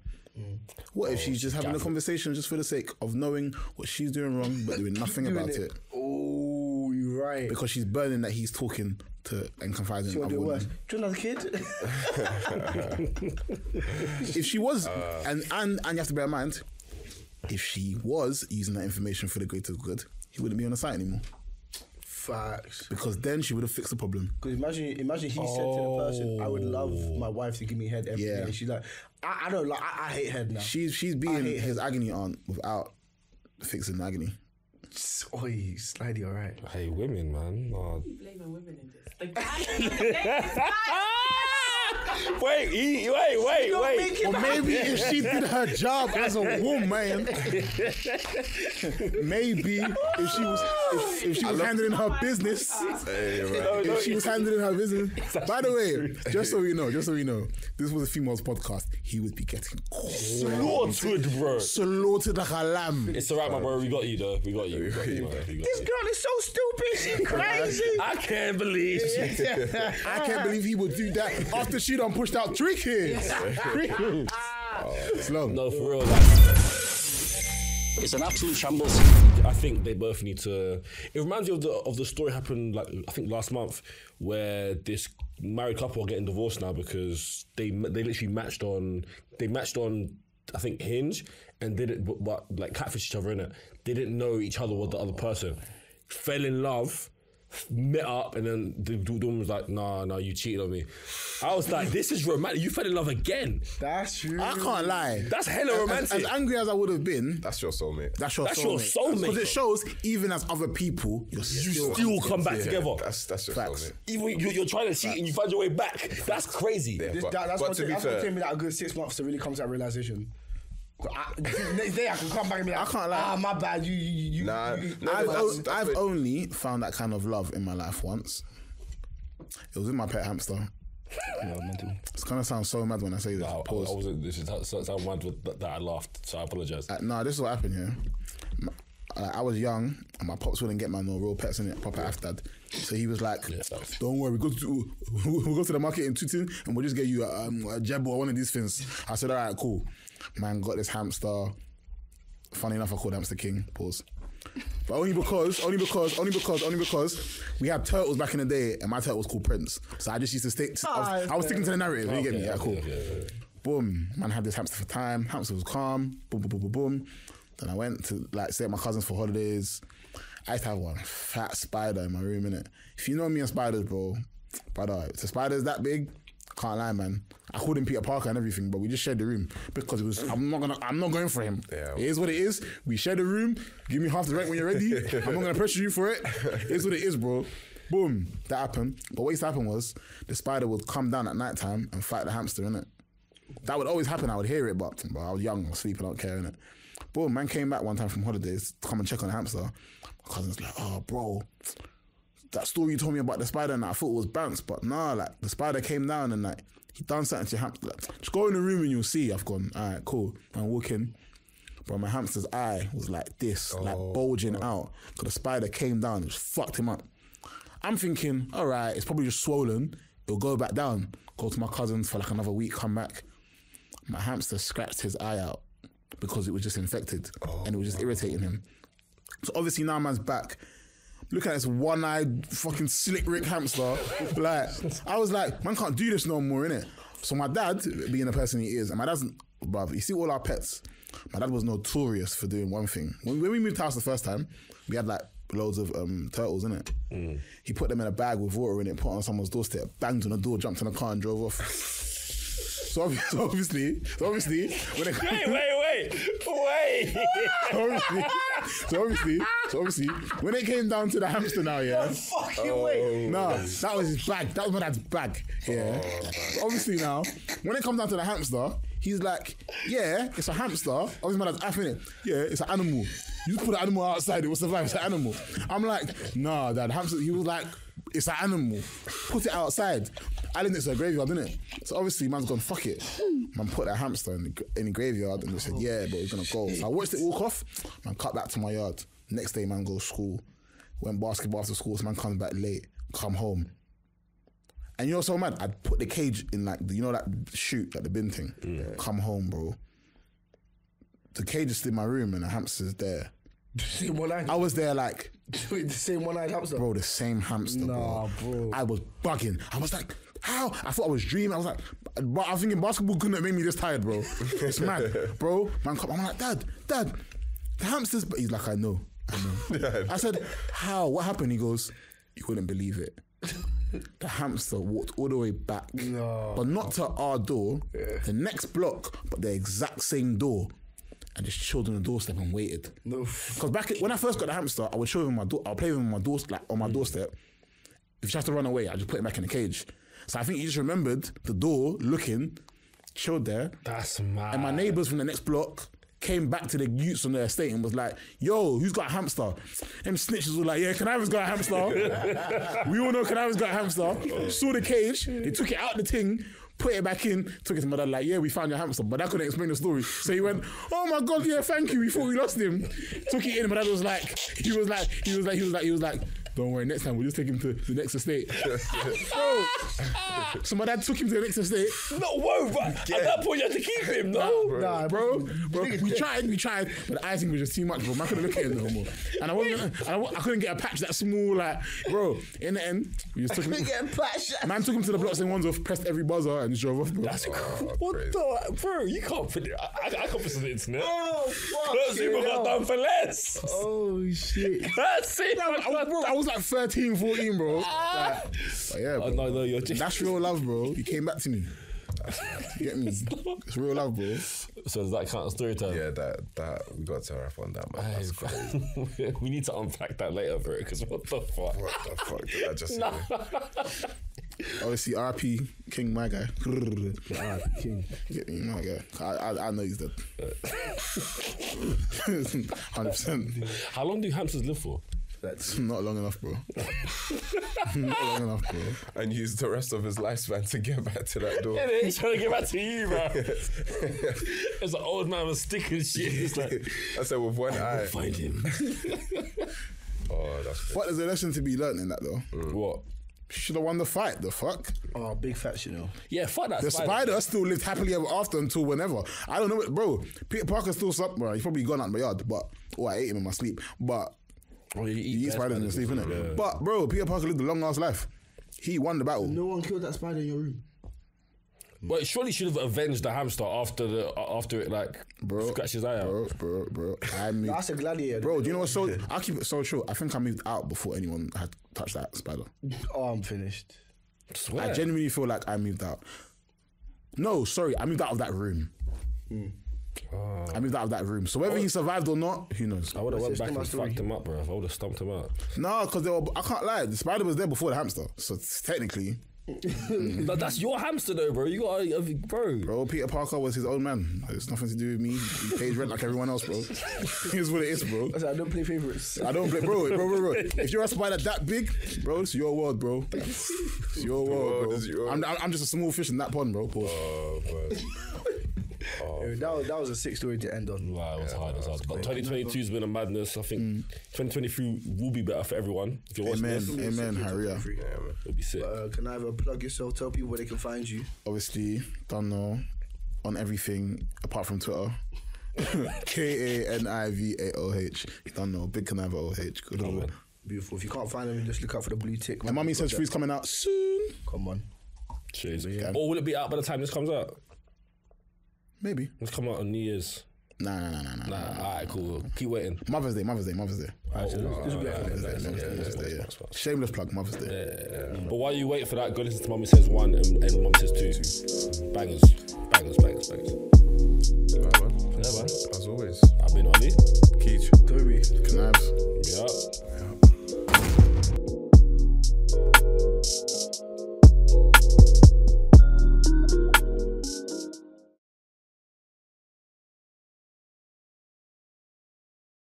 Speaker 2: What if she's just having a conversation just for the sake of knowing what she's doing wrong but doing nothing about it.
Speaker 5: Oh, you're right.
Speaker 2: Because she's burning that he's talking to and confiding in
Speaker 5: I'll
Speaker 2: other
Speaker 5: do it worse.
Speaker 2: women.
Speaker 5: Do you want another kid?
Speaker 2: If she was and, and and you have to bear in mind, if she was using that information for the greater good, he wouldn't be on the site anymore.
Speaker 8: Facts.
Speaker 2: Because then she would have fixed the problem.
Speaker 5: Because imagine, imagine he said to the person, "I would love my wife to give me head every day."
Speaker 2: Yeah.
Speaker 5: And she's like, "I, I don't like. I, I hate head now."
Speaker 2: She's she's being his agony aunt without fixing the agony.
Speaker 8: Oi, slidey, all right.
Speaker 1: Hey, women, man. Oh.
Speaker 6: Blaming women in this. The guy.
Speaker 1: wait, he, wait, wait, wait.
Speaker 2: Or maybe if she did her job as a woman, maybe if she was if, if she was handling her business,
Speaker 3: Hey, right.
Speaker 2: if she was handling her business. By the way, just so you know, just so you know, this was a females podcast. He would be getting slaughtered,
Speaker 1: Slaughtered, bro.
Speaker 2: slaughtered like a lamb.
Speaker 1: It's alright, my bro. We got you, though. We got you. We got you, man. We got you.
Speaker 5: girl is so stupid. She's crazy.
Speaker 1: I can't believe she
Speaker 2: I can't believe he would do that after she done pushed out three kids. Ah. Three kids. It's long.
Speaker 1: No, for real. Like,
Speaker 9: It's an absolute shambles.
Speaker 1: I think they both need to. It reminds me of the of the story happened like I think last month where this married couple are getting divorced now because they they literally matched on they matched on I think Hinge and did it but, but like catfish each other in it. They didn't know each other was the other person. fell in love, met up, and then the, the woman was like, "Nah, nah, you cheated on me." I was like, "This is romantic. You fell in love again.
Speaker 5: That's true.
Speaker 2: I can't lie.
Speaker 1: That's hella
Speaker 2: As-
Speaker 1: romantic."
Speaker 2: As, as angry as I would have been,
Speaker 3: That's your soulmate.
Speaker 2: that's your
Speaker 1: That's your
Speaker 2: soulmate.
Speaker 1: soulmate,
Speaker 2: Because
Speaker 1: bro.
Speaker 2: it shows even as other people, you're still,
Speaker 1: Still come back
Speaker 3: Yeah,
Speaker 1: together.
Speaker 3: That's that's your
Speaker 2: Facts.
Speaker 3: soulmate.
Speaker 1: Even you, you're trying to cheat and you find your way back. That's crazy.
Speaker 3: Yeah,
Speaker 5: This,
Speaker 3: but,
Speaker 5: that, that's
Speaker 3: but
Speaker 5: what
Speaker 3: to be
Speaker 5: that's what
Speaker 3: fair,
Speaker 5: took me like a good six months to really come to that realization. I, next day I can come back and be like,
Speaker 2: I can't lie.
Speaker 5: Ah, my bad. You, you, you.
Speaker 3: nah,
Speaker 5: you-
Speaker 3: no,
Speaker 2: I've,
Speaker 3: but
Speaker 2: o-
Speaker 3: that's- that's
Speaker 2: I've
Speaker 3: what-
Speaker 2: only found that kind of love in my life once. It was in my pet hamster. It's gonna sound so mad when I say this.
Speaker 1: I, I- I
Speaker 2: Pause.
Speaker 1: wasn't. This is how, so, so I'm mad with- that, that I laughed, so I apologize.
Speaker 2: Uh, nah, this is what happened here. M- uh, I was young, and my pops wouldn't get my no real pets in it, proper aftad. So he was like, "Don't worry, we go to we go to the market in Tooting, and we'll just get you a, um, a Jeb or one of these things." I said, "All right, cool." Man, got this hamster. Funny enough, I called hamster king. Pause. But only because, only because, only because, only because we had turtles back in the day, and my turtle was called Prince. So I just used to stick. I was, I was sticking to the narrative. you get me? Yeah, cool. Boom. Man had this hamster for time. Hamster was calm. Boom, boom, boom, boom, boom. Then I went to like stay at my cousins for holidays. I used to have one fat spider in my room, innit? If you know me and spiders, bro, brother, if the spider's that big, can't lie, man. I called him Peter Parker and everything, but we just shared the room because it was. I'm not gonna. I'm not going for him.
Speaker 3: Yeah.
Speaker 2: It is what it is. We share the room. Give me half the rent when you're ready. I'm not gonna pressure you for it. It is what it is, bro. Boom. That happened. But what used to happen was the spider would come down at night time and fight the hamster, innit? That would always happen. I would hear it, but, but I was young, I was sleeping, I don't care, innit? Boom, man came back one time from holidays to come and check on the hamster. My cousin's like, oh, bro, that story you told me about the spider and that I thought it was bounce, but nah, like the spider came down and like he done something to your hamster. Like, just go in the room and you'll see. I've gone, all right, cool. And I walk in. Bro, my hamster's eye was like this, like bulging out. Cause the spider came down and just fucked him up. I'm thinking, all right, it's probably just swollen. It'll go back down. Go to my cousins for like another week, come back. My hamster scratched his eye out because it was just infected and it was just irritating him. So obviously now man's back. Look at this one-eyed fucking slick Rick hamster. like I was like, man can't do this no more, innit? So my dad, being the person he is, and my dad's bruv, you see all our pets. My dad was notorious for doing one thing. When, when we moved house the first time, we had like loads of um, turtles in it. He put them in a bag with water in it, put it on someone's doorstep, banged on the door, jumped in the car and drove off. so obvi- so obviously, so obviously, when it
Speaker 1: Wait, wait, wait, wait.
Speaker 2: obviously, so obviously, so obviously, when it came down to the hamster now, yeah.
Speaker 5: fucking wait.
Speaker 2: No, that was his bag. That was my dad's bag. Yeah. But obviously now, when it comes down to the hamster, he's like, yeah, it's a hamster. Obviously my dad's effing it. Yeah, it's an animal. You put the animal outside, it will survive. It's an animal. I'm like, nah, dad, hamster. He was like, it's an animal. Put it outside. I didn't. It's a graveyard, didn't it? So obviously, man's gone. Fuck it. Man put that hamster in the, gra- in the graveyard and they said, yeah, but he's gonna go. So I watched it walk off. Man, cut back to my yard. Next day, man goes school went basketball after school. So man comes back late, come home. And you know what's so mad? I'd put the cage in like the, you know that chute, like the bin thing. Come home, bro. The cage is still in my room and the hamster's there.
Speaker 5: Same one eyed.
Speaker 2: I was there like,
Speaker 5: Wait, the same one eyed hamster.
Speaker 2: bro, the same hamster.
Speaker 5: Nah, bro.
Speaker 2: I was bugging. I was like, how? I thought I was dreaming. I was like, but I'm thinking basketball couldn't have made me this tired, bro. It's mad, bro. Man, come. I'm like, dad, dad, the hamsters. But he's like, I know, I know. I said, how? What happened? He goes, you wouldn't believe it. The hamster walked all the way back, but not to our door, the next block, but the exact same door, and just chilled on the doorstep and waited. No, because back when I first got the hamster, I would show him my door. I would play with him on my door, like on my doorstep, if she has to run away, I just put him back in the cage. So I think he just remembered the door looking, chilled there.
Speaker 1: That's mad.
Speaker 2: And my neighbors from the next block came back to the youths on the estate and was like, yo, who's got a hamster? Them snitches were like, yeah, Canaver's got a hamster. we all know Canaver's got a hamster. Saw the cage, they took it out the thing, put it back in, took it to my dad, like, yeah, we found your hamster. But that couldn't explain the story. So he went, oh my God, yeah, thank you. We thought we lost him. Took it in, but dad was like, he was like, he was like, he was like, he was like, Don't worry, next time we'll just take him to the next estate. Bro, so my dad took him to the next estate.
Speaker 1: No, whoa, but at that point you had to keep him, no?
Speaker 5: Nah,
Speaker 2: Bro, bro, we tried, we tried, but the icing was just too much, bro. I couldn't look at him no more. And I wasn't, and I, wa- I couldn't get a patch that small, like, bro. In the end, we just took him. Man took him to the blocks in ones off, pressed every buzzer, and just drove off, bro.
Speaker 1: That's cool. What the bro? You can't fit. I, I, I can't fit to the internet.
Speaker 5: Oh, fuck.
Speaker 1: That's even got done for less.
Speaker 5: Oh, shit.
Speaker 1: That's it.
Speaker 2: I, was- bro, I was like 13, 14, bro. Like,
Speaker 5: Ah.
Speaker 2: but yeah,
Speaker 1: Oh,
Speaker 2: bro.
Speaker 1: no, no, you're just.
Speaker 2: That's real love, bro. He came back to me. You get me? It's real love, bro.
Speaker 1: So does that count as story time?
Speaker 3: Yeah, that that we got to wrap on that man. That's crazy.
Speaker 1: we need to unpack that later, bro. Because what the fuck?
Speaker 3: What the fuck did I just hear?
Speaker 2: Obviously, RP King, my guy. You
Speaker 5: King.
Speaker 2: get me, my guy. I, I, I know he's dead. Hundred percent.
Speaker 1: How long do hamsters live for?
Speaker 2: Not long enough, bro. Not long enough, bro.
Speaker 3: And used the rest of his lifespan to get back to that door.
Speaker 1: He's trying to get back to you, bro. it's an old man with stick and shit. It's like,
Speaker 3: I said with one eye.
Speaker 1: find him.
Speaker 3: Oh, that's crazy.
Speaker 2: But there's a lesson to be learned in that, though.
Speaker 1: what?
Speaker 2: Should have won the fight. The fuck.
Speaker 5: Oh, big facts, you know.
Speaker 1: Yeah, fuck that.
Speaker 2: The spider. still lived happily ever after until whenever. I don't know, what- bro. Peter Parker's still up, bro. He's probably gone out in my yard, but oh, I ate him in my sleep. But
Speaker 1: Oh, you
Speaker 2: He eats spiders in his sleep, innit? But bro, Peter Parker lived a long ass life. He won the battle.
Speaker 5: No one killed that spider in your room.
Speaker 1: But surely should have avenged the hamster after the after it like
Speaker 2: Bro,
Speaker 1: scratched his eye out.
Speaker 2: Bro, bro, bro. I moved.
Speaker 5: That's a gladiator.
Speaker 2: bro, do you know what's so? I'll keep it so true. I think I moved out before anyone had touched that spider.
Speaker 5: Oh, I'm finished.
Speaker 1: Swear.
Speaker 2: I genuinely feel like I moved out. No, sorry, I moved out of that room. I moved out of that room. So whether he survived or not, who knows?
Speaker 1: I would have went
Speaker 5: That's
Speaker 1: back
Speaker 5: just my
Speaker 1: and
Speaker 5: story.
Speaker 1: fucked him up, bro. I would have stomped him out.
Speaker 2: No, because they were. I can't lie. The spider was there before the hamster. So technically,
Speaker 1: But that's your hamster, though, bro. You got, to bro.
Speaker 2: Bro, Peter Parker was his own man. It's nothing to do with me. He pays rent like everyone else, bro. Here's what it is, bro.
Speaker 5: I don't play favorites.
Speaker 2: I don't blame, bro, bro, bro, bro. If you're a spider that big, bro, it's your world, bro. It's your world,
Speaker 3: world is
Speaker 2: bro.
Speaker 3: yours.
Speaker 2: I'm, I'm just a small fish in that pond, bro. Pause.
Speaker 3: Oh, man.
Speaker 5: Yo, that, was, that was a sick story to end on.
Speaker 1: Wow, it was hard. It was hard. But 2022 has been a madness. I think 2023 will be better for everyone. If you're watching
Speaker 2: Amen,
Speaker 1: this,
Speaker 2: amen, Harrier.
Speaker 1: it'll be sick.
Speaker 5: Uh, can I have a plug yourself? Tell people where they can find you.
Speaker 2: Obviously, don't know on everything apart from Twitter. K A N I V A O H. Don't know. Big Caniva O H. Good lord.
Speaker 5: Beautiful. If you can't find them, just look out for the blue tick.
Speaker 2: And Mummy says three's coming out soon.
Speaker 5: Come on.
Speaker 1: Cheers. Or will it be out by the time this comes out?
Speaker 2: Maybe.
Speaker 1: It's come out on New Year's.
Speaker 2: Nah, nah, nah, nah, nah.
Speaker 1: Nah, all right, cool. Keep waiting.
Speaker 2: Mother's Day, Mother's Day, Mother's Day. Mother's Day, Mother's Day, Mother's Day, yeah.
Speaker 1: But
Speaker 2: Shameless plug, Mother's Day.
Speaker 1: while you wait for that, go listen to Mummy Says 1 and, and Mummy Says 2. Bangers. Bangers, bangers, bangers.
Speaker 3: Alright, man.
Speaker 1: Yeah, man.
Speaker 3: As always.
Speaker 1: I've been Ollie.